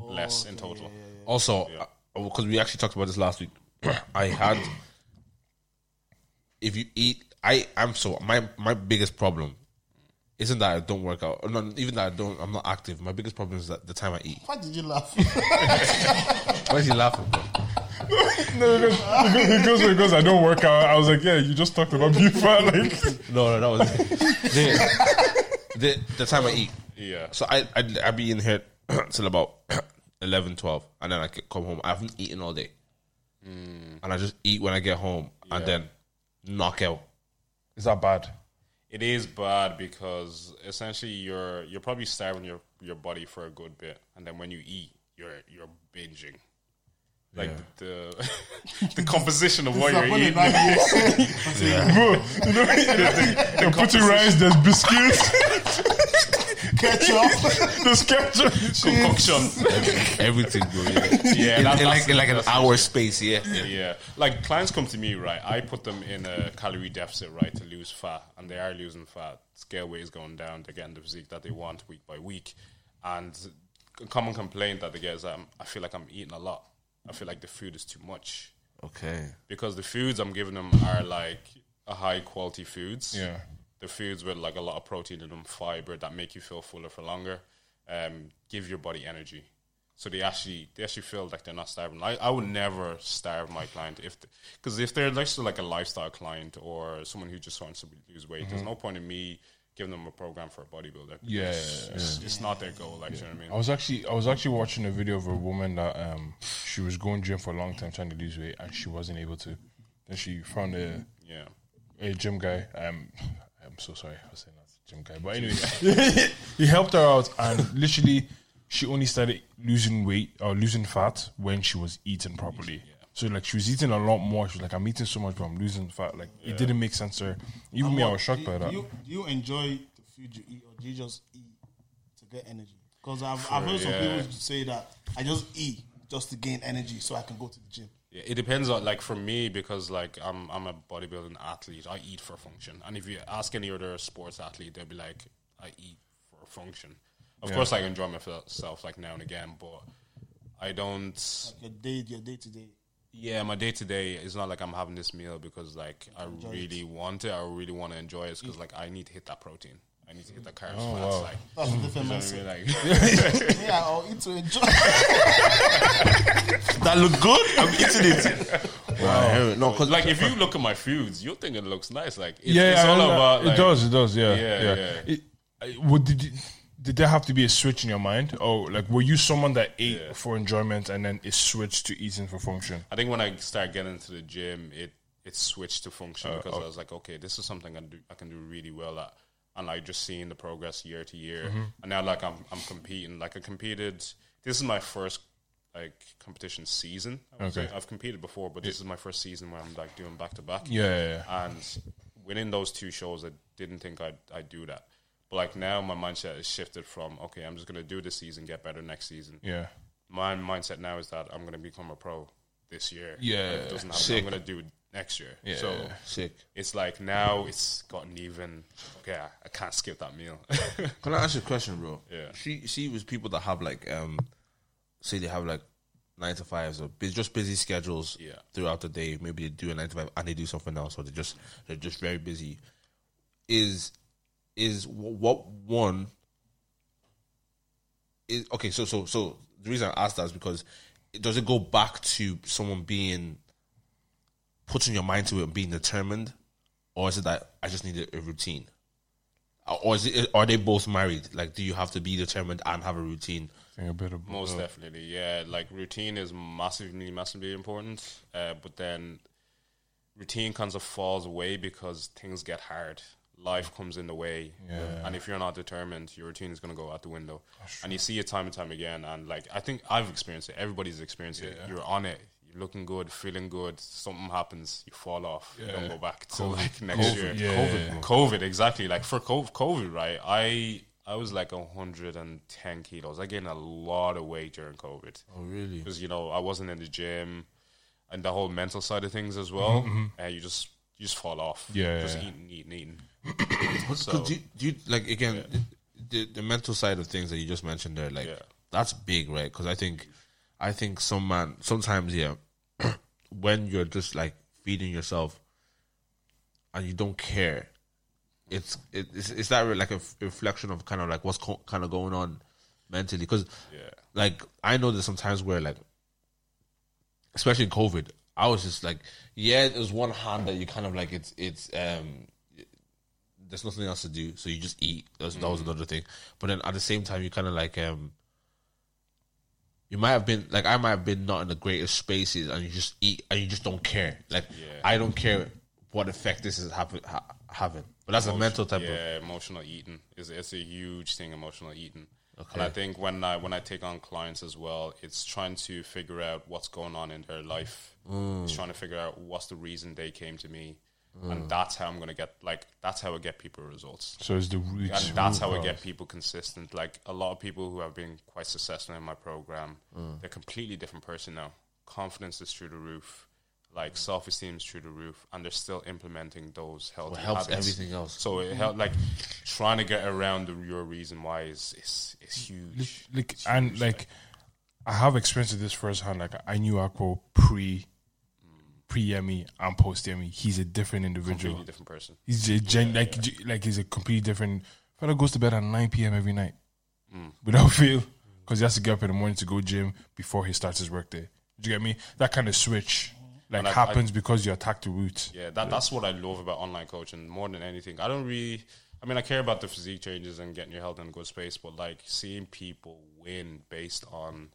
[SPEAKER 3] less in total.
[SPEAKER 1] Also, because we actually talked about this last week, [clears throat] I had if you eat, I I'm so my my biggest problem isn't that I don't work out, or not, even that I don't, I'm not active. My biggest problem is that the time I eat.
[SPEAKER 4] Why did you laugh?
[SPEAKER 1] Oh,
[SPEAKER 4] [laughs]
[SPEAKER 1] Why is he laughing?
[SPEAKER 2] No, [laughs] because, because, because, because I don't work out. I was like, yeah, you just talked about being [laughs] fat. Like,
[SPEAKER 1] No, no, that was the, [laughs] the the time I eat.
[SPEAKER 3] Yeah.
[SPEAKER 1] So I I'd, I'd be in here [clears throat] till about 11, 12 and then I could come home. I haven't eaten all day, and I just eat when I get home, and then knock out.
[SPEAKER 2] is that bad?
[SPEAKER 3] It is bad because essentially you're you're probably starving your, your body for a good bit and then when you eat you're you're binging. Like the [laughs] the, the composition of what
[SPEAKER 4] It's
[SPEAKER 3] you're
[SPEAKER 4] happening
[SPEAKER 1] [laughs]
[SPEAKER 3] eating.
[SPEAKER 4] now, [laughs] yeah. [laughs]
[SPEAKER 2] Bro, you know, they're putting rice, there's biscuits, [laughs]
[SPEAKER 4] Ketchup.
[SPEAKER 2] there's ketchup.
[SPEAKER 1] [laughs]
[SPEAKER 3] Concoction.
[SPEAKER 1] Everything, bro. Yeah,
[SPEAKER 3] Yeah,
[SPEAKER 1] in,
[SPEAKER 3] that-
[SPEAKER 1] in like
[SPEAKER 3] that's-
[SPEAKER 1] in like an
[SPEAKER 3] that's
[SPEAKER 1] hour space. Yeah.
[SPEAKER 3] Yeah, like clients come to me, right? I put them in a calorie deficit, right, to lose fat, and they are losing fat. Scale weight is going down. They're getting the physique that they want week by week, and a common complaint that they get is, um, I feel like I'm eating a lot. I feel like the food is too much
[SPEAKER 1] Okay.
[SPEAKER 3] because the foods I'm giving them are like a high quality foods.
[SPEAKER 2] Yeah.
[SPEAKER 3] the foods with like a lot of protein in them, fiber that make you feel fuller for longer, um, give your body energy. So they actually they actually feel like they're not starving. I, I would never starve my client if because if they're actually like a lifestyle client or someone who just wants to lose weight, there's no point in me giving them a program for a bodybuilder.
[SPEAKER 2] Mm-hmm. Yeah,
[SPEAKER 3] it's,
[SPEAKER 2] yeah,
[SPEAKER 3] it's, it's not their goal. Like you know what I
[SPEAKER 2] I
[SPEAKER 3] mean.
[SPEAKER 2] was actually I was actually watching a video of a woman that um she was going gym for a long time trying to lose weight and she wasn't able to. Then she found a
[SPEAKER 3] Yeah,
[SPEAKER 2] a gym guy. Um, I'm so sorry for saying that gym guy, but anyway, [laughs] he helped her out, and literally, she only started losing weight or losing fat when she was eating properly. So like she was eating a lot more. She was like, "I'm eating so much, but I'm losing fat." Like it didn't make sense to her. Even me, I was shocked
[SPEAKER 4] do,
[SPEAKER 2] by that.
[SPEAKER 4] Do you, do you enjoy the food you eat or do you just eat to get energy? Because I've, I've heard some
[SPEAKER 3] yeah.
[SPEAKER 4] people say that I just eat just to gain energy so I can go to the gym.
[SPEAKER 3] Yeah, it depends on like for me because like I'm I'm a bodybuilding athlete. I eat for function, and if you ask any other sports athlete, they'll be like, I eat for function. Of course, I enjoy myself like now and again, but I don't.
[SPEAKER 4] Your day, your day to day.
[SPEAKER 3] Yeah, my day to day is not like I'm having this meal because like I really want it. I really want to enjoy it because like I need to hit that protein. I need to hit that carbs.
[SPEAKER 2] Oh,
[SPEAKER 3] fats, like,
[SPEAKER 4] That's a different
[SPEAKER 3] you know
[SPEAKER 4] mindset.
[SPEAKER 3] Mm. what
[SPEAKER 2] [laughs]
[SPEAKER 3] I mean? Like- [laughs]
[SPEAKER 4] Yeah, I'll eat to enjoy. [laughs]
[SPEAKER 1] That look good. I'm eating it. Wow. No, because
[SPEAKER 3] like if you look at my foods, you'll think it looks nice. Like it's,
[SPEAKER 2] yeah,
[SPEAKER 3] it's
[SPEAKER 2] yeah,
[SPEAKER 3] all
[SPEAKER 2] I-
[SPEAKER 3] about.
[SPEAKER 2] it
[SPEAKER 3] Like,
[SPEAKER 2] does, it does, yeah,
[SPEAKER 3] Yeah,
[SPEAKER 2] yeah.
[SPEAKER 3] yeah.
[SPEAKER 2] It, I- what did you, did there have to be a switch in your mind? Oh, like were you someone that ate for enjoyment and then it switched to eating for function?
[SPEAKER 3] I think when I started getting into the
[SPEAKER 2] Oh,
[SPEAKER 3] gym, it it switched to function because I was like, okay, this is something I do I can do really well at. and like just seeing the progress year to year.
[SPEAKER 2] Mm-hmm.
[SPEAKER 3] And now like I'm I'm competing. Like I competed. This is my first like competition season. I would say.
[SPEAKER 2] Okay.
[SPEAKER 3] I've competed before, but this is my first season where I'm like doing back to back
[SPEAKER 2] Yeah, yeah, yeah.
[SPEAKER 3] and winning those two shows, I didn't think I'd, I'd do that. But like now, my mindset has shifted from okay, I'm just gonna do this season, get better next season.
[SPEAKER 2] Yeah.
[SPEAKER 3] My mindset now is that I'm gonna become a pro this year.
[SPEAKER 2] Yeah.
[SPEAKER 3] it doesn't happen.
[SPEAKER 1] Sick.
[SPEAKER 3] I'm gonna do it next year. So
[SPEAKER 1] Sick.
[SPEAKER 3] it's like now it's gotten even. Okay, I, I can't skip that meal. [laughs]
[SPEAKER 1] Can I ask you a question, bro?
[SPEAKER 3] Yeah.
[SPEAKER 1] She see with people that have like um say they have like nine to fives or bu- just busy schedules
[SPEAKER 3] Yeah.
[SPEAKER 1] throughout the day. Maybe they do a nine to five and they do something else or they just they're just very busy. Is is wh- what one is okay, so so so the reason I asked that is because it does it go back to someone being putting your mind to it and being determined? Or is it that I just need a- a routine? or is it, are they both married? Like, do you have to be determined and have a routine?
[SPEAKER 2] Think a bit of
[SPEAKER 3] Most definitely, yeah. Like routine is massively, massively important. Uh, but then routine kind of falls away because things get hard. Life comes in the way, and if you're not determined, your routine is gonna go out the window. And you see it time and time again. And like I think I've experienced it. Everybody's experienced it. You're on it. You're looking good, feeling good. Something happens, you fall off. You don't go back till like next year.
[SPEAKER 2] Yeah.
[SPEAKER 3] COVID, exactly. Like for COVID, COVID, right? I I was like 110 kilos. I gained a lot of weight during COVID
[SPEAKER 1] Oh, really?
[SPEAKER 3] because you know I wasn't in the gym, and the whole mental side of things as well. And you just you just fall off.
[SPEAKER 2] Yeah,
[SPEAKER 3] just
[SPEAKER 2] yeah.
[SPEAKER 3] eating, eating, eating.
[SPEAKER 1] Because do, you- do you like again the, the mental side of things that you just mentioned there? Like,
[SPEAKER 3] Yeah.
[SPEAKER 1] that's big, right? Because I think, I think some man sometimes yeah, [clears throat] when you're just like feeding yourself and you don't care, it's it, it's, it's that re- like a f- reflection of kind of like what's co- kind of going on mentally because
[SPEAKER 3] Yeah.
[SPEAKER 1] like I know there's some times where like especially in COVID, I was just like, yeah, there's one hand that you kind of like it's it's um there's nothing else to do, so you just eat. That's, That was another thing. But then at the same time, you kind of like um you might have been like I might have been not in the greatest spaces, and you just eat and you just don't care. Like I don't care what effect this is happen, ha- having. But that's a mental type of
[SPEAKER 3] yeah, emotional eating is it's a huge thing. Emotional eating, and I think when I when I take on clients as well, it's trying to figure out what's going on in their life.
[SPEAKER 1] Mm.
[SPEAKER 3] It's trying to figure out what's the reason they came to me,
[SPEAKER 1] Mm.
[SPEAKER 3] and that's how I'm gonna get like that's how I get people results.
[SPEAKER 2] So it's the root.
[SPEAKER 3] and that's how I get people consistent. Like a lot of people who have been quite successful in my program,
[SPEAKER 1] Mm.
[SPEAKER 3] they're completely different person now. Confidence is through the roof, like self esteem is through the roof, and they're still implementing those healthy.
[SPEAKER 1] helps
[SPEAKER 3] habits.
[SPEAKER 1] everything else.
[SPEAKER 3] So it helped. Like trying to get around the, your reason why is is, is huge.
[SPEAKER 2] like and like I have experienced this firsthand. Like I knew Akpo pre pre Yemi and post Yemi. He's a different individual.
[SPEAKER 3] Completely different person.
[SPEAKER 2] He's a gen like g- like he's a completely different fella. Goes to bed at nine p.m. every night
[SPEAKER 3] Mm.
[SPEAKER 2] without fail because he has to get up in the morning to go gym before he starts his work day. Do you get me? That kind of switch like
[SPEAKER 3] Mm. I- I-
[SPEAKER 2] happens because you attack the root.
[SPEAKER 3] Yeah, that, that's what I love about online coaching more than anything. I don't really, I mean, I care about the physique changes and getting your health in a good space, but like seeing people win based on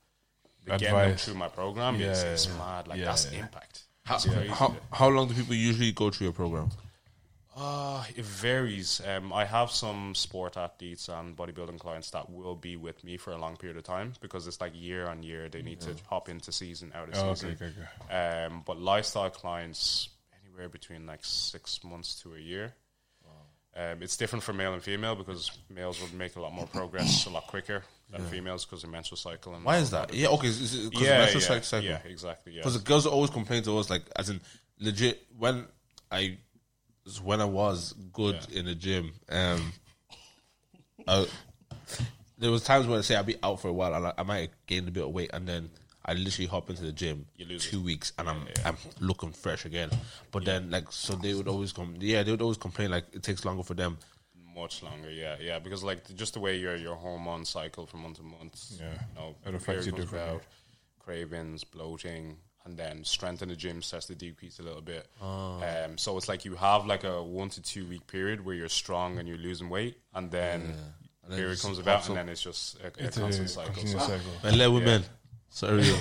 [SPEAKER 3] the getting them
[SPEAKER 2] Advice.
[SPEAKER 3] through my program is,
[SPEAKER 2] Yeah.
[SPEAKER 3] is mad. Like,
[SPEAKER 2] Yeah,
[SPEAKER 3] that's
[SPEAKER 2] yeah.
[SPEAKER 3] impact.
[SPEAKER 1] how, how, how long do people usually go through your program?
[SPEAKER 3] Uh, it varies. Um, I have some sport athletes and bodybuilding clients that will be with me for a long period of time because it's like year on year. They need to hop into season, out of
[SPEAKER 2] Oh,
[SPEAKER 3] season.
[SPEAKER 2] okay, okay, okay.
[SPEAKER 3] Um, but lifestyle clients anywhere between like six months to a year. Um, it's different for male and female because males would make a lot more progress a lot quicker than females because of menstrual cycle. And
[SPEAKER 1] Why is that? Yeah, okay, because
[SPEAKER 3] Yeah,
[SPEAKER 1] menstrual
[SPEAKER 3] yeah,
[SPEAKER 1] cycle- cycle.
[SPEAKER 3] yeah, exactly. Yeah,
[SPEAKER 1] Because the girls always complain to us, like, as in, legit, when I, when I was good in the gym, um, I, there was times when I say I'd be out for a while and I, I might have gained a bit of weight and then I literally hop into the gym two weeks and I'm I'm looking fresh again. But then, like, so they would always come, yeah, they would always complain, like, it takes longer for them.
[SPEAKER 3] much longer. Yeah, yeah, because like th- just the way your your hormone cycle from month to month.
[SPEAKER 2] Yeah.
[SPEAKER 3] you know,
[SPEAKER 2] It affects you
[SPEAKER 3] periods
[SPEAKER 2] differently.
[SPEAKER 3] about cravings, bloating, and then strength in the gym starts to decrease a little bit. Um, so it's like you have like a one to two week period where you're strong and you're losing weight, and then.
[SPEAKER 1] And then
[SPEAKER 3] Here it
[SPEAKER 1] just
[SPEAKER 3] comes
[SPEAKER 1] pops
[SPEAKER 3] about,
[SPEAKER 1] up.
[SPEAKER 3] and then it's just a, a
[SPEAKER 2] It's a
[SPEAKER 3] constant cycle.
[SPEAKER 2] continuous
[SPEAKER 3] So-
[SPEAKER 2] cycle.
[SPEAKER 1] And let women, sorry,
[SPEAKER 3] [laughs]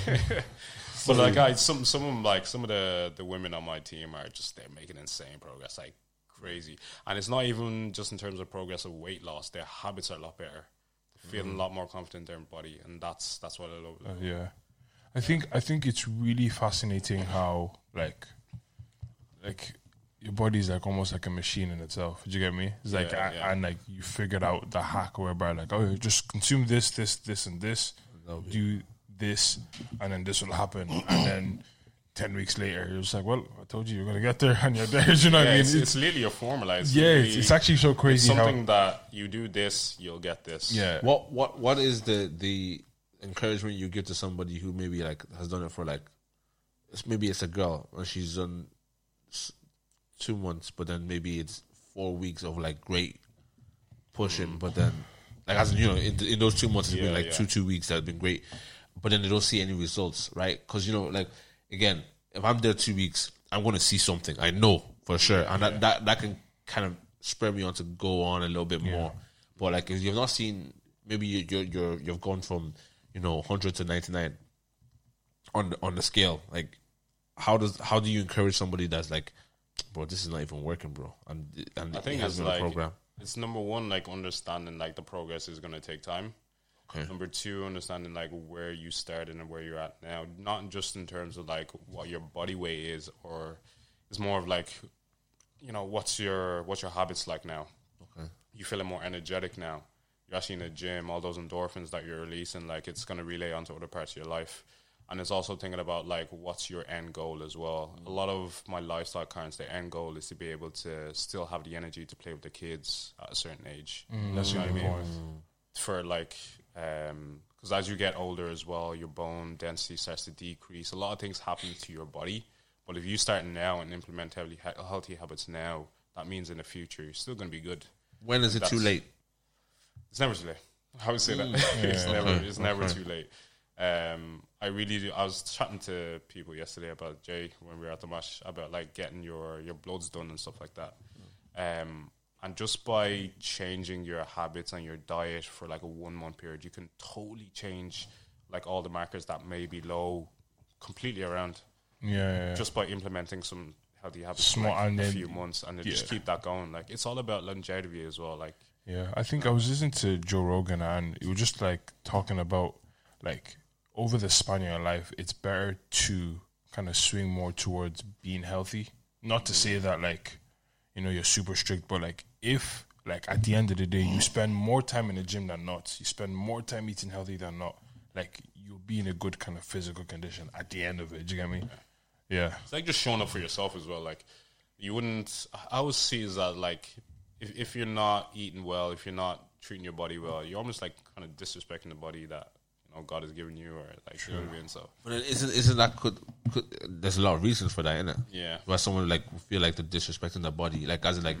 [SPEAKER 3] but
[SPEAKER 2] Hmm.
[SPEAKER 3] like, I some some of 'em, like some of the the women on my team are just they're making insane progress, like crazy. And it's not even just in terms of progress of weight loss. Their habits are a lot better. They're
[SPEAKER 2] Hmm.
[SPEAKER 3] feeling a lot more confident in their body, and that's that's what I love.
[SPEAKER 2] Uh, yeah, I think I think it's really fascinating how like like your body is like almost like a machine in itself. Do you get me? It's like
[SPEAKER 3] Yeah,
[SPEAKER 2] a-
[SPEAKER 3] yeah.
[SPEAKER 2] and like you figured out the hack whereby like oh just consume this this this and this, do this, and then this will happen, and
[SPEAKER 3] [clears throat]
[SPEAKER 2] then. Ten weeks later, you're just like, well, I told you you're gonna get there, [laughs] and you're there. You know what I
[SPEAKER 3] Yeah,
[SPEAKER 2] mean?
[SPEAKER 3] it's,
[SPEAKER 2] It's-
[SPEAKER 3] it's literally a formula. It's
[SPEAKER 2] yeah, it's,
[SPEAKER 3] literally
[SPEAKER 2] it's actually so crazy how.
[SPEAKER 3] something that you do this, you'll get this.
[SPEAKER 2] Yeah,
[SPEAKER 1] What what what is the the encouragement you give to somebody who maybe like has done it for like it's maybe it's a girl and she's done s- two months, but then maybe it's four weeks of like great pushing, but then like as in, you know in, in those two months it's
[SPEAKER 3] Yeah,
[SPEAKER 1] been like
[SPEAKER 3] yeah.
[SPEAKER 1] two two weeks that have been great, but then they don't see any results, right? Because you know like again if I'm there two weeks, I'm gonna see something I know for sure, and that, that that can kind of spur me on to go on a little bit more. But like if you've not seen maybe you you're, you're you've gone from you know 100 to 99 on the, on the scale like how does how do you encourage somebody that's like bro this is not even working bro and and
[SPEAKER 3] I think
[SPEAKER 1] it has
[SPEAKER 3] it's
[SPEAKER 1] been
[SPEAKER 3] like
[SPEAKER 1] a program
[SPEAKER 3] it's number one, like understanding like the progress is gonna take time.
[SPEAKER 1] Okay.
[SPEAKER 3] Number two, understanding like where you started and where you're at now, not just in terms of like what your body weight is, or it's more of like, you know, what's your what's your habits like now? Okay. You feeling more energetic now. You're actually in the gym. All those endorphins that you're releasing, like it's gonna relay onto other parts of your life. And it's also thinking about like what's your end goal as well. A lot of my lifestyle clients, their end goal is to be able to still have the energy to play with the kids at a certain age.
[SPEAKER 2] that's
[SPEAKER 3] You
[SPEAKER 2] really
[SPEAKER 3] know what I mean?
[SPEAKER 2] important.
[SPEAKER 3] for like um because as you get older as well your bone density starts to decrease a lot of things happen to your body but if you start now and implement healthy, healthy habits now that means in the future you're still going to be good
[SPEAKER 1] when is it too
[SPEAKER 3] That's-
[SPEAKER 1] late
[SPEAKER 3] it's never too late [laughs] i would say that [laughs] it's never it's never too late um i really do i was chatting to people yesterday about jay when we were at the match about like getting your your bloods done and stuff like that um, and just by changing your habits and your diet for like a one month period, you can totally change like all the markers that may be low completely around
[SPEAKER 2] Yeah, yeah, yeah.
[SPEAKER 3] just by implementing some healthy habits for
[SPEAKER 2] Small-
[SPEAKER 3] like,
[SPEAKER 2] and
[SPEAKER 3] a
[SPEAKER 2] then-
[SPEAKER 3] few months and then just
[SPEAKER 2] yeah.
[SPEAKER 3] keep that going. Like it's all about longevity as well. Like
[SPEAKER 2] Yeah, I think I was listening to Joe Rogan and he was just like talking about like over the span of your life, it's better to kind of swing more towards being healthy. Not to say that like, you know, you're super strict, but like if like at the end of the day you spend more time in the gym than not, you spend more time eating healthy than not, like you'll be in a good kind of physical condition at the end of it. Do you get me? Yeah.
[SPEAKER 3] it's like just showing up for yourself as well. Like you wouldn't. I always see is that like if if you're not eating well, if you're not treating your body well, you're almost like kind of disrespecting the body that you know God has given you, or like you know what I mean. So
[SPEAKER 1] but then isn't isn't that could, could there's a lot of reasons for that innit
[SPEAKER 3] Yeah. Mm.
[SPEAKER 1] where someone like will feel like they're disrespecting their body like as in like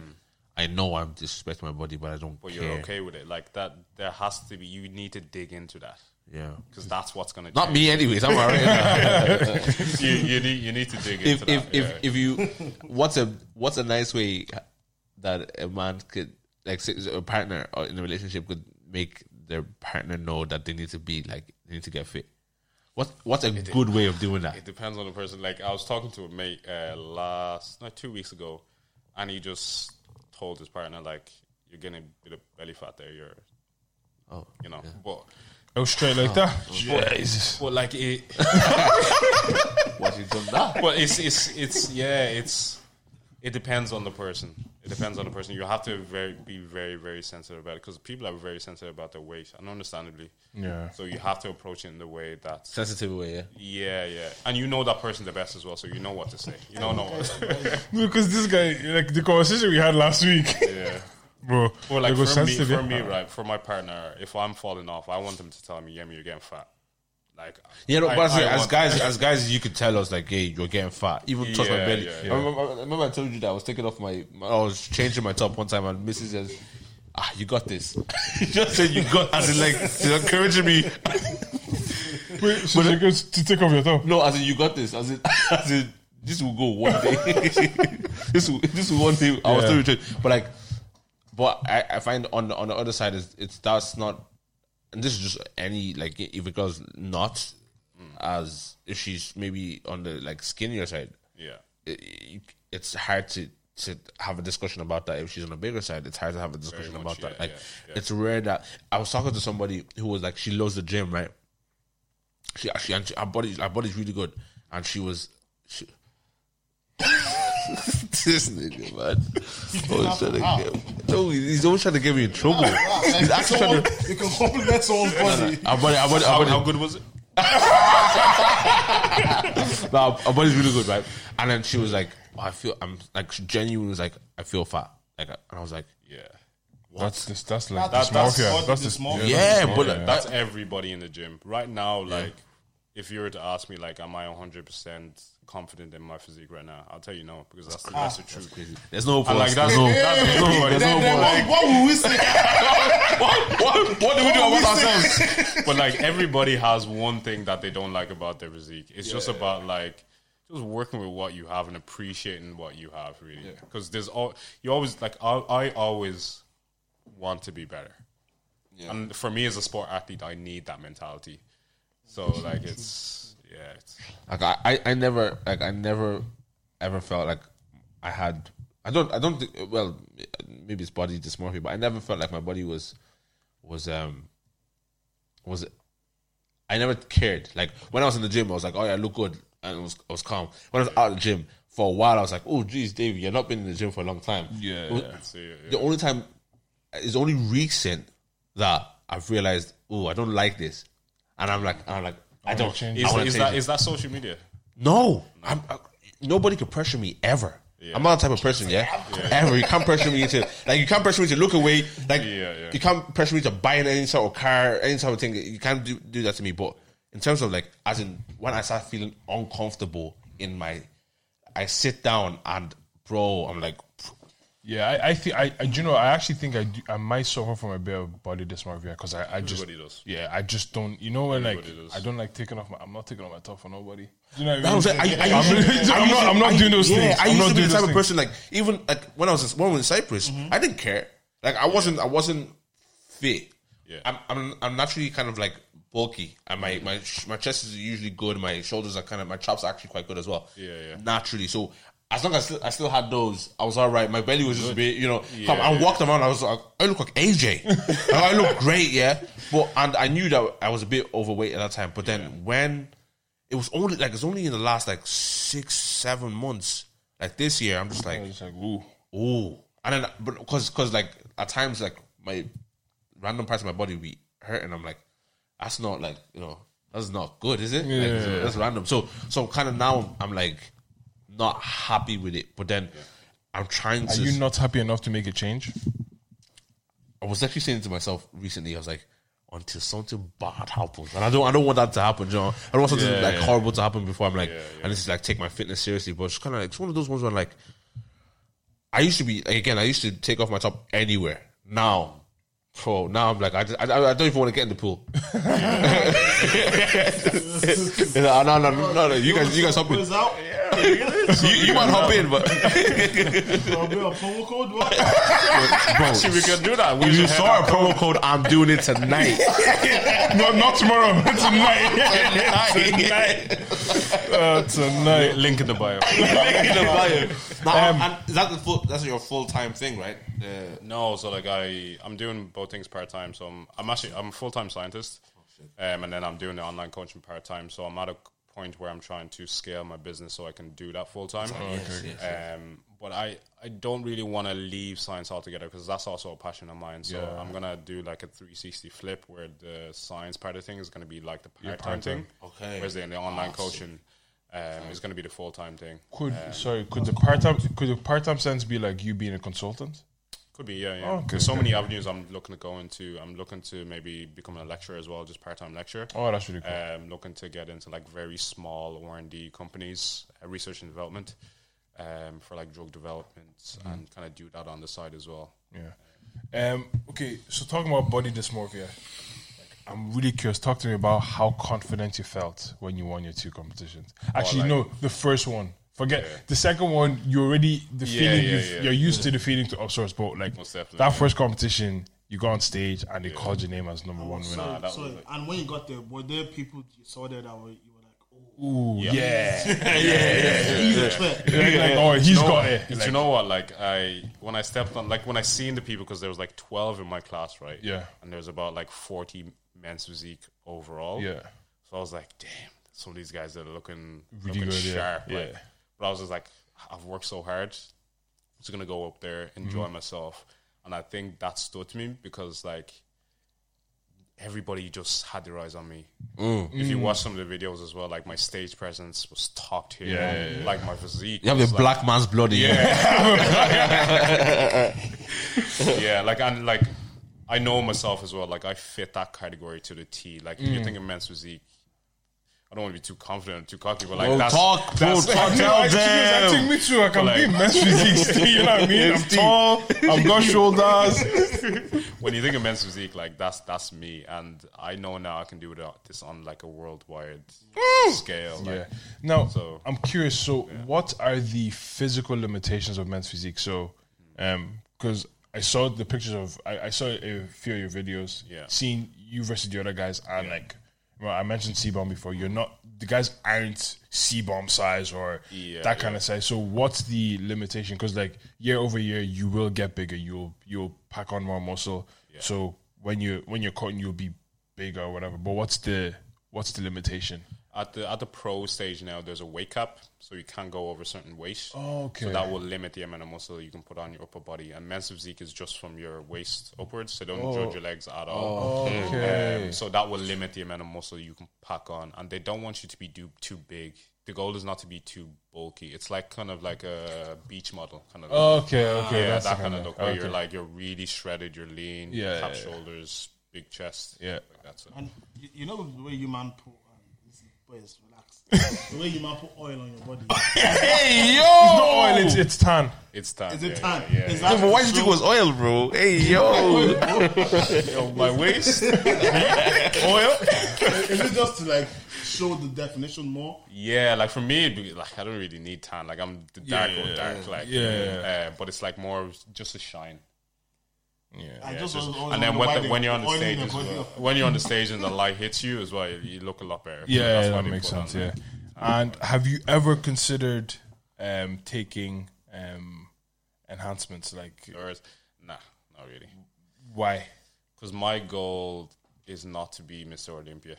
[SPEAKER 1] I know I'm disrespecting my body but I don't
[SPEAKER 3] but
[SPEAKER 1] care
[SPEAKER 3] you're okay with it. Like that, there has to be. You need to dig into that
[SPEAKER 1] yeah
[SPEAKER 3] because that's what's gonna.
[SPEAKER 1] not me anyways I'm alright
[SPEAKER 3] change. [laughs] you, you need you need to dig into
[SPEAKER 1] if
[SPEAKER 3] that.
[SPEAKER 1] if,
[SPEAKER 3] yeah.
[SPEAKER 1] if if
[SPEAKER 3] [laughs]
[SPEAKER 1] you what's a what's a nice way that a man could like say- a partner or in a relationship could make their partner know that they need to be like they need to get fit. What what's a good way of doing that?
[SPEAKER 3] it depends on the person. Like I was talking to a mate uh, last, no, two weeks ago, and he just told his partner like, "You're getting a bit of belly fat there. You're,
[SPEAKER 1] Oh,
[SPEAKER 3] you know, but
[SPEAKER 2] Oh straight like that. [laughs] Jesus.
[SPEAKER 3] but like it, [laughs]
[SPEAKER 1] what you done that?
[SPEAKER 3] but it's it's it's yeah, it's it depends on the person. It depends on the person. You have to very be very very sensitive about it because people are very sensitive about their weight, and understandably.
[SPEAKER 2] Yeah.
[SPEAKER 3] So you have to approach it in the way that
[SPEAKER 1] Sensitive way, yeah.
[SPEAKER 3] yeah, yeah, and you know that person the best as well, so you know what to say. You don't know,
[SPEAKER 2] Because this guy, like the conversation we had last week,
[SPEAKER 3] yeah.
[SPEAKER 2] [laughs] bro.
[SPEAKER 3] Or like
[SPEAKER 2] it
[SPEAKER 3] for
[SPEAKER 2] was
[SPEAKER 3] me,
[SPEAKER 2] sensitive,
[SPEAKER 3] for
[SPEAKER 2] yeah.
[SPEAKER 3] me, right? For my partner, if I'm falling off, I want them to tell me, "Yemi, you're getting fat." Like,
[SPEAKER 1] Yeah, no,
[SPEAKER 3] I-
[SPEAKER 1] but as-
[SPEAKER 3] I
[SPEAKER 1] as
[SPEAKER 3] want-
[SPEAKER 1] guys, as guys, you could tell us like, "Hey, you're getting fat." Even touch my
[SPEAKER 3] Yeah,
[SPEAKER 1] belly.
[SPEAKER 3] yeah,
[SPEAKER 1] I, remember, I remember I told you that I was taking off my, my- I was changing my top one time, and Mrs. says, "Ah, you got this." [laughs] She just said you got, as in like she's encouraging me.
[SPEAKER 2] [laughs] Wait, so she goes to take off your top.
[SPEAKER 1] No, as in you got this. As in, [laughs] as in this will go one day. [laughs] this will, this will one day. I was
[SPEAKER 2] Yeah.
[SPEAKER 1] still return. But like, but I, I find on the, on the other side is it's that's not, and this is just any like if it goes not as if she's maybe on the like skinnier side,
[SPEAKER 3] yeah,
[SPEAKER 1] it, it's hard to to have a discussion about that. If she's on a bigger side, it's hard to have a discussion
[SPEAKER 3] much,
[SPEAKER 1] about that.
[SPEAKER 3] yeah,
[SPEAKER 1] Like
[SPEAKER 3] yeah,
[SPEAKER 1] it's rare that I was talking to somebody who was like she loves the gym, right? She actually and she, her body her body's really good, and she was she. [laughs] this nigga, man. Always trying to get, no, he's always trying to get me
[SPEAKER 3] Oh,
[SPEAKER 1] in trouble. He's actually trying to.
[SPEAKER 4] you can compliment someone's body.
[SPEAKER 1] Our body, our body, our body,
[SPEAKER 3] How good was it?
[SPEAKER 1] No, her body's really good, right? And then she was like, "Oh, I feel, I'm like, she genuinely was like, I feel fat. Like, and I was like,
[SPEAKER 3] Yeah.
[SPEAKER 2] That's this. That's like
[SPEAKER 4] That-
[SPEAKER 2] the small
[SPEAKER 4] that's
[SPEAKER 2] fear.
[SPEAKER 4] what
[SPEAKER 2] That's
[SPEAKER 4] the
[SPEAKER 2] the
[SPEAKER 4] small-
[SPEAKER 1] yeah,
[SPEAKER 2] that's the
[SPEAKER 1] but
[SPEAKER 2] small fear.
[SPEAKER 1] that,
[SPEAKER 3] That's everybody in the gym. Right now, like, if you were to ask me, like, am I 100% confident in my physique right now? I'll tell you no, because that's the, that's
[SPEAKER 1] Ah,
[SPEAKER 3] the truth.
[SPEAKER 1] there's no hope for
[SPEAKER 3] And,
[SPEAKER 1] us.
[SPEAKER 3] like,
[SPEAKER 1] There's
[SPEAKER 3] that's-
[SPEAKER 1] no,
[SPEAKER 3] that's
[SPEAKER 1] there's no,
[SPEAKER 3] everybody.
[SPEAKER 1] there's no
[SPEAKER 4] Then,
[SPEAKER 1] hope.
[SPEAKER 4] then what, what will
[SPEAKER 3] [laughs]
[SPEAKER 4] we say?
[SPEAKER 1] [laughs] What, what, what do we do about ourselves?
[SPEAKER 3] [laughs] but like everybody has one thing that they don't like about their physique. It's just about like just working with what you have and appreciating what you have, really. Because there's all you always like. I, I always want to be better, and for me as a sport athlete, I need that mentality. So like it's yeah, it's,
[SPEAKER 1] Like, I, I, I never, like, I never, ever felt like I had. I don't, I don't. Think, well, maybe it's body dysmorphia, but I never felt like my body was, was, um, was I never cared. Like when I was in the gym, I was like, "Oh yeah, I look good," and I was, I was calm. When I was out of the gym for a while, I was like, "Oh, geez, Dave, you're not been in the gym for a long time."
[SPEAKER 2] Yeah.
[SPEAKER 1] It was-
[SPEAKER 3] so, yeah, yeah.
[SPEAKER 1] the only time it's only recent that I've realized, "Oh, I don't like this," and I'm like, I'm like, I don't.
[SPEAKER 2] change
[SPEAKER 1] I
[SPEAKER 3] Is,
[SPEAKER 1] wanna
[SPEAKER 3] is
[SPEAKER 1] change
[SPEAKER 3] that
[SPEAKER 1] it.
[SPEAKER 3] is that social media?
[SPEAKER 1] No, I'm, I, nobody can pressure me ever. I'm not the type of person, yeah? Ever. You can't pressure me into like you can't pressure me to look away. Like
[SPEAKER 3] Yeah, yeah.
[SPEAKER 1] you can't pressure me to buy any sort of car, any sort of thing. You can't do, do that to me. But in terms of like as in when I start feeling uncomfortable in my I sit down and bro, I'm like
[SPEAKER 2] Yeah, I, I think I, I, do you know, I actually think I, do, I might suffer from a bit of body dysmorphia because I, I just,
[SPEAKER 3] Everybody does.
[SPEAKER 2] yeah, I just don't. You know, when like
[SPEAKER 3] Everybody does.
[SPEAKER 2] I don't like taking off my, I'm not taking off my top for nobody. You know, what
[SPEAKER 1] That was it. I, I
[SPEAKER 2] am
[SPEAKER 1] usually- I
[SPEAKER 2] not, [laughs] I'm
[SPEAKER 1] usually-
[SPEAKER 2] not doing those
[SPEAKER 1] I,
[SPEAKER 2] things.
[SPEAKER 1] Yeah, I
[SPEAKER 2] I'm
[SPEAKER 1] used
[SPEAKER 2] not
[SPEAKER 1] to be
[SPEAKER 2] doing
[SPEAKER 1] the
[SPEAKER 2] those
[SPEAKER 1] type of
[SPEAKER 2] things. Mm-hmm.
[SPEAKER 1] person like even like when I was when I was in Cyprus, I didn't care. Like I wasn't I wasn't fit.
[SPEAKER 3] Yeah.
[SPEAKER 1] I'm, I'm I'm naturally kind of like bulky, and my my sh- my chest is usually good. My shoulders are kind of my chops are actually quite good as well.
[SPEAKER 3] Yeah, yeah.
[SPEAKER 1] Naturally, so. As long as I still, I still had those, I was all right. My belly was just a bit, you know. come- I
[SPEAKER 3] yeah.
[SPEAKER 1] walked around. I was like, I look like
[SPEAKER 2] [laughs]
[SPEAKER 1] AJ. Like, I look great, yeah. But and I knew that I was a bit overweight at that time. But then when it was only like it's only in the last like six seven months like this year i'm just like
[SPEAKER 2] It's like, ooh,
[SPEAKER 1] ooh and then but because because like at times like my random parts of my body be hurt and i'm like that's not like you know that's not good is it Like,
[SPEAKER 2] Yeah.
[SPEAKER 1] that's random so so kind of now i'm like not happy with it but then i'm trying
[SPEAKER 2] are
[SPEAKER 1] to
[SPEAKER 2] you not happy enough to make a change? [laughs]
[SPEAKER 1] I was actually saying to myself recently, I was like, until something bad happens, and I don't, I don't want that to happen, John. I don't want something like horrible to happen before I'm like, and this is like take my fitness seriously. But it's kind of like it's one of those ones where like, I used to be like, again, I used to take off my top anywhere. Now, bro, now I'm like, I, just, I, I don't even want to get in the [laughs] pool. You know, no, no, no, no, you guys, you guys hop in.
[SPEAKER 4] Is out?
[SPEAKER 1] You, you might hop in, but
[SPEAKER 4] There'll be a promo code. What?
[SPEAKER 1] [laughs] bro,
[SPEAKER 3] We can do that. We
[SPEAKER 1] if you
[SPEAKER 3] should
[SPEAKER 1] saw a promo code, I'm doing it
[SPEAKER 3] [laughs]
[SPEAKER 1] tonight.
[SPEAKER 2] no, not tomorrow. [laughs]
[SPEAKER 1] [laughs]
[SPEAKER 2] tonight.
[SPEAKER 1] tonight.
[SPEAKER 2] uh, tonight.
[SPEAKER 3] link in the bio.
[SPEAKER 1] Now, and is that the full, that's your full time thing, right? Uh,
[SPEAKER 3] No, so like I, I'm doing both things part time. So I'm, I'm actually I'm a full time scientist, um, and then I'm doing the online coaching part time. So I'm at a point where I'm trying to scale my business so I can do that full time. Um, but I, I don't really want to leave science altogether because that's also a passion of mine. So I'm gonna do like a 360 flip where the science part of thing is gonna be like the part time thing.
[SPEAKER 1] Okay.
[SPEAKER 3] Whereas in the online coaching, um, is gonna be the full time thing.
[SPEAKER 2] Could sorry, could the part time could the part time sense be like you being a consultant?
[SPEAKER 3] Could be, yeah, yeah.
[SPEAKER 2] Oh, okay,
[SPEAKER 3] There's so
[SPEAKER 2] okay.
[SPEAKER 3] many avenues I'm looking to go into. I'm looking to maybe become a lecturer as well, just part-time lecturer.
[SPEAKER 2] Oh, that's really cool.
[SPEAKER 3] Um, looking to get into like very small R and D companies, uh, research and development, um, for like drug development,
[SPEAKER 2] Mm-hmm.
[SPEAKER 3] and kind of do that on the side as well.
[SPEAKER 2] yeah. Um. Okay. So talking about body dysmorphia, like, I'm really curious. Talk to me about how confident you felt when you won your two competitions. Actually,
[SPEAKER 3] Oh, like-
[SPEAKER 2] no, the first one. Forget the second one. You already the feeling
[SPEAKER 3] yeah,
[SPEAKER 2] you've,
[SPEAKER 3] yeah.
[SPEAKER 2] you're used to the feeling to upsource, but like
[SPEAKER 3] Most definitely,
[SPEAKER 2] that first competition, you got on stage and they called your name as number one winner.
[SPEAKER 4] So,
[SPEAKER 3] that
[SPEAKER 4] so-
[SPEAKER 3] was like-
[SPEAKER 4] and when you got there, were there people you saw there that were you were like, oh,
[SPEAKER 2] Ooh, yeah.
[SPEAKER 4] Clear.
[SPEAKER 2] Like, like, oh, he's
[SPEAKER 3] know-
[SPEAKER 2] got it.
[SPEAKER 3] Do
[SPEAKER 2] Like,
[SPEAKER 3] you know what? Like I, when I stepped on, like when I seen the people, because there was like twelve in my class, right?
[SPEAKER 2] Yeah.
[SPEAKER 3] And there was about like forty men's physique overall.
[SPEAKER 2] yeah.
[SPEAKER 3] So I was like, damn, some of these guys that are looking
[SPEAKER 2] Really
[SPEAKER 3] looking
[SPEAKER 2] good, yeah.
[SPEAKER 3] sharp. Like,
[SPEAKER 2] Yeah.
[SPEAKER 3] But I was just like, I've worked so hard. I'm just gonna go up there, enjoy
[SPEAKER 2] Mm-hmm.
[SPEAKER 3] myself, and I think that stood to me because like everybody just had their eyes on me.
[SPEAKER 2] Mm.
[SPEAKER 3] If you watch some of the videos as well, like my stage presence was top tier.
[SPEAKER 2] Yeah, yeah,
[SPEAKER 3] Like my physique,
[SPEAKER 1] You have
[SPEAKER 3] was,
[SPEAKER 1] the
[SPEAKER 3] like,
[SPEAKER 1] black man's blood in you.
[SPEAKER 3] yeah, like and like I know myself as well. Like I fit that category to the T. Like
[SPEAKER 2] Mm.
[SPEAKER 3] if you're thinking men's physique, I don't want to be too confident, or too cocky, but like
[SPEAKER 1] Bro,
[SPEAKER 3] that's
[SPEAKER 1] talk, bro,
[SPEAKER 3] [laughs] that's-
[SPEAKER 1] talk,
[SPEAKER 2] No,
[SPEAKER 1] tell
[SPEAKER 2] I think-
[SPEAKER 3] [laughs]
[SPEAKER 2] I
[SPEAKER 1] them.
[SPEAKER 2] think me too. I can
[SPEAKER 3] But,
[SPEAKER 2] be
[SPEAKER 3] like-
[SPEAKER 2] men's physique. still, You know what I mean? I'm tall. I've got shoulders.
[SPEAKER 3] [laughs] when you think of men's physique, like that's that's me, and I know now I can do it on- this on like a worldwide
[SPEAKER 2] Mm.
[SPEAKER 3] scale. Like,
[SPEAKER 2] Yeah. Now,
[SPEAKER 3] So-
[SPEAKER 2] I'm curious. So, what are the physical limitations of men's physique? So, because I saw the pictures of, I, I saw a few of your videos.
[SPEAKER 3] Yeah.
[SPEAKER 2] Seeing you versus the other guys, and like, well, I mentioned C bomb before. You're not the guys aren't C bomb size or
[SPEAKER 3] Yeah,
[SPEAKER 2] that kind of size. So, what's the limitation? Because like year over year, you will get bigger. You'll you'll pack on more muscle. So when you when you're cutting, you'll be bigger or whatever. But what's the what's the limitation?
[SPEAKER 3] At the at the pro stage now, there's a weight cap, so you can't go over certain weight.
[SPEAKER 2] Okay.
[SPEAKER 3] So that will limit the amount of muscle you can put on your upper body. And men's physique is just from your waist upwards. They don't
[SPEAKER 2] Oh.
[SPEAKER 3] judge your legs at all. Um, so that will limit the amount of muscle you can pack on, and they don't want you to be do, too big. The goal is not to be too bulky. It's like kind of like a beach model kind of.
[SPEAKER 2] Okay, Oh, okay,
[SPEAKER 3] yeah,
[SPEAKER 2] that's
[SPEAKER 3] that
[SPEAKER 2] the
[SPEAKER 3] kind of look where you're
[SPEAKER 2] okay.
[SPEAKER 3] like you're really shredded, you're lean,
[SPEAKER 2] Yeah,
[SPEAKER 3] top
[SPEAKER 2] yeah, yeah.
[SPEAKER 3] shoulders, big chest.
[SPEAKER 2] Yeah.
[SPEAKER 3] like that's it.
[SPEAKER 4] And you, you know the way you man put. Um, listen, boys, relax. the way you man put oil on your body.
[SPEAKER 1] [laughs] Hey, yo!
[SPEAKER 2] No, oil, oh, it's, it's tan.
[SPEAKER 3] It's time.
[SPEAKER 4] Is it
[SPEAKER 3] yeah,
[SPEAKER 4] tan?
[SPEAKER 3] Yeah, yeah.
[SPEAKER 4] Is that
[SPEAKER 1] But why did you think it was oil, bro? Hey, yo!
[SPEAKER 3] my waist.
[SPEAKER 4] Is it just to like show the definition more?
[SPEAKER 3] yeah, like for me, it'd be like I don't really need tan. Like I'm the dark or dark. Like
[SPEAKER 2] yeah.
[SPEAKER 3] uh, but it's like more of just a shine.
[SPEAKER 4] I
[SPEAKER 3] Yeah,
[SPEAKER 4] just
[SPEAKER 3] just-
[SPEAKER 4] was always
[SPEAKER 3] and then
[SPEAKER 4] wonder
[SPEAKER 3] when,
[SPEAKER 4] why
[SPEAKER 3] the-
[SPEAKER 4] they
[SPEAKER 3] when you're on the
[SPEAKER 4] oiling
[SPEAKER 3] stage,
[SPEAKER 4] their
[SPEAKER 3] as
[SPEAKER 4] body
[SPEAKER 3] well,
[SPEAKER 4] up.
[SPEAKER 3] when you're on the
[SPEAKER 2] [laughs]
[SPEAKER 3] stage and the light hits you as well, you look a lot better.
[SPEAKER 2] Yeah,
[SPEAKER 3] That's why
[SPEAKER 2] that
[SPEAKER 3] they
[SPEAKER 2] makes
[SPEAKER 3] put on
[SPEAKER 2] sense.
[SPEAKER 3] the-
[SPEAKER 2] Yeah. And have you ever considered um, taking um, enhancements? Like,
[SPEAKER 3] Whereas, nah, not really.
[SPEAKER 2] why?
[SPEAKER 3] Because my goal is not to be Mr. Olympia.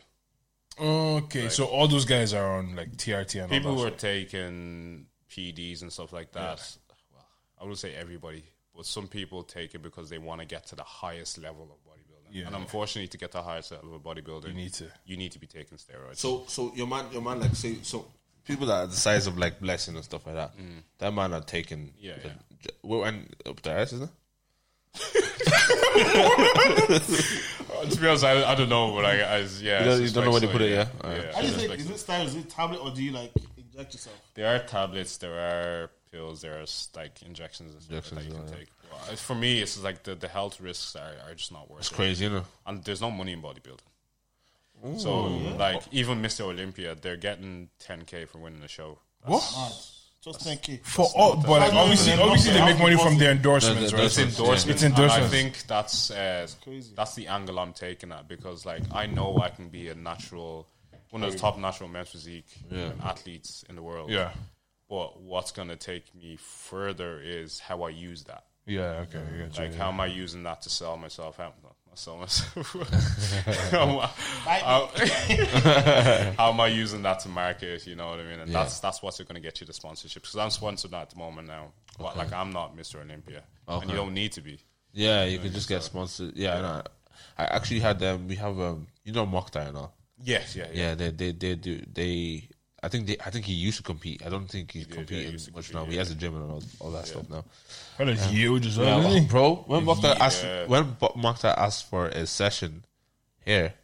[SPEAKER 2] Okay, so all those guys are on like TRT and
[SPEAKER 3] people
[SPEAKER 2] all
[SPEAKER 3] who
[SPEAKER 2] that.
[SPEAKER 3] are taking PDs and stuff like that. Well, I would say everybody, but some people take it because they want to get to the highest level of bodybuilding. and unfortunately, to get to the highest level of bodybuilding, you
[SPEAKER 2] need to.
[SPEAKER 3] you need to be taking steroids.
[SPEAKER 1] [laughs] So, so your man, your man, like say, so people that are the size of like blessing and stuff like that. That man are taking,
[SPEAKER 3] Mm. Yeah,
[SPEAKER 1] the, Well, and up there, isn't it?
[SPEAKER 3] to be honest, I, I don't know, but I, I yeah,
[SPEAKER 1] You don't-
[SPEAKER 3] I
[SPEAKER 1] you don't know where
[SPEAKER 3] suspect
[SPEAKER 1] they
[SPEAKER 3] so,
[SPEAKER 1] put it, yeah? Alright.
[SPEAKER 4] How do you
[SPEAKER 3] I
[SPEAKER 4] say?
[SPEAKER 3] suspect
[SPEAKER 4] Is
[SPEAKER 3] so.
[SPEAKER 4] it style? Is it tablet or do you like inject yourself?
[SPEAKER 3] There are tablets, there are pills, there are like injections and stuff that you can take. Well, for me, it's like the, the health risks are, are just not worth it.
[SPEAKER 1] Crazy, you know.
[SPEAKER 3] and there's no money in bodybuilding. So like even Mr. Olympia, they're getting 10k for winning the show.
[SPEAKER 4] Mad. Just thank you.
[SPEAKER 2] For all, but like,
[SPEAKER 4] No, no,
[SPEAKER 2] obviously,
[SPEAKER 4] no, no,
[SPEAKER 2] obviously
[SPEAKER 4] no,
[SPEAKER 2] they
[SPEAKER 4] no,
[SPEAKER 2] make
[SPEAKER 4] no,
[SPEAKER 2] money
[SPEAKER 4] no,
[SPEAKER 2] from
[SPEAKER 4] no,
[SPEAKER 2] their endorsements,
[SPEAKER 1] no,
[SPEAKER 2] right?
[SPEAKER 1] that's
[SPEAKER 2] So
[SPEAKER 1] endorsements,
[SPEAKER 2] It's
[SPEAKER 3] Endorsement. and I
[SPEAKER 2] endorsements.
[SPEAKER 3] think that's uh,
[SPEAKER 4] crazy.
[SPEAKER 3] that's the angle I'm taking at because like I know I can be a natural, one of the top natural men's physique athletes in the world.
[SPEAKER 2] Yeah,
[SPEAKER 3] But what's gonna take me further is how I use that.
[SPEAKER 2] yeah, okay, I get you,
[SPEAKER 3] Like
[SPEAKER 2] yeah.
[SPEAKER 3] how am I using that to sell myself? How, not sell
[SPEAKER 2] [laughs]
[SPEAKER 3] myself. [laughs] how,
[SPEAKER 2] [laughs]
[SPEAKER 3] how am I using that to market? You know what I mean? And that's that's what's going to get you the sponsorship. Because I'm sponsored at the moment now. But like I'm not Mr. Olympia, and you don't need to be.
[SPEAKER 1] Yeah, you can just get sponsored. Yeah, I know. I actually had um, we have um, you know, Mock Diana.
[SPEAKER 3] Yes, yeah, yeah.
[SPEAKER 1] Yeah, they they they do they. I think they, I think he used to compete. I don't think he's competing
[SPEAKER 3] used to
[SPEAKER 1] much
[SPEAKER 3] compete,
[SPEAKER 1] now. He has a gym and all, all that stuff now.
[SPEAKER 2] Well, it's huge as well,
[SPEAKER 1] Yeah,
[SPEAKER 2] isn't it?
[SPEAKER 1] bro, when Mokhtar asked
[SPEAKER 3] Yeah.
[SPEAKER 1] when Bo- Mokhtar asked for a session here,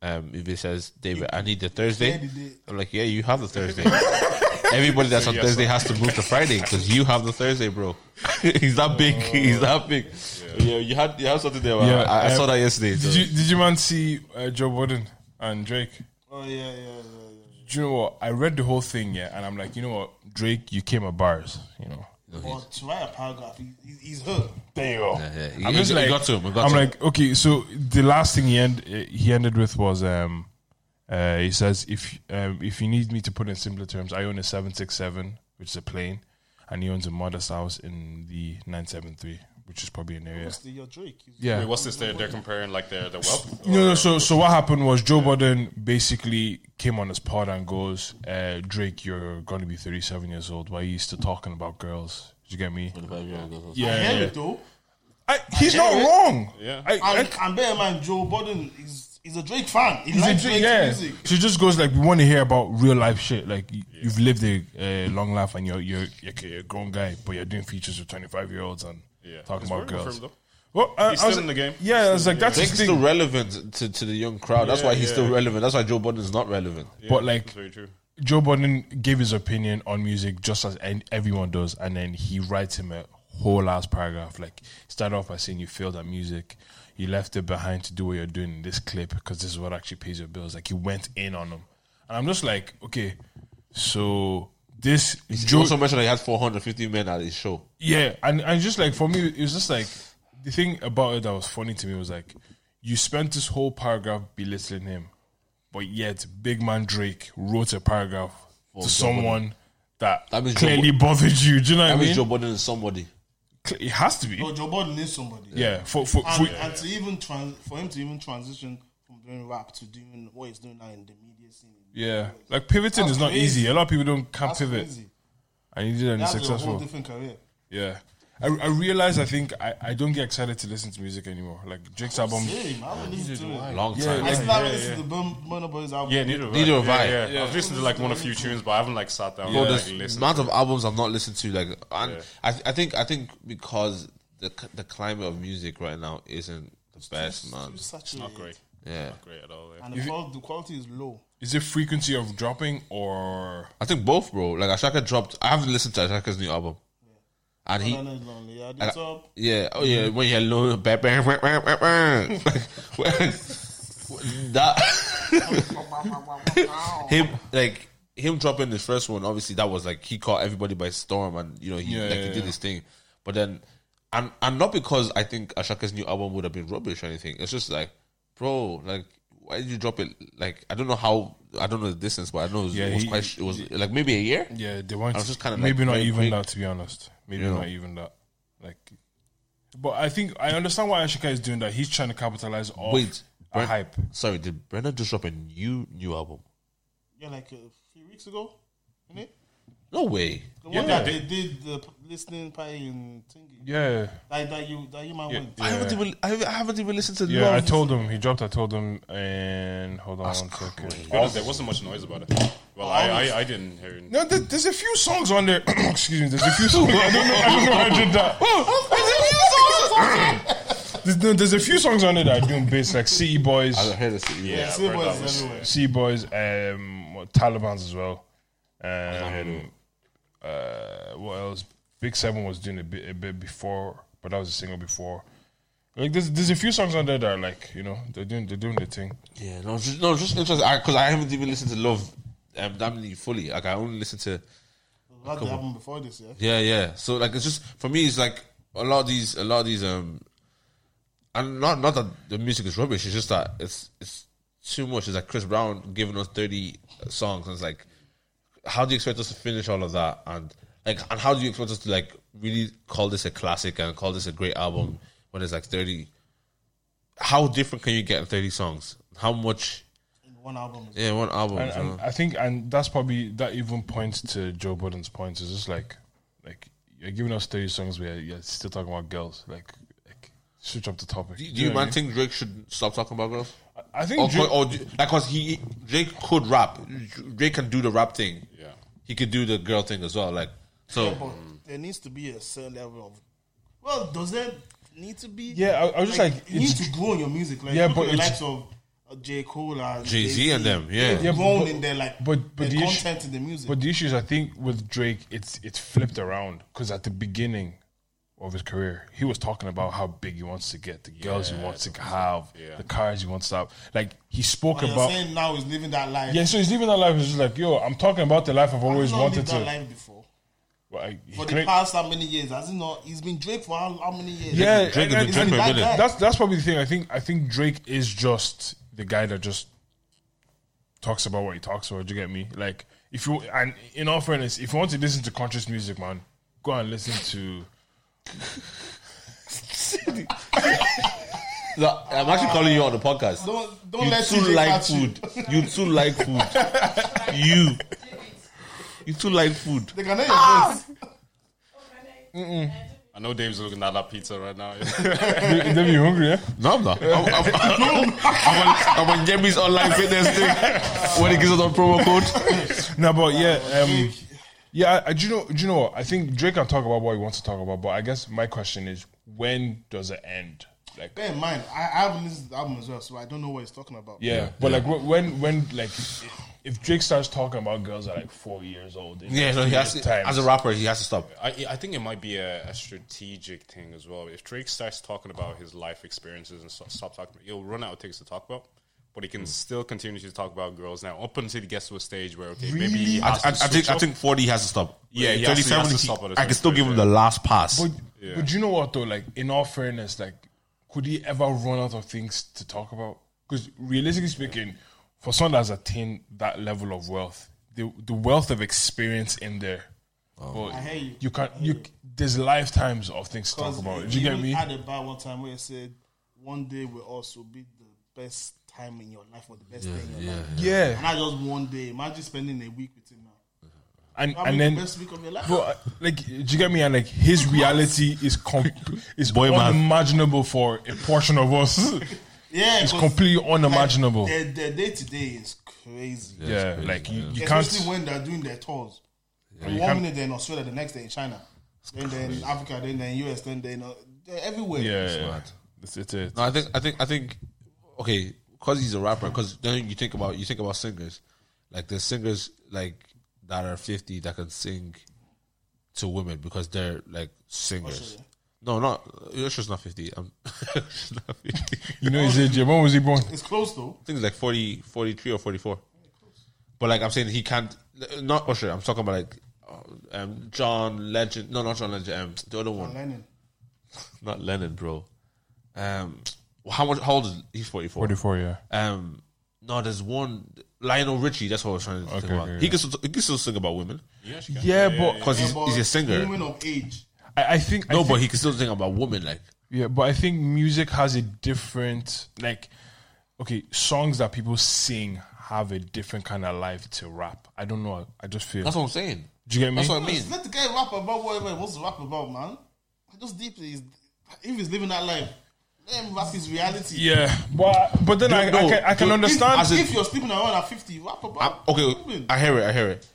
[SPEAKER 1] um, if he says David, I need the
[SPEAKER 4] Yeah,
[SPEAKER 1] Thursday.
[SPEAKER 4] they did.
[SPEAKER 1] I'm like, yeah, you have the Thursday. [laughs] Everybody that's on
[SPEAKER 3] yes,
[SPEAKER 1] Thursday has to move to Friday because you have the Thursday, bro. [laughs] he's that big. He's that big. Oh, Yeah, you had you have something there. man.
[SPEAKER 2] Yeah,
[SPEAKER 1] I, I
[SPEAKER 2] um,
[SPEAKER 1] saw that yesterday. so-
[SPEAKER 2] Did you did you man see uh, Joe Budden and Drake?
[SPEAKER 4] Oh yeah, yeah, yeah. yeah.
[SPEAKER 2] do you know what? I read the whole thing, yeah, and I'm like, you know what, Drake, you came at bars, you know.
[SPEAKER 4] Or to write a paragraph, he, he, he's her.
[SPEAKER 2] There you go.
[SPEAKER 1] yeah, he-
[SPEAKER 2] I'm
[SPEAKER 1] he-
[SPEAKER 2] just
[SPEAKER 1] he
[SPEAKER 2] like,
[SPEAKER 1] got to him, he got
[SPEAKER 2] I'm
[SPEAKER 1] to him.
[SPEAKER 2] eh, like, okay, so the last thing he end he ended with was um Uh, he says, if um, if you need me to put it in simpler terms, I own a 767, which is a plane, and he owns a modest house in the 973, which is probably an area.
[SPEAKER 4] It's the- your Drake. He's-
[SPEAKER 2] Yeah.
[SPEAKER 3] Wait, what's this? They're, they're comparing like their the wealth.
[SPEAKER 2] [laughs] No, no. So, so what happened was Joe Budden basically came on his pod and goes, uh, "Drake, you're going to be 37 years old. Why are you still talking about girls? Did you get me?
[SPEAKER 4] I
[SPEAKER 2] Yeah,
[SPEAKER 4] hear
[SPEAKER 2] yeah.
[SPEAKER 4] it though.
[SPEAKER 2] I, he's not wrong.
[SPEAKER 3] Yeah.
[SPEAKER 2] I, I,
[SPEAKER 4] And, and bear in mind, Joe Budden is is a Drake fan. He
[SPEAKER 2] he's a
[SPEAKER 4] likes
[SPEAKER 2] Drake-
[SPEAKER 4] Drake's
[SPEAKER 2] yeah.
[SPEAKER 4] music.
[SPEAKER 2] She just goes like, "We want to hear about real life shit. Like you, you've lived a uh, long life and you're you're, you're you're a grown guy, but you're doing features with 25 year olds and
[SPEAKER 3] Yeah.
[SPEAKER 2] talking
[SPEAKER 3] It's
[SPEAKER 2] about
[SPEAKER 3] very
[SPEAKER 2] girls."
[SPEAKER 3] confirmed, though.
[SPEAKER 2] Well, uh,
[SPEAKER 3] He's
[SPEAKER 2] I was
[SPEAKER 3] still in
[SPEAKER 2] like-
[SPEAKER 3] the game.
[SPEAKER 2] Yeah, I was like, "That's
[SPEAKER 1] Drake's
[SPEAKER 2] his
[SPEAKER 1] still
[SPEAKER 2] thing."
[SPEAKER 1] relevant to, to the young crowd. That's why he's
[SPEAKER 3] yeah.
[SPEAKER 1] still relevant. That's why Joe Budden's not relevant.
[SPEAKER 2] But like,
[SPEAKER 3] That's very true.
[SPEAKER 2] Joe Budden gave his opinion on music just as en- everyone does, and then he writes him a whole last paragraph. Like, start off by saying you failed at music, you left it behind to do what you're doing in this clip because this is what actually pays your bills. Like, he went in on him, and I'm just like, okay, so this
[SPEAKER 1] Joe
[SPEAKER 2] Joe,
[SPEAKER 1] also mentioned that he has 450 men at his show.
[SPEAKER 2] yeah, and and just like for me, it was just like the thing about it that was funny to me was like you spent this whole paragraph belittling him, but yet Big Man Drake wrote a paragraph to someone that,
[SPEAKER 1] That means Joe
[SPEAKER 2] clearly bothered you. Do you know what I
[SPEAKER 1] That
[SPEAKER 2] mean?
[SPEAKER 1] means Joe Budden is somebody.
[SPEAKER 2] Cle- It has to be.
[SPEAKER 4] But Joe Budden is somebody.
[SPEAKER 2] Yeah, for for, for
[SPEAKER 4] And, and to even trans- for him to even transition from doing rap to doing what he's doing now in the media scene.
[SPEAKER 2] yeah, like pivoting is not
[SPEAKER 4] crazy.
[SPEAKER 2] easy. A lot of people don't can
[SPEAKER 4] That's
[SPEAKER 2] pivot,
[SPEAKER 4] crazy.
[SPEAKER 2] and he did, and he's
[SPEAKER 4] That's a whole
[SPEAKER 2] successful.
[SPEAKER 4] different career.
[SPEAKER 2] Yeah. I, I realize I think I, I don't get excited to listen to music anymore. Like Drake's album,
[SPEAKER 4] Same, I haven't listened to it.
[SPEAKER 1] Long time.
[SPEAKER 4] I still haven't listened to the Burn- Burna Boys album.
[SPEAKER 3] Yeah, neither of
[SPEAKER 1] Neither
[SPEAKER 3] I.
[SPEAKER 1] have
[SPEAKER 3] yeah,
[SPEAKER 1] I.
[SPEAKER 3] Yeah. I've listened to like one or few tunes, but I haven't like sat down
[SPEAKER 1] Bro,
[SPEAKER 3] and like,
[SPEAKER 1] there's
[SPEAKER 3] listened.
[SPEAKER 1] amount of albums I've not listened to. Like, and
[SPEAKER 3] Yeah.
[SPEAKER 1] I, th- I think, I think because the c- the climate of music right now isn't the best, man.
[SPEAKER 4] It's such a-
[SPEAKER 3] Not great.
[SPEAKER 1] Yeah,
[SPEAKER 3] Not great at all. Yeah.
[SPEAKER 4] And the, qual- the quality is low.
[SPEAKER 2] is it frequency of dropping or
[SPEAKER 1] I think both, bro. Like Ashaka dropped. I haven't listened to Ashaka's new album, and he.
[SPEAKER 4] Banana is lonely. Yeah, the top.
[SPEAKER 1] Yeah. Oh yeah.
[SPEAKER 2] Mm-hmm.
[SPEAKER 1] When you're alone, bang, bang, bang, bang, bang, bang.
[SPEAKER 2] [laughs]
[SPEAKER 1] When- that [laughs] him like him dropping his first one. Obviously, that was like he caught everybody by storm, and you know he
[SPEAKER 2] Yeah,
[SPEAKER 1] like
[SPEAKER 2] yeah,
[SPEAKER 1] he did
[SPEAKER 2] yeah.
[SPEAKER 1] his thing. But then, and and not because I think Ashaka's new album would have been rubbish or anything. It's just like, bro, like. Why did you drop it? Like I don't know how I don't know the distance, but I know it was,
[SPEAKER 2] Yeah,
[SPEAKER 1] it was
[SPEAKER 2] he-
[SPEAKER 1] quite. sh- It was like maybe a year.
[SPEAKER 2] Yeah, they want
[SPEAKER 1] I was just kinda, like,
[SPEAKER 2] maybe not
[SPEAKER 1] very
[SPEAKER 2] even
[SPEAKER 1] quick.
[SPEAKER 2] that to be honest. Maybe
[SPEAKER 1] Yeah.
[SPEAKER 2] not even that. Like, but I think I understand why Ashika is doing that. He's trying to capitalize off
[SPEAKER 1] Wait,
[SPEAKER 2] a
[SPEAKER 1] Bren-
[SPEAKER 2] hype.
[SPEAKER 1] Sorry, did Brenna just drop a new new album?
[SPEAKER 4] Yeah, like a few weeks ago. Isn't it?
[SPEAKER 1] No way.
[SPEAKER 4] The one that they did the p- listening party in Tingy.
[SPEAKER 2] Yeah,
[SPEAKER 4] Like that you that you might win.
[SPEAKER 1] I haven't even I haven't- I haven't even listened to
[SPEAKER 2] yeah.
[SPEAKER 1] Love.
[SPEAKER 2] I told him he dropped. I told him, and hold on one second.
[SPEAKER 3] To be honest, there wasn't much noise about it. Well, I, I, I didn't hear. It.
[SPEAKER 2] No, there, there's a few songs on there. [coughs] Excuse me. There's a
[SPEAKER 1] [laughs]
[SPEAKER 2] few songs. I don't know. I don't know how I did that. there's, no, there's a few songs on there that are doing bass, like City Boys.
[SPEAKER 1] I heard this. Yeah.
[SPEAKER 3] Yeah,
[SPEAKER 4] Yeah,
[SPEAKER 3] I've
[SPEAKER 4] Silver
[SPEAKER 3] heard that
[SPEAKER 4] is
[SPEAKER 3] was-
[SPEAKER 4] everywhere.
[SPEAKER 2] Sea Boys, um, what, Taliban's as well. Um, uh, what else? Big Seven was doing a bit, a bit before, but that was a single before. Like there's, there's a few songs on there that are like you know they're doing they're doing their thing.
[SPEAKER 1] Yeah, no, just, no, just interesting because I, haven't even listened to Love um, Damnly fully. Like I only listened to
[SPEAKER 4] That they happened before this, yeah.
[SPEAKER 1] yeah, yeah. So like it's just for me, it's like a lot of these, a lot of these, um, and not not that the music is rubbish. It's just that it's it's too much. It's like Chris Brown giving us thirty songs, and it's like, how do you expect us to finish all of that? And like, and how do you expect us to like really call this a classic and call this a great album when it's like thirty? How different can you get in thirty songs? How much?
[SPEAKER 4] In one album.
[SPEAKER 1] Yeah, one album.
[SPEAKER 2] And,
[SPEAKER 1] you know?
[SPEAKER 2] and I think and that's probably that even points to Joe Budden's point. It's just like like you're giving us thirty songs where you're still talking about girls. Like like switch up the topic.
[SPEAKER 1] Do
[SPEAKER 2] Do
[SPEAKER 1] you
[SPEAKER 2] know what I
[SPEAKER 1] man think Drake should stop talking about girls?
[SPEAKER 2] mean? I think
[SPEAKER 1] Or,
[SPEAKER 2] Joe-
[SPEAKER 1] or do- like, cause he Drake could rap. Drake can do the rap thing.
[SPEAKER 3] Yeah.
[SPEAKER 1] he could do the girl thing as well. Like, so
[SPEAKER 4] But
[SPEAKER 2] Mm.
[SPEAKER 4] there needs to be a certain level of well, does there need to be?
[SPEAKER 2] Yeah, I- I was just like,
[SPEAKER 4] you need
[SPEAKER 2] it's-
[SPEAKER 4] to grow in your music. Like
[SPEAKER 2] Yeah,
[SPEAKER 4] yeah,
[SPEAKER 2] but
[SPEAKER 4] but the
[SPEAKER 2] it's-
[SPEAKER 4] likes of uh, J Cole and
[SPEAKER 1] Jay Z and them, yeah.
[SPEAKER 2] Yeah,
[SPEAKER 4] yeah, grown
[SPEAKER 2] but-
[SPEAKER 4] in their like,
[SPEAKER 2] but- but
[SPEAKER 4] their
[SPEAKER 2] the issue-
[SPEAKER 4] content in the music.
[SPEAKER 2] But the issue is, I think with Drake, it's it's flipped around because at the beginning of his career, he was talking about how big he wants to get, the girls he wants to have, the cars he wants to have. Like he spoke
[SPEAKER 4] But you're
[SPEAKER 2] about.
[SPEAKER 4] saying now he's living that life.
[SPEAKER 2] Yeah, so he's living that life. He's just like, yo, I'm talking about the life I've always
[SPEAKER 4] he's not
[SPEAKER 2] wanted
[SPEAKER 4] lived that
[SPEAKER 2] to.
[SPEAKER 4] life before.
[SPEAKER 2] Well, I- he
[SPEAKER 4] For the
[SPEAKER 2] claimed-
[SPEAKER 4] past how many years has he not? He's been Drake for how, how many years?
[SPEAKER 2] yeah,
[SPEAKER 1] Drake
[SPEAKER 2] and-
[SPEAKER 1] is a Drake
[SPEAKER 2] and
[SPEAKER 1] for a
[SPEAKER 4] that
[SPEAKER 1] minute.
[SPEAKER 4] guy.
[SPEAKER 2] that's that's probably the thing. I think I think Drake is just the guy that just talks about what he talks about. Do you get me? Like, if you and in all fairness, if you want to listen to conscious music, man, go and listen to.
[SPEAKER 1] No, I'm actually calling you on the podcast.
[SPEAKER 4] Don't- don't
[SPEAKER 1] you
[SPEAKER 4] let
[SPEAKER 1] too
[SPEAKER 4] TJ
[SPEAKER 1] like
[SPEAKER 4] catch you.
[SPEAKER 1] food. You. too like food.
[SPEAKER 4] [laughs]
[SPEAKER 1] you. You too like food.
[SPEAKER 4] They can hear your voice.
[SPEAKER 3] I know Dave's looking at that pizza right now.
[SPEAKER 2] [laughs]
[SPEAKER 3] [laughs]
[SPEAKER 2] Then you hungry,
[SPEAKER 1] [laughs]
[SPEAKER 2] eh? yeah?
[SPEAKER 1] No, I'm not. I'm, I'm, I'm, on, I'm on Gemi's online fitness thing when he gives us a promo code.
[SPEAKER 2] No, but yeah, um, yeah. I, I- do you know? Do you know what? I think Drake can talk about what he wants to talk about, but I guess my question is, when does it end? Like,
[SPEAKER 4] Bear in mind, I, I haven't listened to the album as well, so I don't know what he's talking about.
[SPEAKER 2] yeah, but like like wh- when, when, like, if Drake starts talking about girls at like four years old, in
[SPEAKER 1] Yeah,
[SPEAKER 2] like
[SPEAKER 1] no,
[SPEAKER 2] two
[SPEAKER 1] he has
[SPEAKER 2] years'
[SPEAKER 1] to,
[SPEAKER 2] time,
[SPEAKER 1] as a rapper, he has to stop.
[SPEAKER 3] I, I think it might be a, a strategic thing as well. If Drake starts talking about his life experiences and stop, stop talking, he'll run out of things to talk about. But
[SPEAKER 1] Hmm.
[SPEAKER 3] he can still continue to talk about girls now, up until he gets to a stage where okay, maybe he
[SPEAKER 1] I,
[SPEAKER 3] has
[SPEAKER 1] I, I
[SPEAKER 3] to switch
[SPEAKER 1] think I
[SPEAKER 3] up.
[SPEAKER 1] think 40 he has to stop.
[SPEAKER 3] Yeah, he has to- he has
[SPEAKER 1] 37.
[SPEAKER 3] to
[SPEAKER 1] he-
[SPEAKER 3] stop at a
[SPEAKER 1] I can still give him the
[SPEAKER 3] certain
[SPEAKER 1] last pass.
[SPEAKER 2] But, but you know what though? Like in all fairness, like could he ever run out of things to talk about? Because realistically speaking, for someone that's attained that level of wealth, the the wealth of experience in there. But
[SPEAKER 4] I hear you.
[SPEAKER 2] You can't. You there's lifetimes of things to talk
[SPEAKER 4] Because
[SPEAKER 2] about. Do
[SPEAKER 4] he
[SPEAKER 2] you get
[SPEAKER 4] even
[SPEAKER 2] me?
[SPEAKER 4] Had a bar one time where he said, "One day will also be the best time in your life or the best day in your life."
[SPEAKER 2] Yeah,
[SPEAKER 4] And I just one day. Imagine spending a week with him now.
[SPEAKER 2] and
[SPEAKER 4] That'll
[SPEAKER 2] and
[SPEAKER 4] be the
[SPEAKER 2] then.
[SPEAKER 4] best week of your life.
[SPEAKER 2] But uh, like, do you get me? And like, his reality is com- is
[SPEAKER 1] Boy, man.
[SPEAKER 2] unimaginable for a portion of us.
[SPEAKER 4] yeah,
[SPEAKER 2] It's
[SPEAKER 4] 'cause
[SPEAKER 2] completely unimaginable.
[SPEAKER 4] Their, their day to day is crazy.
[SPEAKER 2] Yeah, like you, you can't.
[SPEAKER 4] Especially when they're doing their tours.
[SPEAKER 2] you
[SPEAKER 4] One
[SPEAKER 2] can't-
[SPEAKER 4] minute they're in Australia, the next day in China, then they're in Africa, then they're in US, then they're, in, uh, they're everywhere.
[SPEAKER 2] Yeah, it's, it's it.
[SPEAKER 1] No, I think I think I think okay, because he's a rapper. Because then you think about you think about singers, like there's singers like that are fifty that can sing to women because they're like singers. No, not Usher's not fifty. I'm [laughs] Usher's not fifty.
[SPEAKER 2] You know his age. yeah. When was he born?
[SPEAKER 4] It's close though.
[SPEAKER 1] I think it's like 40, 43 or forty four. But like I'm saying, he can't. Not Usher. I'm talking about like um, John Legend. No, not John Legend. Um, the other one,
[SPEAKER 4] Lennon.
[SPEAKER 1] not Lennon, bro. Um, how much? How old is he? Forty four.
[SPEAKER 2] Forty-four. Yeah.
[SPEAKER 1] Um, no, there's one Lionel Richie. That's what I was trying to think
[SPEAKER 2] Okay,
[SPEAKER 1] about.
[SPEAKER 2] okay,
[SPEAKER 1] He can still, he can still sing about women
[SPEAKER 3] Yeah, she can.
[SPEAKER 2] Yeah, but
[SPEAKER 1] because he's,
[SPEAKER 4] But
[SPEAKER 1] he's a singer.
[SPEAKER 4] Women of age.
[SPEAKER 2] I, I think
[SPEAKER 1] No,
[SPEAKER 2] I
[SPEAKER 1] but
[SPEAKER 2] think,
[SPEAKER 1] he can still sing about women. Like
[SPEAKER 2] yeah, but I think music has a different like. Okay, songs that people sing have a different kind of life to rap. I don't know. I just feel.
[SPEAKER 1] that's what I'm saying.
[SPEAKER 2] Do you get me?
[SPEAKER 1] That's what I mean.
[SPEAKER 4] Let the guy rap about whatever he wants to rap about, man. I just deeply, he's, if he's living that life, let him rap his reality.
[SPEAKER 2] yeah, but but then I, I
[SPEAKER 1] no,
[SPEAKER 2] can, I can
[SPEAKER 1] dude,
[SPEAKER 2] understand.
[SPEAKER 1] as a-
[SPEAKER 4] If you're sleeping around at 50, rap
[SPEAKER 1] I,
[SPEAKER 4] about
[SPEAKER 1] Ah, okay,
[SPEAKER 4] women.
[SPEAKER 1] I hear it. I hear it.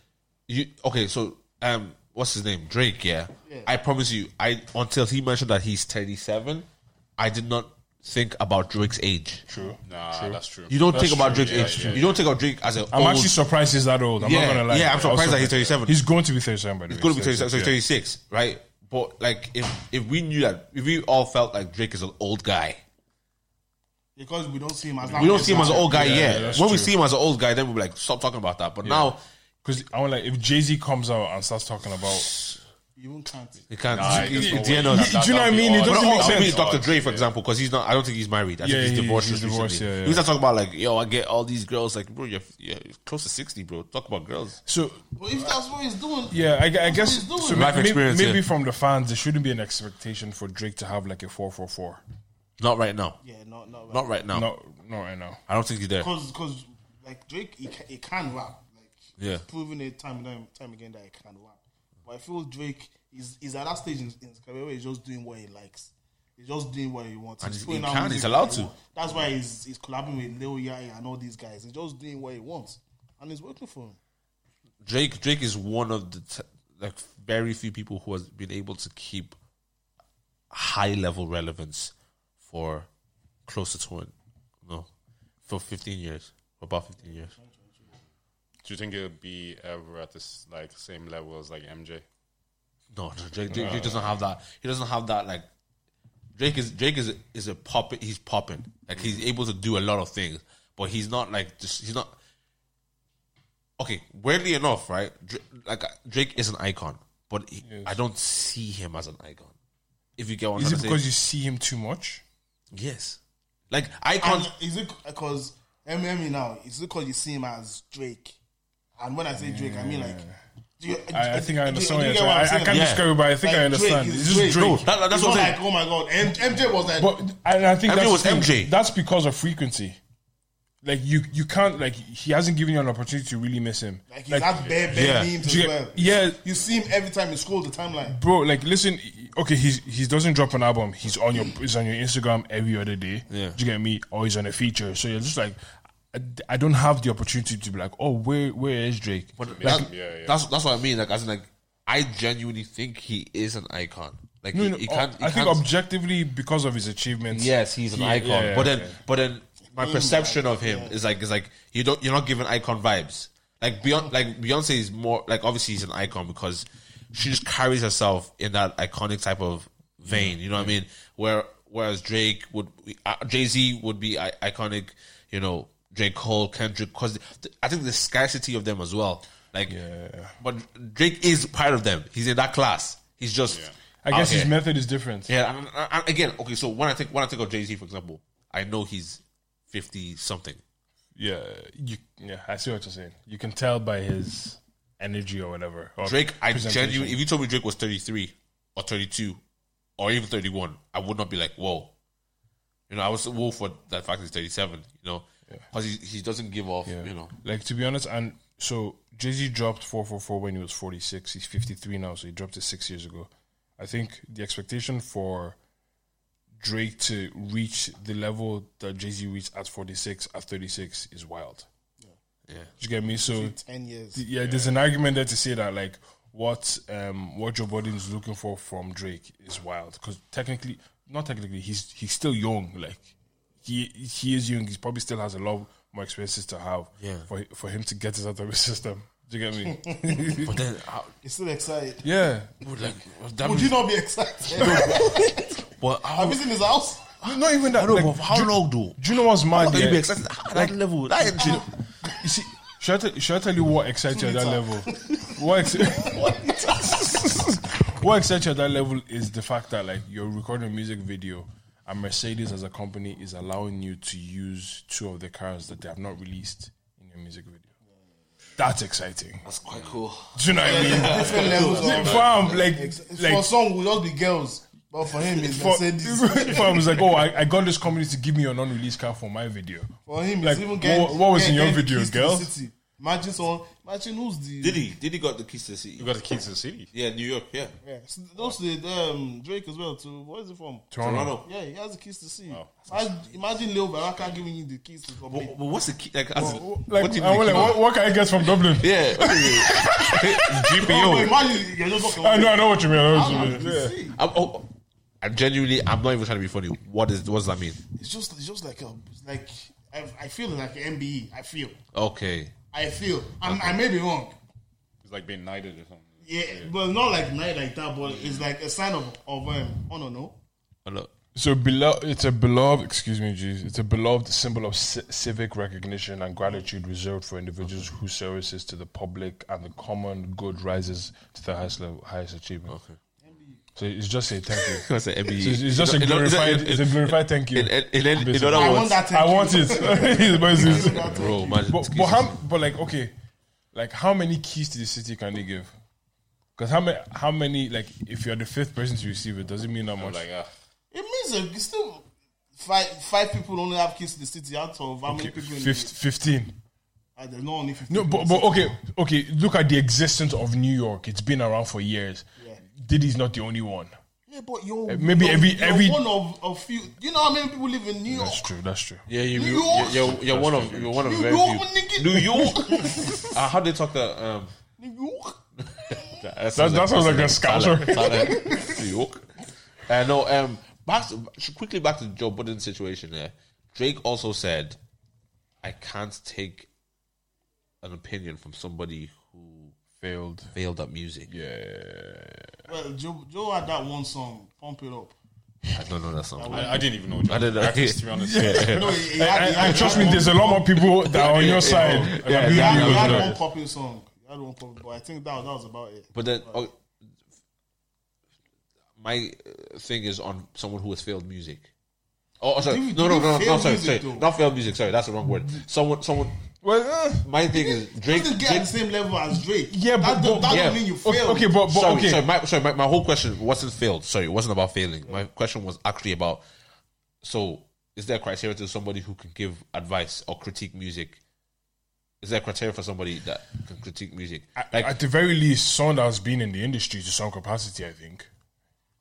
[SPEAKER 1] You okay? So um, what's his name? Drake. Yeah.
[SPEAKER 4] Yeah.
[SPEAKER 1] I promise you. I until he mentioned that he's 37, I did not think about Drake's age.
[SPEAKER 2] true.
[SPEAKER 3] Nah, that's true.
[SPEAKER 1] You don't
[SPEAKER 3] That's
[SPEAKER 1] think about
[SPEAKER 3] true,
[SPEAKER 1] Drake's
[SPEAKER 3] yeah,
[SPEAKER 1] age.
[SPEAKER 3] yeah,
[SPEAKER 1] You don't think of Drake as an.
[SPEAKER 2] I'm
[SPEAKER 1] old,
[SPEAKER 2] actually surprised he's that old. I'm
[SPEAKER 1] Yeah,
[SPEAKER 2] not gonna lie.
[SPEAKER 1] yeah, I'm
[SPEAKER 2] I was
[SPEAKER 1] surprised that he's 37.
[SPEAKER 2] He's going to be 37 by the way.
[SPEAKER 1] It's going to be 36, sorry, 36, right? But like, if if we knew that, if we all felt like Drake is an old guy,
[SPEAKER 4] because we don't see him as that
[SPEAKER 1] we don't see him as
[SPEAKER 4] person.
[SPEAKER 1] an old guy
[SPEAKER 2] Yeah,
[SPEAKER 1] yet.
[SPEAKER 2] that's
[SPEAKER 1] when we
[SPEAKER 2] true.
[SPEAKER 1] see him as an old guy, then we'll be like, stop talking about that. But now
[SPEAKER 2] Because I want like if Jay Z comes out and starts talking about
[SPEAKER 4] You even can't.
[SPEAKER 1] he can't.
[SPEAKER 3] Nah,
[SPEAKER 1] he-
[SPEAKER 3] there's
[SPEAKER 1] he-
[SPEAKER 3] no
[SPEAKER 1] the
[SPEAKER 3] way.
[SPEAKER 1] end of-
[SPEAKER 3] That- that-
[SPEAKER 2] Do you know
[SPEAKER 3] that'd
[SPEAKER 2] what I
[SPEAKER 3] be
[SPEAKER 2] mean? It
[SPEAKER 3] odd.
[SPEAKER 1] But
[SPEAKER 2] doesn't
[SPEAKER 1] it
[SPEAKER 2] make
[SPEAKER 1] also
[SPEAKER 2] sense.
[SPEAKER 1] means Dr. Dre, for example, because he's not. I don't think he's married. I
[SPEAKER 2] Yeah,
[SPEAKER 1] think he's
[SPEAKER 2] he-
[SPEAKER 1] divorced.
[SPEAKER 2] he's
[SPEAKER 1] recently.
[SPEAKER 2] divorced, yeah, yeah.
[SPEAKER 1] He was not talking about like, yo, I get all these girls. Like, bro, you're, you're close to sixty, bro. Talk about girls.
[SPEAKER 2] So
[SPEAKER 4] But if that's what he's doing,
[SPEAKER 2] yeah, I, I guess
[SPEAKER 4] he's doing.
[SPEAKER 2] so
[SPEAKER 1] Life
[SPEAKER 2] may- may-
[SPEAKER 1] experience,
[SPEAKER 2] Maybe
[SPEAKER 1] yeah.
[SPEAKER 2] from the fans, there shouldn't be an expectation for Drake to have like a four four four.
[SPEAKER 1] Not right now.
[SPEAKER 4] yeah, no, no,
[SPEAKER 1] Not right now.
[SPEAKER 2] No, no, I know.
[SPEAKER 1] I don't think he's there.
[SPEAKER 4] because because like Drake, he can, he can rap. Like
[SPEAKER 1] Yeah.
[SPEAKER 4] he's proven it time and time, time again that he can rap. But I feel Drake is is at that stage in, in his career where he's just doing what he likes. He's just doing what he wants.
[SPEAKER 1] And he-
[SPEAKER 4] putting
[SPEAKER 1] he
[SPEAKER 4] out
[SPEAKER 1] can,
[SPEAKER 4] music
[SPEAKER 1] he's
[SPEAKER 4] that
[SPEAKER 1] allowed
[SPEAKER 4] he
[SPEAKER 1] to.
[SPEAKER 4] wants. That's why he's he's collaborating with Lil Yachty and all these guys. He's just doing what he wants, and it's working for him.
[SPEAKER 1] Drake Drake is one of the t- like very few people who has been able to keep high level relevance for close to twenty no for fifteen years about fifteen years.
[SPEAKER 3] Do you think it'll be ever at this like same level as like MJ?
[SPEAKER 1] No, no Drake, Drake, Drake doesn't have that. He doesn't have that like Drake is Drake is is a pop. He's popping like he's able to do a lot of things, but he's not like just he's not. Okay, weirdly enough, right? Drake, like Drake is an icon, but he, I don't see him as an icon. If you get what I'm
[SPEAKER 2] Is
[SPEAKER 1] trying
[SPEAKER 2] it
[SPEAKER 1] to say.
[SPEAKER 2] because you see him too much?
[SPEAKER 1] yes, like
[SPEAKER 4] And
[SPEAKER 1] icons.
[SPEAKER 4] is it because Eminem E now, it's because you see him as Drake. And when I say Drake, I mean like. Do you,
[SPEAKER 2] I, I think I
[SPEAKER 4] do-
[SPEAKER 2] understand.
[SPEAKER 4] do
[SPEAKER 2] what
[SPEAKER 4] you
[SPEAKER 2] you're
[SPEAKER 4] get
[SPEAKER 2] saying.
[SPEAKER 4] what I'm
[SPEAKER 2] I, I
[SPEAKER 4] saying?
[SPEAKER 2] can't
[SPEAKER 1] Yeah.
[SPEAKER 2] describe it, but I think I
[SPEAKER 4] Like,
[SPEAKER 2] understand.
[SPEAKER 4] Drake is
[SPEAKER 2] it's just
[SPEAKER 4] Drake.
[SPEAKER 2] Drake.
[SPEAKER 1] No, that- that's
[SPEAKER 4] it's
[SPEAKER 1] what
[SPEAKER 4] not
[SPEAKER 1] I'm
[SPEAKER 4] like,
[SPEAKER 1] saying.
[SPEAKER 4] oh my god, M- MJ was like,
[SPEAKER 2] But and I think
[SPEAKER 1] Everything
[SPEAKER 2] that's
[SPEAKER 1] was
[SPEAKER 2] the thing.
[SPEAKER 1] MJ.
[SPEAKER 2] That's because of frequency. Like you, you can't like he hasn't given you an opportunity to really miss him.
[SPEAKER 4] like he's had bare, bare
[SPEAKER 1] Yeah.
[SPEAKER 4] memes
[SPEAKER 2] do
[SPEAKER 4] as
[SPEAKER 2] you-
[SPEAKER 4] well.
[SPEAKER 2] yeah.
[SPEAKER 4] You see him every time you scroll the timeline.
[SPEAKER 2] bro, like listen, okay, he's he doesn't drop an album. He's on your he's on your Instagram every other day.
[SPEAKER 1] Yeah.
[SPEAKER 2] do you get me? Or he's on a feature. So you're just like, I, I don't have the opportunity to be like, oh, where where is Drake?
[SPEAKER 1] But
[SPEAKER 2] Like,
[SPEAKER 1] that- that's that's what I mean. Like, as in, like, I genuinely think he is an icon. Like,
[SPEAKER 2] no,
[SPEAKER 1] he,
[SPEAKER 2] no, oh,
[SPEAKER 1] he can't. He
[SPEAKER 2] I think
[SPEAKER 1] can't-
[SPEAKER 2] objectively because of his achievements.
[SPEAKER 1] yes, he's an
[SPEAKER 2] he-
[SPEAKER 1] icon.
[SPEAKER 2] yeah, yeah,
[SPEAKER 1] but then,
[SPEAKER 2] yeah. Mm.
[SPEAKER 1] but then, my perception of him is like, is like you don't, you're not given icon vibes. Like Beyonce, like Beyonce is more like obviously he's an icon because she just carries herself in that iconic type of vein. You know what I mean? Where whereas Drake would, uh, Jay Z would be I- iconic. You know, J Cole, Kendrick, because I think the scarcity of them as well. Like, but Drake is part of them. He's in that class. He's just.
[SPEAKER 2] I guess
[SPEAKER 1] out
[SPEAKER 2] his
[SPEAKER 1] here.
[SPEAKER 2] method is different.
[SPEAKER 1] Yeah, and, and- and again, okay. So when I think when I think of Jay Z, for example, I know he's fifty something.
[SPEAKER 2] yeah, you, yeah. I see what you're saying. You can tell by his energy or whatever. or
[SPEAKER 1] Drake, I
[SPEAKER 2] presentation.
[SPEAKER 1] genuinely, if you told me Drake was thirty three or thirty two or even thirty one, I would not be like, whoa. You know, I was whoa for that fact he's thirty seven. You know, because he, he doesn't give off. You know,
[SPEAKER 2] Like to be honest, and so Jay Z dropped four four four when he was forty six. He's fifty three now, so he dropped it six years ago. I think the expectation for Drake to reach the level that Jay Z reached at forty six at thirty six is wild. Yeah.
[SPEAKER 1] Yeah.
[SPEAKER 2] Do you get me? So
[SPEAKER 4] 10 years.
[SPEAKER 2] yeah, there's an argument there to say that like what um what Joe Budden is looking for from Drake is wild because technically, not technically, he's he's still young. Like he he is young. He probably still has a lot more experiences to have.
[SPEAKER 1] Yeah.
[SPEAKER 2] for for him to get this out of his system. Do you get me? [laughs]
[SPEAKER 1] but then I
[SPEAKER 4] He's still excited.
[SPEAKER 2] yeah.
[SPEAKER 1] would like that.
[SPEAKER 4] Would
[SPEAKER 1] be-
[SPEAKER 4] you not be [laughs] excited?
[SPEAKER 1] but how,
[SPEAKER 4] Have you seen his house?
[SPEAKER 2] Not even that.
[SPEAKER 1] I know,
[SPEAKER 2] like,
[SPEAKER 1] but how
[SPEAKER 2] do, you-
[SPEAKER 1] long though?
[SPEAKER 2] do you know what's mad?
[SPEAKER 1] How can you
[SPEAKER 2] yeah?
[SPEAKER 1] be excited at that level? That engine.
[SPEAKER 2] You see, should I, tell, should I tell you what excites you at that level? What, ex- [laughs] what excites you at that level is the fact that like you're recording a music video and Mercedes as a company is allowing you to use two of the cars that they have not released in your music video. That's exciting.
[SPEAKER 1] That's quite cool.
[SPEAKER 2] Do you know what
[SPEAKER 1] [laughs]
[SPEAKER 2] I mean?
[SPEAKER 4] Different levels of-
[SPEAKER 2] Fam, like,
[SPEAKER 4] for
[SPEAKER 2] like
[SPEAKER 4] some, we'll just be girls. But for him, it's
[SPEAKER 2] [laughs] for,
[SPEAKER 4] Mercedes.
[SPEAKER 2] fam was like, oh, I, I got this company to give me an unreleased car for my video.
[SPEAKER 4] For him,
[SPEAKER 2] Like,
[SPEAKER 4] it's even getting,
[SPEAKER 2] what- what was in your
[SPEAKER 4] getting
[SPEAKER 2] video,
[SPEAKER 4] keys to the
[SPEAKER 2] girl?
[SPEAKER 4] city. Imagine someone. Imagine who's the.
[SPEAKER 1] Did he? Did he got the keys to the city?
[SPEAKER 3] You got the keys to the city.
[SPEAKER 1] Yeah, New York. Yeah,
[SPEAKER 2] Mm.
[SPEAKER 4] Yeah, s- those the um, Drake as well too. Where is he from?
[SPEAKER 2] Toronto.
[SPEAKER 1] Toronto.
[SPEAKER 4] Yeah, he has the keys to see. Imagine, imagine Lil Baraka giving you the keys to come.
[SPEAKER 1] But, but what's the key? Like, as,
[SPEAKER 2] Like,
[SPEAKER 1] what do you
[SPEAKER 2] I'm
[SPEAKER 1] mean the
[SPEAKER 2] like,
[SPEAKER 1] key?
[SPEAKER 2] what, what can I get from Dublin?
[SPEAKER 1] Yeah. GPO.
[SPEAKER 4] Oh, Imagine you're just
[SPEAKER 2] I
[SPEAKER 4] walking.
[SPEAKER 2] know, I know what you mean. I know what you
[SPEAKER 4] around,
[SPEAKER 2] mean.
[SPEAKER 4] you
[SPEAKER 2] Yeah.
[SPEAKER 4] see.
[SPEAKER 1] I'm, oh, I'm genuinely, I'm not even trying to be funny. What is, what does that mean?
[SPEAKER 4] It's just, it's just like, a, it's like I, I feel like an MBE. I feel,
[SPEAKER 1] Okay.
[SPEAKER 4] I feel. I'm, I may be wrong.
[SPEAKER 3] It's like being knighted or something.
[SPEAKER 4] Yeah, but not like night like that. But it's like a sign of of um, oh no no.
[SPEAKER 1] Hello. [laughs]
[SPEAKER 2] So beloved, it's a beloved. Excuse me, Jeez. It's a beloved symbol of ci- civic recognition and gratitude reserved for individuals whose services to the public and the common good rises to the highest level, highest achievement. Okay. So it's just a thank
[SPEAKER 1] [laughs]
[SPEAKER 2] you.
[SPEAKER 1] That's an MBE.
[SPEAKER 2] So it's, it's just a
[SPEAKER 1] In- in- in-
[SPEAKER 2] glorified.
[SPEAKER 1] in-
[SPEAKER 2] It's a glorified thank you.
[SPEAKER 1] In, in, in, in, in
[SPEAKER 2] Basically.
[SPEAKER 1] other
[SPEAKER 4] I
[SPEAKER 1] words,
[SPEAKER 4] want
[SPEAKER 2] [laughs]
[SPEAKER 4] that.
[SPEAKER 2] I
[SPEAKER 4] tattoo.
[SPEAKER 2] want it. It's
[SPEAKER 1] [laughs]
[SPEAKER 2] amazing.
[SPEAKER 1] bro, man.
[SPEAKER 2] but but how? But like, okay, like how many keys to the city can they give? Because how many? How many? Like, if you're the fifth person to receive it, doesn't mean that much.
[SPEAKER 3] Like, ah,
[SPEAKER 4] It means that it's still five five people only have keys to the city out of how many people in
[SPEAKER 2] Fif- 15.
[SPEAKER 4] the, uh, there's not only 50
[SPEAKER 2] No, but, but okay, okay. Look at the existence of New York. It's been around for years.
[SPEAKER 4] Yeah.
[SPEAKER 2] Diddy's not the only one.
[SPEAKER 4] yeah, but you're
[SPEAKER 2] maybe
[SPEAKER 4] you're-
[SPEAKER 2] every-
[SPEAKER 4] you're
[SPEAKER 2] every-
[SPEAKER 4] one of a few. Do you know how many people live in New York?
[SPEAKER 2] That's true. That's true.
[SPEAKER 1] Yeah, you,
[SPEAKER 4] New
[SPEAKER 1] you, you're,
[SPEAKER 4] York.
[SPEAKER 1] you're, you're one of, you're one of
[SPEAKER 4] New
[SPEAKER 1] very
[SPEAKER 4] York,
[SPEAKER 1] few.
[SPEAKER 4] nigga.
[SPEAKER 1] New York.
[SPEAKER 2] [laughs]
[SPEAKER 1] uh, how they talk that? Um,
[SPEAKER 4] New York.
[SPEAKER 1] that,
[SPEAKER 2] That- that sounds like a scouser.
[SPEAKER 1] New York. Uh, no, um, back to, quickly back to Joe Budden's situation. There, Drake also said, "I can't take an opinion from somebody who
[SPEAKER 2] Failed.
[SPEAKER 1] failed at music." Yeah,
[SPEAKER 4] Well, Joe, Joe had that one song, Pump
[SPEAKER 2] [laughs]
[SPEAKER 4] It Up.
[SPEAKER 1] I don't know that song.
[SPEAKER 3] I, I didn't even know. John.
[SPEAKER 1] I didn't know.
[SPEAKER 3] Records, to
[SPEAKER 1] [laughs]
[SPEAKER 3] be honest.
[SPEAKER 4] No, he, he had, he
[SPEAKER 2] And,
[SPEAKER 4] had
[SPEAKER 2] and trust me,
[SPEAKER 4] one-
[SPEAKER 2] there's a lot more people that are on your side. And I'm
[SPEAKER 4] He
[SPEAKER 2] being
[SPEAKER 4] had,
[SPEAKER 2] real
[SPEAKER 4] he
[SPEAKER 2] with
[SPEAKER 4] had
[SPEAKER 2] that.
[SPEAKER 4] one popular song. He had one popular, but I think that, that was about it.
[SPEAKER 1] But then, oh, my uh, thing is on someone who has failed music. Oh, sorry.
[SPEAKER 4] Did we-
[SPEAKER 1] no,
[SPEAKER 4] did
[SPEAKER 1] no,
[SPEAKER 4] we
[SPEAKER 1] no,
[SPEAKER 4] fail
[SPEAKER 1] no, sorry,
[SPEAKER 4] music
[SPEAKER 1] sorry.
[SPEAKER 4] though?
[SPEAKER 1] Not fail music. Sorry, that's the wrong word. Someone, someone.
[SPEAKER 2] Well, uh,
[SPEAKER 1] My thing is Drake.
[SPEAKER 4] didn't get
[SPEAKER 1] Drake-
[SPEAKER 4] at the same level as Drake.
[SPEAKER 2] yeah, but,
[SPEAKER 4] that, don't-
[SPEAKER 2] but-
[SPEAKER 4] that
[SPEAKER 1] yeah.
[SPEAKER 4] don't mean you
[SPEAKER 2] okay,
[SPEAKER 4] failed. Uh,
[SPEAKER 2] Okay, but, but
[SPEAKER 1] sorry,
[SPEAKER 2] okay.
[SPEAKER 1] sorry, my, sorry my, my whole question wasn't failed. Sorry, it wasn't about failing. My question was actually about so is there a criteria to somebody who can give advice or critique music? Is there a criteria for somebody that can critique music? Like
[SPEAKER 2] At the very least, someone that has been in the industry to some capacity, I think.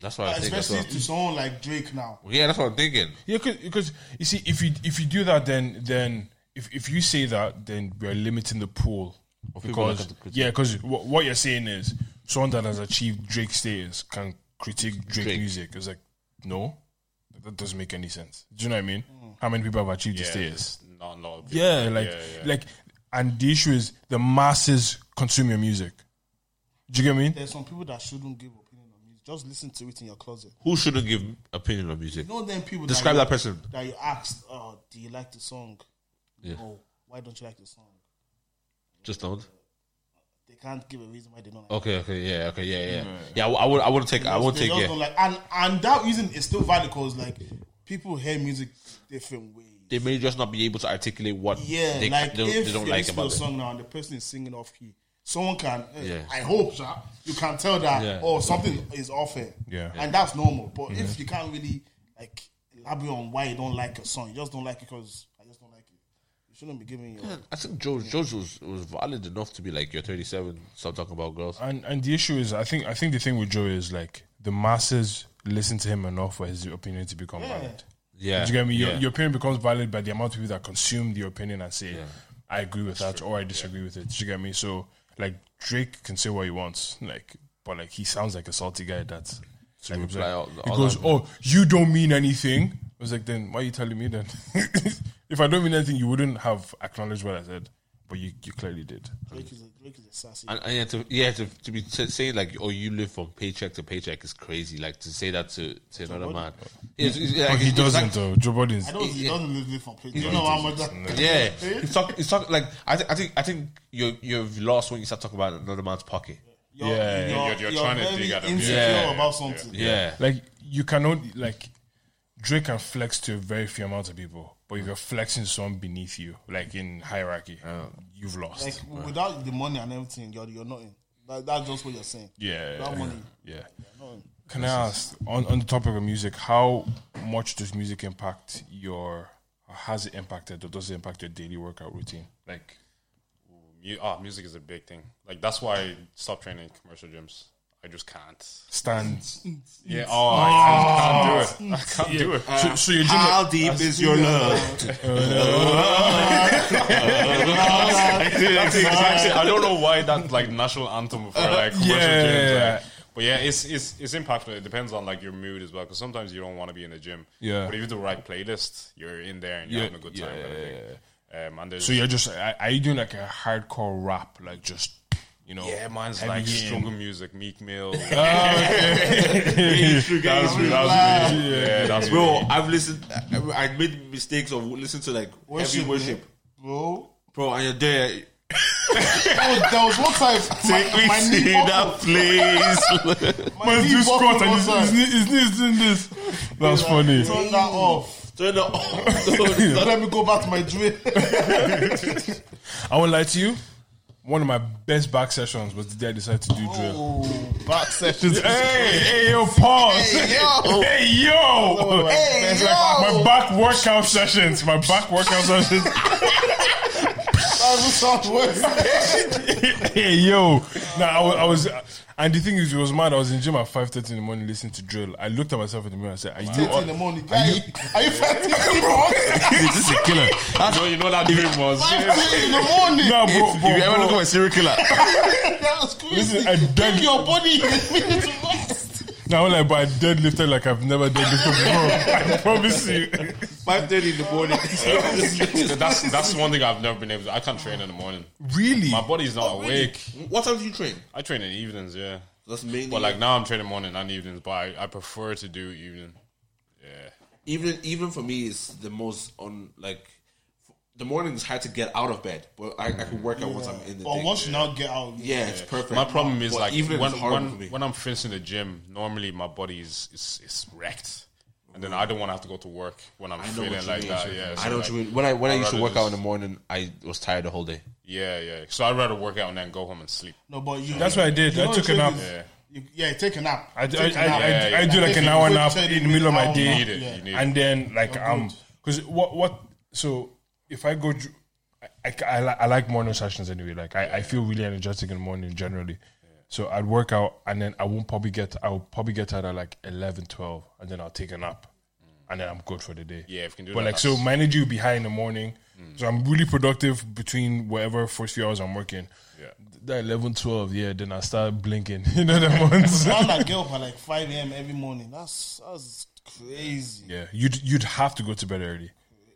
[SPEAKER 1] that's what I think. That's
[SPEAKER 4] especially
[SPEAKER 1] what,
[SPEAKER 4] to someone like Drake now.
[SPEAKER 1] yeah, that's what I'm thinking.
[SPEAKER 2] Yeah, because you see, if you if you do that, then then if, if you say that, then we're limiting the pool
[SPEAKER 1] people that
[SPEAKER 2] because
[SPEAKER 1] can critique.
[SPEAKER 2] yeah, because what, what you're saying is someone that has achieved Drake status can critique Drake,
[SPEAKER 1] Drake.
[SPEAKER 2] music. It's like no, that doesn't make any sense. Do you know what I mean? How many people have achieved the status?
[SPEAKER 3] It's Not a lot of people.
[SPEAKER 2] Yeah, like like, and the issue is the masses consume your music. Do you get what I mean?
[SPEAKER 4] There's some people that shouldn't give opinion on music. Just listen to it in your closet.
[SPEAKER 1] Who shouldn't give opinion on music?
[SPEAKER 4] You know them people.
[SPEAKER 1] Describe
[SPEAKER 4] that,
[SPEAKER 1] that person.
[SPEAKER 4] you, that you asked, "Oh, do you like the song?"
[SPEAKER 1] Yeah.
[SPEAKER 4] No. Why don't you like the song?
[SPEAKER 1] Just don't.
[SPEAKER 4] They can't give a reason why they
[SPEAKER 2] Oh,
[SPEAKER 4] don't. Like
[SPEAKER 1] Okay, okay, yeah, okay, yeah, yeah. Yeah, I, w- I would, I would take, I
[SPEAKER 4] Because
[SPEAKER 1] won't
[SPEAKER 4] they
[SPEAKER 1] take
[SPEAKER 4] just
[SPEAKER 1] yeah.
[SPEAKER 4] don't like, and and that reason is still valid because like people hear music different ways.
[SPEAKER 1] They may just not be able to articulate what
[SPEAKER 4] Yeah,
[SPEAKER 1] they,
[SPEAKER 4] like
[SPEAKER 1] they,
[SPEAKER 4] if
[SPEAKER 1] they don't
[SPEAKER 4] you
[SPEAKER 1] like
[SPEAKER 4] listen to a
[SPEAKER 1] about it.
[SPEAKER 4] song now and the person is singing off key, someone can. eh,
[SPEAKER 1] Yeah.
[SPEAKER 4] I hope, sir, you can tell that
[SPEAKER 1] Yeah.
[SPEAKER 4] or something is off here.
[SPEAKER 2] Yeah.
[SPEAKER 4] and that's normal. But if you can't really like elaborate on why you don't like a song, you just don't like it because I just don't like it. You shouldn't be giving your.
[SPEAKER 1] I think George, George was, was valid enough to be like, you're 37, stop talking about girls.
[SPEAKER 2] And and the issue is, I think I think the thing with Joe is like the masses listen to him enough for his opinion to become valid.
[SPEAKER 1] Yeah.
[SPEAKER 2] Do you get me? Your,
[SPEAKER 1] Yeah.
[SPEAKER 2] your opinion becomes valid by the amount of people that consume the opinion and say, "I agree with that" or "I disagree with it." Do you get me? So like Drake can say what he wants, like, but like he sounds like a salty guy that's. So like,
[SPEAKER 1] reply all-
[SPEAKER 2] he
[SPEAKER 1] all
[SPEAKER 2] goes,
[SPEAKER 1] that-
[SPEAKER 2] "Oh, you don't mean anything." I was like, "Then why are you telling me then? [laughs] if I don't mean anything, you wouldn't have acknowledged what I said, but you, you clearly did."
[SPEAKER 4] Drake is a, Drake is a sassy.
[SPEAKER 1] And, and yeah, to, yeah, to, to be t- saying like, oh, you live from paycheck to paycheck is crazy. Like to say that to, to another man, It's- it's like-
[SPEAKER 2] But he
[SPEAKER 1] it's
[SPEAKER 2] doesn't
[SPEAKER 1] like-
[SPEAKER 2] though. Joe Budden's
[SPEAKER 4] I don't. He
[SPEAKER 1] Yeah.
[SPEAKER 4] doesn't live from play. Do you know how much that?
[SPEAKER 1] yeah, it's talk, it's talk, like I, th- I think I think you you've lost when you start talking about another man's pocket.
[SPEAKER 4] You're,
[SPEAKER 2] Yeah,
[SPEAKER 4] you're,
[SPEAKER 3] you're- you're trying to
[SPEAKER 4] very
[SPEAKER 3] dig at him.
[SPEAKER 4] insecure
[SPEAKER 1] Yeah.
[SPEAKER 4] about something.
[SPEAKER 3] [laughs]
[SPEAKER 1] Yeah,
[SPEAKER 2] like you cannot like Drake can flex to a very few amount of people, but if you're flexing someone beneath you, like in hierarchy, you've lost.
[SPEAKER 4] Like without the money and everything, you're you're nothing. That, that's just what you're saying.
[SPEAKER 2] yeah,
[SPEAKER 4] Without
[SPEAKER 2] yeah,
[SPEAKER 4] money,
[SPEAKER 2] yeah.
[SPEAKER 4] you're nothing.
[SPEAKER 2] Can I ask on, on the topic of music, how much does music impact your? Has it impacted or does it impact your daily workout routine? Like,
[SPEAKER 3] Mu- ah, music is a big thing. Like that's why I stopped training in commercial gyms. I just can't.
[SPEAKER 2] stands.
[SPEAKER 3] Yeah. Oh, I, I
[SPEAKER 2] Ah.
[SPEAKER 3] just can't do it. I can't do
[SPEAKER 2] [laughs]
[SPEAKER 3] it.
[SPEAKER 2] so, so your gym,
[SPEAKER 1] deep is your love?
[SPEAKER 3] That's the exact same- I don't know why that like national anthem for like commercial
[SPEAKER 2] Yeah,
[SPEAKER 3] gyms. like.
[SPEAKER 2] Uh, yeah.
[SPEAKER 3] But yeah, it's it's it's impactful. It depends on like your mood as well, because sometimes you don't want to be in the gym.
[SPEAKER 2] Yeah.
[SPEAKER 3] But if you do the right playlist, you're in there and you're
[SPEAKER 2] Yeah,
[SPEAKER 3] having a good time.
[SPEAKER 2] yeah,
[SPEAKER 3] kind of thing. Um, and there's
[SPEAKER 2] so you're just are, are you doing like a hardcore rap, like just you know?
[SPEAKER 3] yeah, mine's
[SPEAKER 2] heavy
[SPEAKER 3] like
[SPEAKER 2] hitting?
[SPEAKER 3] stronger music, Meek [laughs] Mill. that was, that was me. Yeah, that's me.
[SPEAKER 1] Bro, I've listened. I- I made mistakes of listening to like
[SPEAKER 4] Worship,
[SPEAKER 1] heavy worship,
[SPEAKER 4] bro.
[SPEAKER 1] bro. And you're there.
[SPEAKER 4] Oh, there was
[SPEAKER 2] [laughs]
[SPEAKER 4] one time my, my knee buckled.
[SPEAKER 1] place.
[SPEAKER 4] [laughs] My
[SPEAKER 2] Man,
[SPEAKER 4] knee
[SPEAKER 2] do squats
[SPEAKER 4] buckled
[SPEAKER 2] and
[SPEAKER 4] one
[SPEAKER 2] his, his,
[SPEAKER 4] time.
[SPEAKER 2] knee- his knee is doing this. That's funny.
[SPEAKER 4] Turn that off.
[SPEAKER 1] Turn it
[SPEAKER 4] [laughs]
[SPEAKER 1] off.
[SPEAKER 2] [laughs]
[SPEAKER 4] Don't let me go back to my drill.
[SPEAKER 2] I won't lie to you. One of my best back sessions was the day I decided to do drill.
[SPEAKER 4] Oh, back sessions.
[SPEAKER 2] Hey, hey, yo, pause. [laughs] Hey,
[SPEAKER 4] yo.
[SPEAKER 2] yo.
[SPEAKER 4] Hey,
[SPEAKER 2] It's
[SPEAKER 4] yo.
[SPEAKER 2] like my back workout sessions. My back workout sessions. [laughs]
[SPEAKER 4] That's what sounds worse.
[SPEAKER 2] hey, yo. Nah, I wa- I was, and the thing is, it was mad. I was in gym at 5.30 in the morning listening to drill. I looked at myself in the mirror and said, are you,
[SPEAKER 4] [laughs] Eight in the morning. Are you, are you fighting the
[SPEAKER 1] this is a killer. That's
[SPEAKER 3] You know that dream was.
[SPEAKER 4] in the morning?
[SPEAKER 2] [laughs] Nah, bro, bro, bro.
[SPEAKER 1] at serial killer,
[SPEAKER 4] [laughs] That was crazy.
[SPEAKER 2] Listen, I dead-
[SPEAKER 4] [laughs] Give your body a minute to rest.
[SPEAKER 2] Now, like, but I deadlifted like I've never deadlifted before. [laughs] I promise you.
[SPEAKER 1] five thirty in the morning.
[SPEAKER 3] That's that's one thing I've never been able to. I can't train in the morning.
[SPEAKER 2] Really?
[SPEAKER 3] My body's not
[SPEAKER 1] Oh,
[SPEAKER 3] awake.
[SPEAKER 1] what time do you train?
[SPEAKER 3] I train in evenings, yeah.
[SPEAKER 1] That's mainly
[SPEAKER 3] But like now I'm training morning and evenings, but I, I prefer to do evening. Yeah.
[SPEAKER 1] even even for me it's the most on like f- the morning is hard to get out of bed, but I, I can work out Oh, once I'm in the.
[SPEAKER 4] But
[SPEAKER 1] thing.
[SPEAKER 4] once you now get out,
[SPEAKER 1] yeah, it's perfect.
[SPEAKER 3] My problem is
[SPEAKER 1] But
[SPEAKER 3] like
[SPEAKER 1] evening
[SPEAKER 3] when
[SPEAKER 1] is horrible for me.
[SPEAKER 3] when, when I'm finishing the gym, normally my body is is, is wrecked. And and then I don't want to have to go to work when I'm feeling like that. Yeah, so
[SPEAKER 1] I know
[SPEAKER 3] like-
[SPEAKER 1] what you mean. When I when I used to
[SPEAKER 3] rather
[SPEAKER 1] work out in
[SPEAKER 3] just-
[SPEAKER 1] the morning, I was tired the whole day.
[SPEAKER 3] Yeah, yeah. So I'd rather work out and then go home and sleep.
[SPEAKER 4] No, but you.
[SPEAKER 2] That's what I did.
[SPEAKER 4] you
[SPEAKER 2] I
[SPEAKER 4] know
[SPEAKER 2] took a
[SPEAKER 4] the
[SPEAKER 2] nap.
[SPEAKER 4] trick is- you- Yeah, take a nap.
[SPEAKER 2] I, I,
[SPEAKER 4] Take a
[SPEAKER 2] I,
[SPEAKER 4] nap.
[SPEAKER 2] I, I do like
[SPEAKER 4] Take
[SPEAKER 2] an
[SPEAKER 4] a
[SPEAKER 2] hour
[SPEAKER 4] quick
[SPEAKER 2] nap
[SPEAKER 4] 30
[SPEAKER 2] in the middle of my
[SPEAKER 4] minute
[SPEAKER 2] day,
[SPEAKER 4] hour
[SPEAKER 3] You need it. You need it.
[SPEAKER 2] and then like
[SPEAKER 4] You're
[SPEAKER 2] um,
[SPEAKER 4] good.
[SPEAKER 2] because what what so if I go, dr- I, I, I, li- I like morning sessions anyway. Like I, I feel really energetic in the morning generally. So I'd work out and then I won't probably get I'll probably get out at like 11, 12 and then I'll take a nap and then I'm good for the day.
[SPEAKER 3] Mm. Yeah, if you can do
[SPEAKER 2] But
[SPEAKER 3] that,
[SPEAKER 2] like so
[SPEAKER 3] that's- Mm.
[SPEAKER 2] my energy will be high in the morning. So I'm really productive between whatever first few hours I'm working.
[SPEAKER 3] Yeah.
[SPEAKER 2] That 11, 12, yeah, then I start blinking. [laughs] You know that ones.
[SPEAKER 4] Man that get up at like 5 a.m. every morning. That's that's crazy.
[SPEAKER 2] Yeah, you'd you'd have to go to bed early.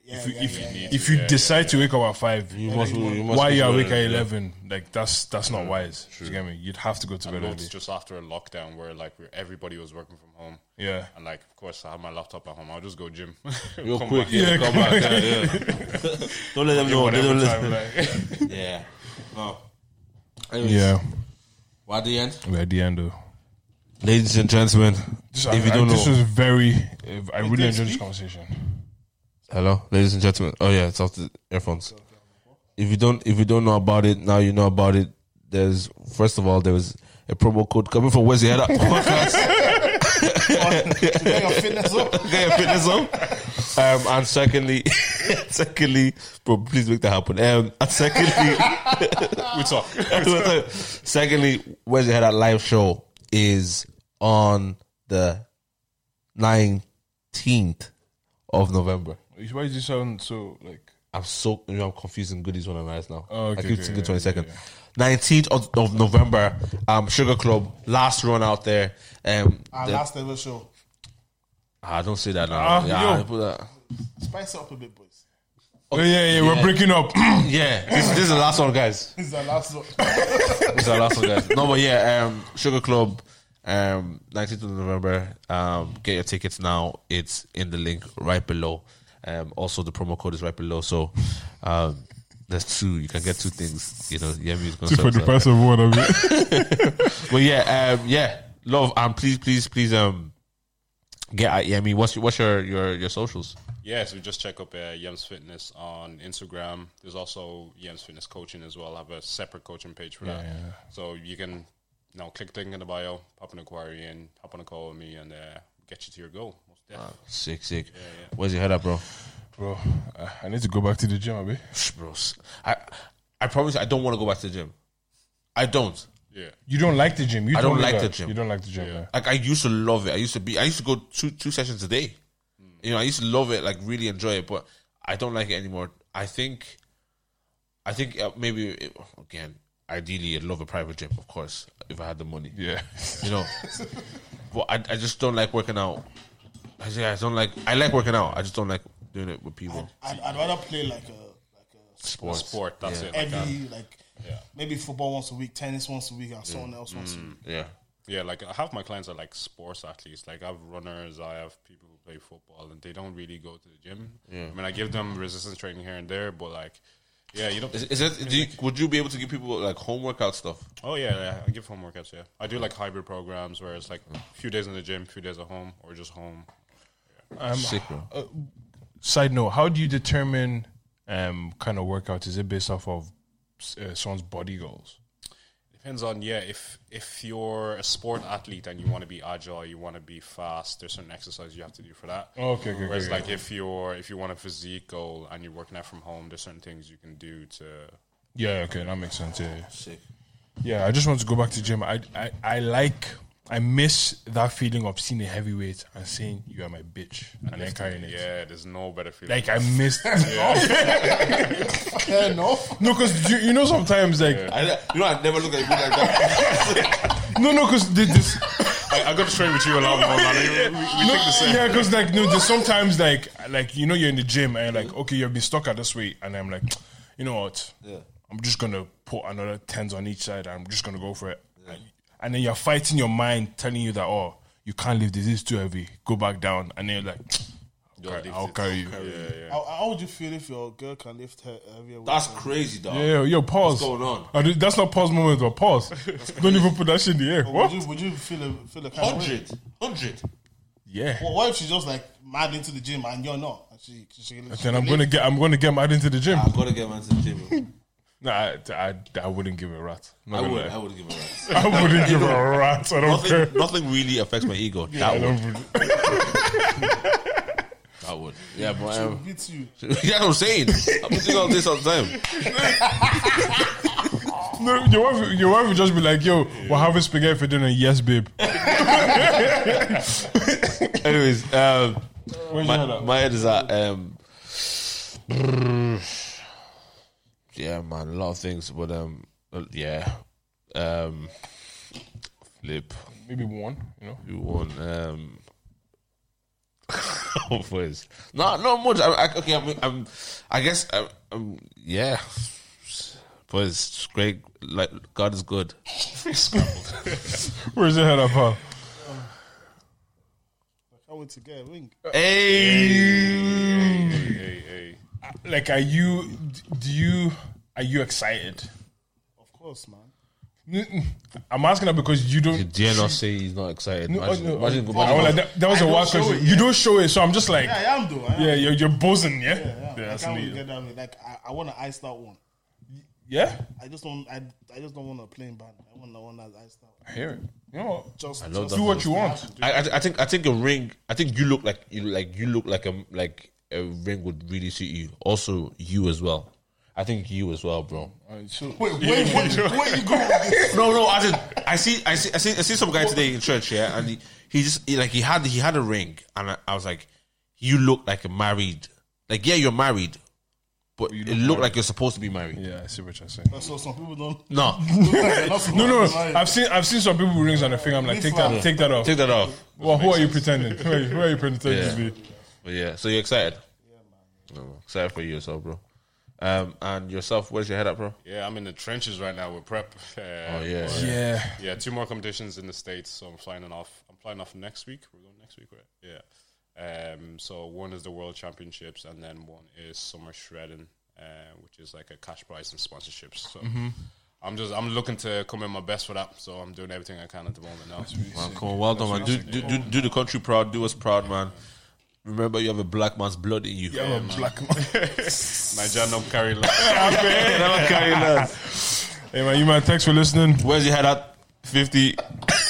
[SPEAKER 4] Yeah,
[SPEAKER 2] if you,
[SPEAKER 4] yeah,
[SPEAKER 2] if,
[SPEAKER 4] yeah,
[SPEAKER 2] you-
[SPEAKER 4] yeah.
[SPEAKER 2] if you decide to wake up at five,
[SPEAKER 1] must- you must
[SPEAKER 2] why
[SPEAKER 1] go
[SPEAKER 2] you
[SPEAKER 1] to
[SPEAKER 2] are
[SPEAKER 1] bed
[SPEAKER 2] awake at
[SPEAKER 1] early, yeah.
[SPEAKER 2] eleven? Like that's that's not wise. Do you get me? You'd have to go to bed early.
[SPEAKER 3] It's just after a lockdown where like where everybody was working from home.
[SPEAKER 2] Yeah.
[SPEAKER 3] And like, of course, I had my laptop at home. I'll just go gym. [laughs]
[SPEAKER 1] Real
[SPEAKER 3] Come
[SPEAKER 1] quick,
[SPEAKER 3] back.
[SPEAKER 1] yeah, come back. Yeah, [laughs] yeah. don't let them know. They don't
[SPEAKER 2] Time,
[SPEAKER 1] let. [laughs]
[SPEAKER 2] like-
[SPEAKER 1] Yeah. No. Anyways,
[SPEAKER 2] yeah,
[SPEAKER 1] We're at the end,
[SPEAKER 2] we're at the end though.
[SPEAKER 1] ladies and gentlemen.
[SPEAKER 2] Just,
[SPEAKER 1] if
[SPEAKER 2] I,
[SPEAKER 1] you
[SPEAKER 2] I-
[SPEAKER 1] don't know,
[SPEAKER 2] this was very. I really enjoyed this
[SPEAKER 4] speak?
[SPEAKER 2] conversation.
[SPEAKER 1] Hello, ladies and gentlemen. Oh yeah, it's off the earphones. If you don't, if you don't know about it, now you know about it. There's first of all, there was a promo code coming from Wesley Head Podcast.
[SPEAKER 4] Get your fitness up.
[SPEAKER 1] [laughs] Get your fitness up. Um, and secondly, [laughs] secondly, bro, please make that happen. Um, and secondly, [laughs]
[SPEAKER 3] We talk.
[SPEAKER 1] secondly, Wesley Head at live show is on the nineteenth of November.
[SPEAKER 2] Why did you sound so like?
[SPEAKER 1] I'm so you know, I'm confusing goodies one another now.
[SPEAKER 2] Oh, okay,
[SPEAKER 1] I keep
[SPEAKER 2] okay,
[SPEAKER 1] thinking
[SPEAKER 2] yeah,
[SPEAKER 1] twenty second. Nineteenth of, of November, um, Sugar Club, last run out there. Um,
[SPEAKER 4] Our
[SPEAKER 1] the-
[SPEAKER 4] last ever show.
[SPEAKER 1] ah, don't say that now.
[SPEAKER 2] Ah,
[SPEAKER 1] yeah,
[SPEAKER 2] yo.
[SPEAKER 1] put that.
[SPEAKER 4] Spice it up a bit, boys. [laughs]
[SPEAKER 2] Oh, yeah, yeah, we're breaking
[SPEAKER 4] [coughs]
[SPEAKER 2] up.
[SPEAKER 1] yeah this, this is the last one, guys.
[SPEAKER 4] This is our
[SPEAKER 2] [laughs]
[SPEAKER 4] last one.
[SPEAKER 1] This is the last one, guys. No, but yeah, um, Sugar Club, um, nineteenth of November. Um, get your tickets now. It's in the link right below. Um, also the promo code is right below. So, um, there's two. You can get two things. You know, yeah, me is gonna
[SPEAKER 2] for
[SPEAKER 1] sell-
[SPEAKER 2] the
[SPEAKER 1] sell.
[SPEAKER 2] price of one of it.
[SPEAKER 1] [laughs] But yeah, um, yeah, love and please, please, please, um, get at Yemi. What's your, what's your your your socials?
[SPEAKER 3] Yeah, so just check up uh, Yems Fitness on Instagram. There's also Yems Fitness Coaching as well. I have a separate coaching page for that. So you can now click link in the bio, pop an inquiry in, hop on a call with me, and uh, get you to your goal.
[SPEAKER 1] Uh,
[SPEAKER 3] Most definitely.
[SPEAKER 1] Sick, sick. Where's your head at, bro?
[SPEAKER 2] Bro, I- I need to go back to the gym, abi.
[SPEAKER 1] Psh, Bro, s- I I promise I don't want to go back to the gym. I don't.
[SPEAKER 3] Yeah.
[SPEAKER 2] You don't like the gym. You
[SPEAKER 1] I don't
[SPEAKER 2] told me
[SPEAKER 1] like
[SPEAKER 2] that.
[SPEAKER 1] the gym.
[SPEAKER 2] You don't like the gym. yeah.
[SPEAKER 1] Like I used to love it. I used to be. I used to go two two sessions a day. You know, I used to love it. Like really enjoy it, but I don't like it anymore. I think, I think uh, maybe it, again. Ideally, I'd love a private gym, of course, if I had the money.
[SPEAKER 2] Yeah.
[SPEAKER 1] you know. but I, I just don't like working out. I say I don't like. I like working out. I just don't like doing it with people.
[SPEAKER 4] I'd, I'd rather play like a like a
[SPEAKER 1] Sports.
[SPEAKER 3] Sport, that's it. Like uh, that.
[SPEAKER 4] every like maybe football once a week, tennis once a week, and
[SPEAKER 2] Mm,
[SPEAKER 4] someone else once a week.
[SPEAKER 1] Yeah.
[SPEAKER 3] Yeah, like I have my clients are like sports athletes. Like I have runners, I have people who play football, and they don't really go to the gym. Yeah. I mean, I give them resistance training here and there, but like, yeah, you don't.
[SPEAKER 1] Is, is it? Do you, would you be able to give people like home workout stuff?
[SPEAKER 3] oh yeah, yeah, I give home workouts. Yeah, I do like hybrid programs where it's like a few days in the gym, few days at home, or just home.
[SPEAKER 1] Sick, bro.
[SPEAKER 2] Side note: How do you determine um kind of workout? Is it based off of uh, someone's body goals?
[SPEAKER 3] Depends on yeah. If if you're a sport athlete and you want to be agile, you want to be fast. There's certain exercises you have to do for that.
[SPEAKER 2] Oh, Okay, okay,
[SPEAKER 3] Whereas
[SPEAKER 2] okay,
[SPEAKER 3] like if you're if you want a physique goal and you're working out from home, there's certain things you can do to
[SPEAKER 2] Yeah, okay, that makes sense. Yeah, yeah.
[SPEAKER 1] Sick.
[SPEAKER 2] yeah I just want to go back to gym. I, I I like I miss that feeling of seeing a heavyweight and saying you are my bitch and then carrying it.
[SPEAKER 3] Yeah, there's no better feeling.
[SPEAKER 2] Like I missed.
[SPEAKER 4] Fair enough.
[SPEAKER 2] no, because you, you know sometimes like
[SPEAKER 1] I, you know, I've never looked at you like that. [laughs]
[SPEAKER 2] no, no, because this.
[SPEAKER 3] I, I got to train with you a lot more, man. We, we
[SPEAKER 2] No,
[SPEAKER 3] think the same.
[SPEAKER 2] yeah, because like no, there's sometimes like like you know you're in the gym and you're like okay you've been stuck at this weight and I'm like, you know what? Yeah. I'm just gonna put another tens on each side. I'm just gonna go for it. And, and then you're fighting your mind telling you that oh you can't lift this. It's too heavy. Go back down. And then you're like,
[SPEAKER 3] Don't lift
[SPEAKER 2] I'll
[SPEAKER 3] it.
[SPEAKER 2] carry you.
[SPEAKER 4] How, how would you feel if your girl can lift her heavier weight?
[SPEAKER 1] That's crazy, dog.
[SPEAKER 2] Yeah, yo,
[SPEAKER 1] What's
[SPEAKER 2] pause.
[SPEAKER 1] going on?
[SPEAKER 2] I do- that's not pause moment, but pause. Don't even put that shit in the air.
[SPEAKER 4] would
[SPEAKER 2] What?
[SPEAKER 4] you would you feel a feel a kind of way?
[SPEAKER 1] Hundred. Hundred.
[SPEAKER 2] Yeah.
[SPEAKER 4] Well, what if she's just like mad into the gym and you're not? And she, she, she, she
[SPEAKER 2] Then I'm gonna get I'm gonna get mad into the gym.
[SPEAKER 5] I'm gonna get man to the gym.
[SPEAKER 2] Nah, I, I, I wouldn't give a rat. I'm
[SPEAKER 5] I
[SPEAKER 2] not gonna
[SPEAKER 5] would. I
[SPEAKER 2] lie.
[SPEAKER 5] would give a rat.
[SPEAKER 2] I wouldn't give a rat. I don't care.
[SPEAKER 1] [laughs] Nothing, nothing really affects my ego.
[SPEAKER 2] I
[SPEAKER 1] that would.
[SPEAKER 2] don't really-
[SPEAKER 1] [laughs] That would. Yeah, but um,
[SPEAKER 4] beats you.
[SPEAKER 1] [laughs] yeah, I'm
[SPEAKER 2] [laughs]
[SPEAKER 1] saying. I'm thinking all this all the time.
[SPEAKER 2] No, your wife, your wife would just be like, "Yo, we're having spaghetti for dinner." Yes, babe.
[SPEAKER 1] Anyways, um,
[SPEAKER 2] Where's your head
[SPEAKER 1] my,
[SPEAKER 2] at?
[SPEAKER 1] my head is at um, yeah, man, a lot of things, but um, uh, yeah, um, flip,
[SPEAKER 2] Maybe one. You know,
[SPEAKER 1] you won, um, [laughs] first, not not much. I, I, okay, I'm, I'm, I guess, I'm, I'm yeah, but it's great. Like God is good.
[SPEAKER 2] where's your head up, pal?
[SPEAKER 4] I can't wait to get a ring.
[SPEAKER 1] Hey,
[SPEAKER 3] Hey, hey.
[SPEAKER 2] Like, are you? Do you? Are you excited?
[SPEAKER 4] Of course, man.
[SPEAKER 2] Mm-mm. I'm asking that because you don't.
[SPEAKER 1] dare not say he's not excited.
[SPEAKER 2] No,
[SPEAKER 1] Imagine,
[SPEAKER 2] Oh, no,
[SPEAKER 1] imagine,
[SPEAKER 2] I
[SPEAKER 1] imagine,
[SPEAKER 2] was like, that, that was
[SPEAKER 4] I
[SPEAKER 2] a
[SPEAKER 4] don't
[SPEAKER 2] wild
[SPEAKER 4] show
[SPEAKER 2] question.
[SPEAKER 4] it,
[SPEAKER 2] You don't show it, so I'm just like,
[SPEAKER 4] Yeah,
[SPEAKER 2] yeah,
[SPEAKER 4] I am though. I am.
[SPEAKER 2] you're, you're buzzing, yeah.
[SPEAKER 4] yeah.
[SPEAKER 2] Yeah,
[SPEAKER 4] I
[SPEAKER 2] that's
[SPEAKER 4] can't wait
[SPEAKER 2] neat.
[SPEAKER 4] to get that ring. Like I, I want to ice that one.
[SPEAKER 2] yeah.
[SPEAKER 4] I just don't. I, I just don't want a plain band. I want the one that's iced out.
[SPEAKER 2] I hear it. You know, what?
[SPEAKER 4] Just
[SPEAKER 1] I love
[SPEAKER 4] just
[SPEAKER 1] that
[SPEAKER 2] do what you want.
[SPEAKER 1] I, I, I think I think a ring. I think you look like you like you look like a like a ring would really suit you. Also, you as well. I think you as well, bro.
[SPEAKER 4] Wait,
[SPEAKER 2] [laughs]
[SPEAKER 4] wait, wait, where you going? with this?
[SPEAKER 1] No, no. I did. I see. I see. I see. I see some guy today in church. Yeah, and he, he just he, like he had he had a ring, and I, I was like, you look like a married. Like yeah, you're married, but you look it looked like you're supposed to be married.
[SPEAKER 2] Yeah, I see what you're saying.
[SPEAKER 4] So some
[SPEAKER 2] [laughs]
[SPEAKER 4] people don't.
[SPEAKER 1] No,
[SPEAKER 2] No, no, I've seen I've seen some people with rings on their finger. I'm like, take that, take that off.
[SPEAKER 1] take that off.
[SPEAKER 2] Well, who are you pretending? Who are you, who are you pretending to be?
[SPEAKER 1] But yeah, so you're excited. Yeah, man. excited for you as well, bro. Um, and yourself, where's your head at, bro?
[SPEAKER 3] Yeah, I'm in the trenches right now with prep. Uh,
[SPEAKER 1] Oh yeah,
[SPEAKER 2] Yeah,
[SPEAKER 3] Yeah, two more competitions in the states, so I'm flying off. I'm flying off next week. We're going next week, right? Yeah. Um, so one is the World Championships, and then one is Summer Shredding, uh, which is like a cash prize and sponsorships. So I'm just I'm looking to come in my best for that. So I'm doing everything I can at the moment now.
[SPEAKER 1] Man, come on, well done, man. Do, do, do, do the country proud. Do us proud, man. Remember, you have a black man's blood in you.
[SPEAKER 2] I'm a black [laughs] man.
[SPEAKER 3] Nigeria don't [laughs] carry love.
[SPEAKER 1] Never carry
[SPEAKER 2] [laughs]
[SPEAKER 1] that.
[SPEAKER 2] Hey man, you man, thanks for listening.
[SPEAKER 1] Where's your head at? 50. [laughs]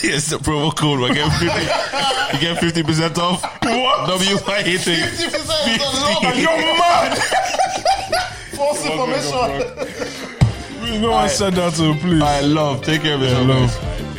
[SPEAKER 1] yes, the promo code. We're getting 50. you get 50%
[SPEAKER 2] [laughs]
[SPEAKER 1] off. What? WY hitting.
[SPEAKER 2] You're mad.
[SPEAKER 4] False information.
[SPEAKER 2] No one said that to.
[SPEAKER 1] [laughs]
[SPEAKER 2] Please.
[SPEAKER 1] I love. Take care of
[SPEAKER 2] Yeah,
[SPEAKER 1] yourself.
[SPEAKER 2] love.
[SPEAKER 1] guys.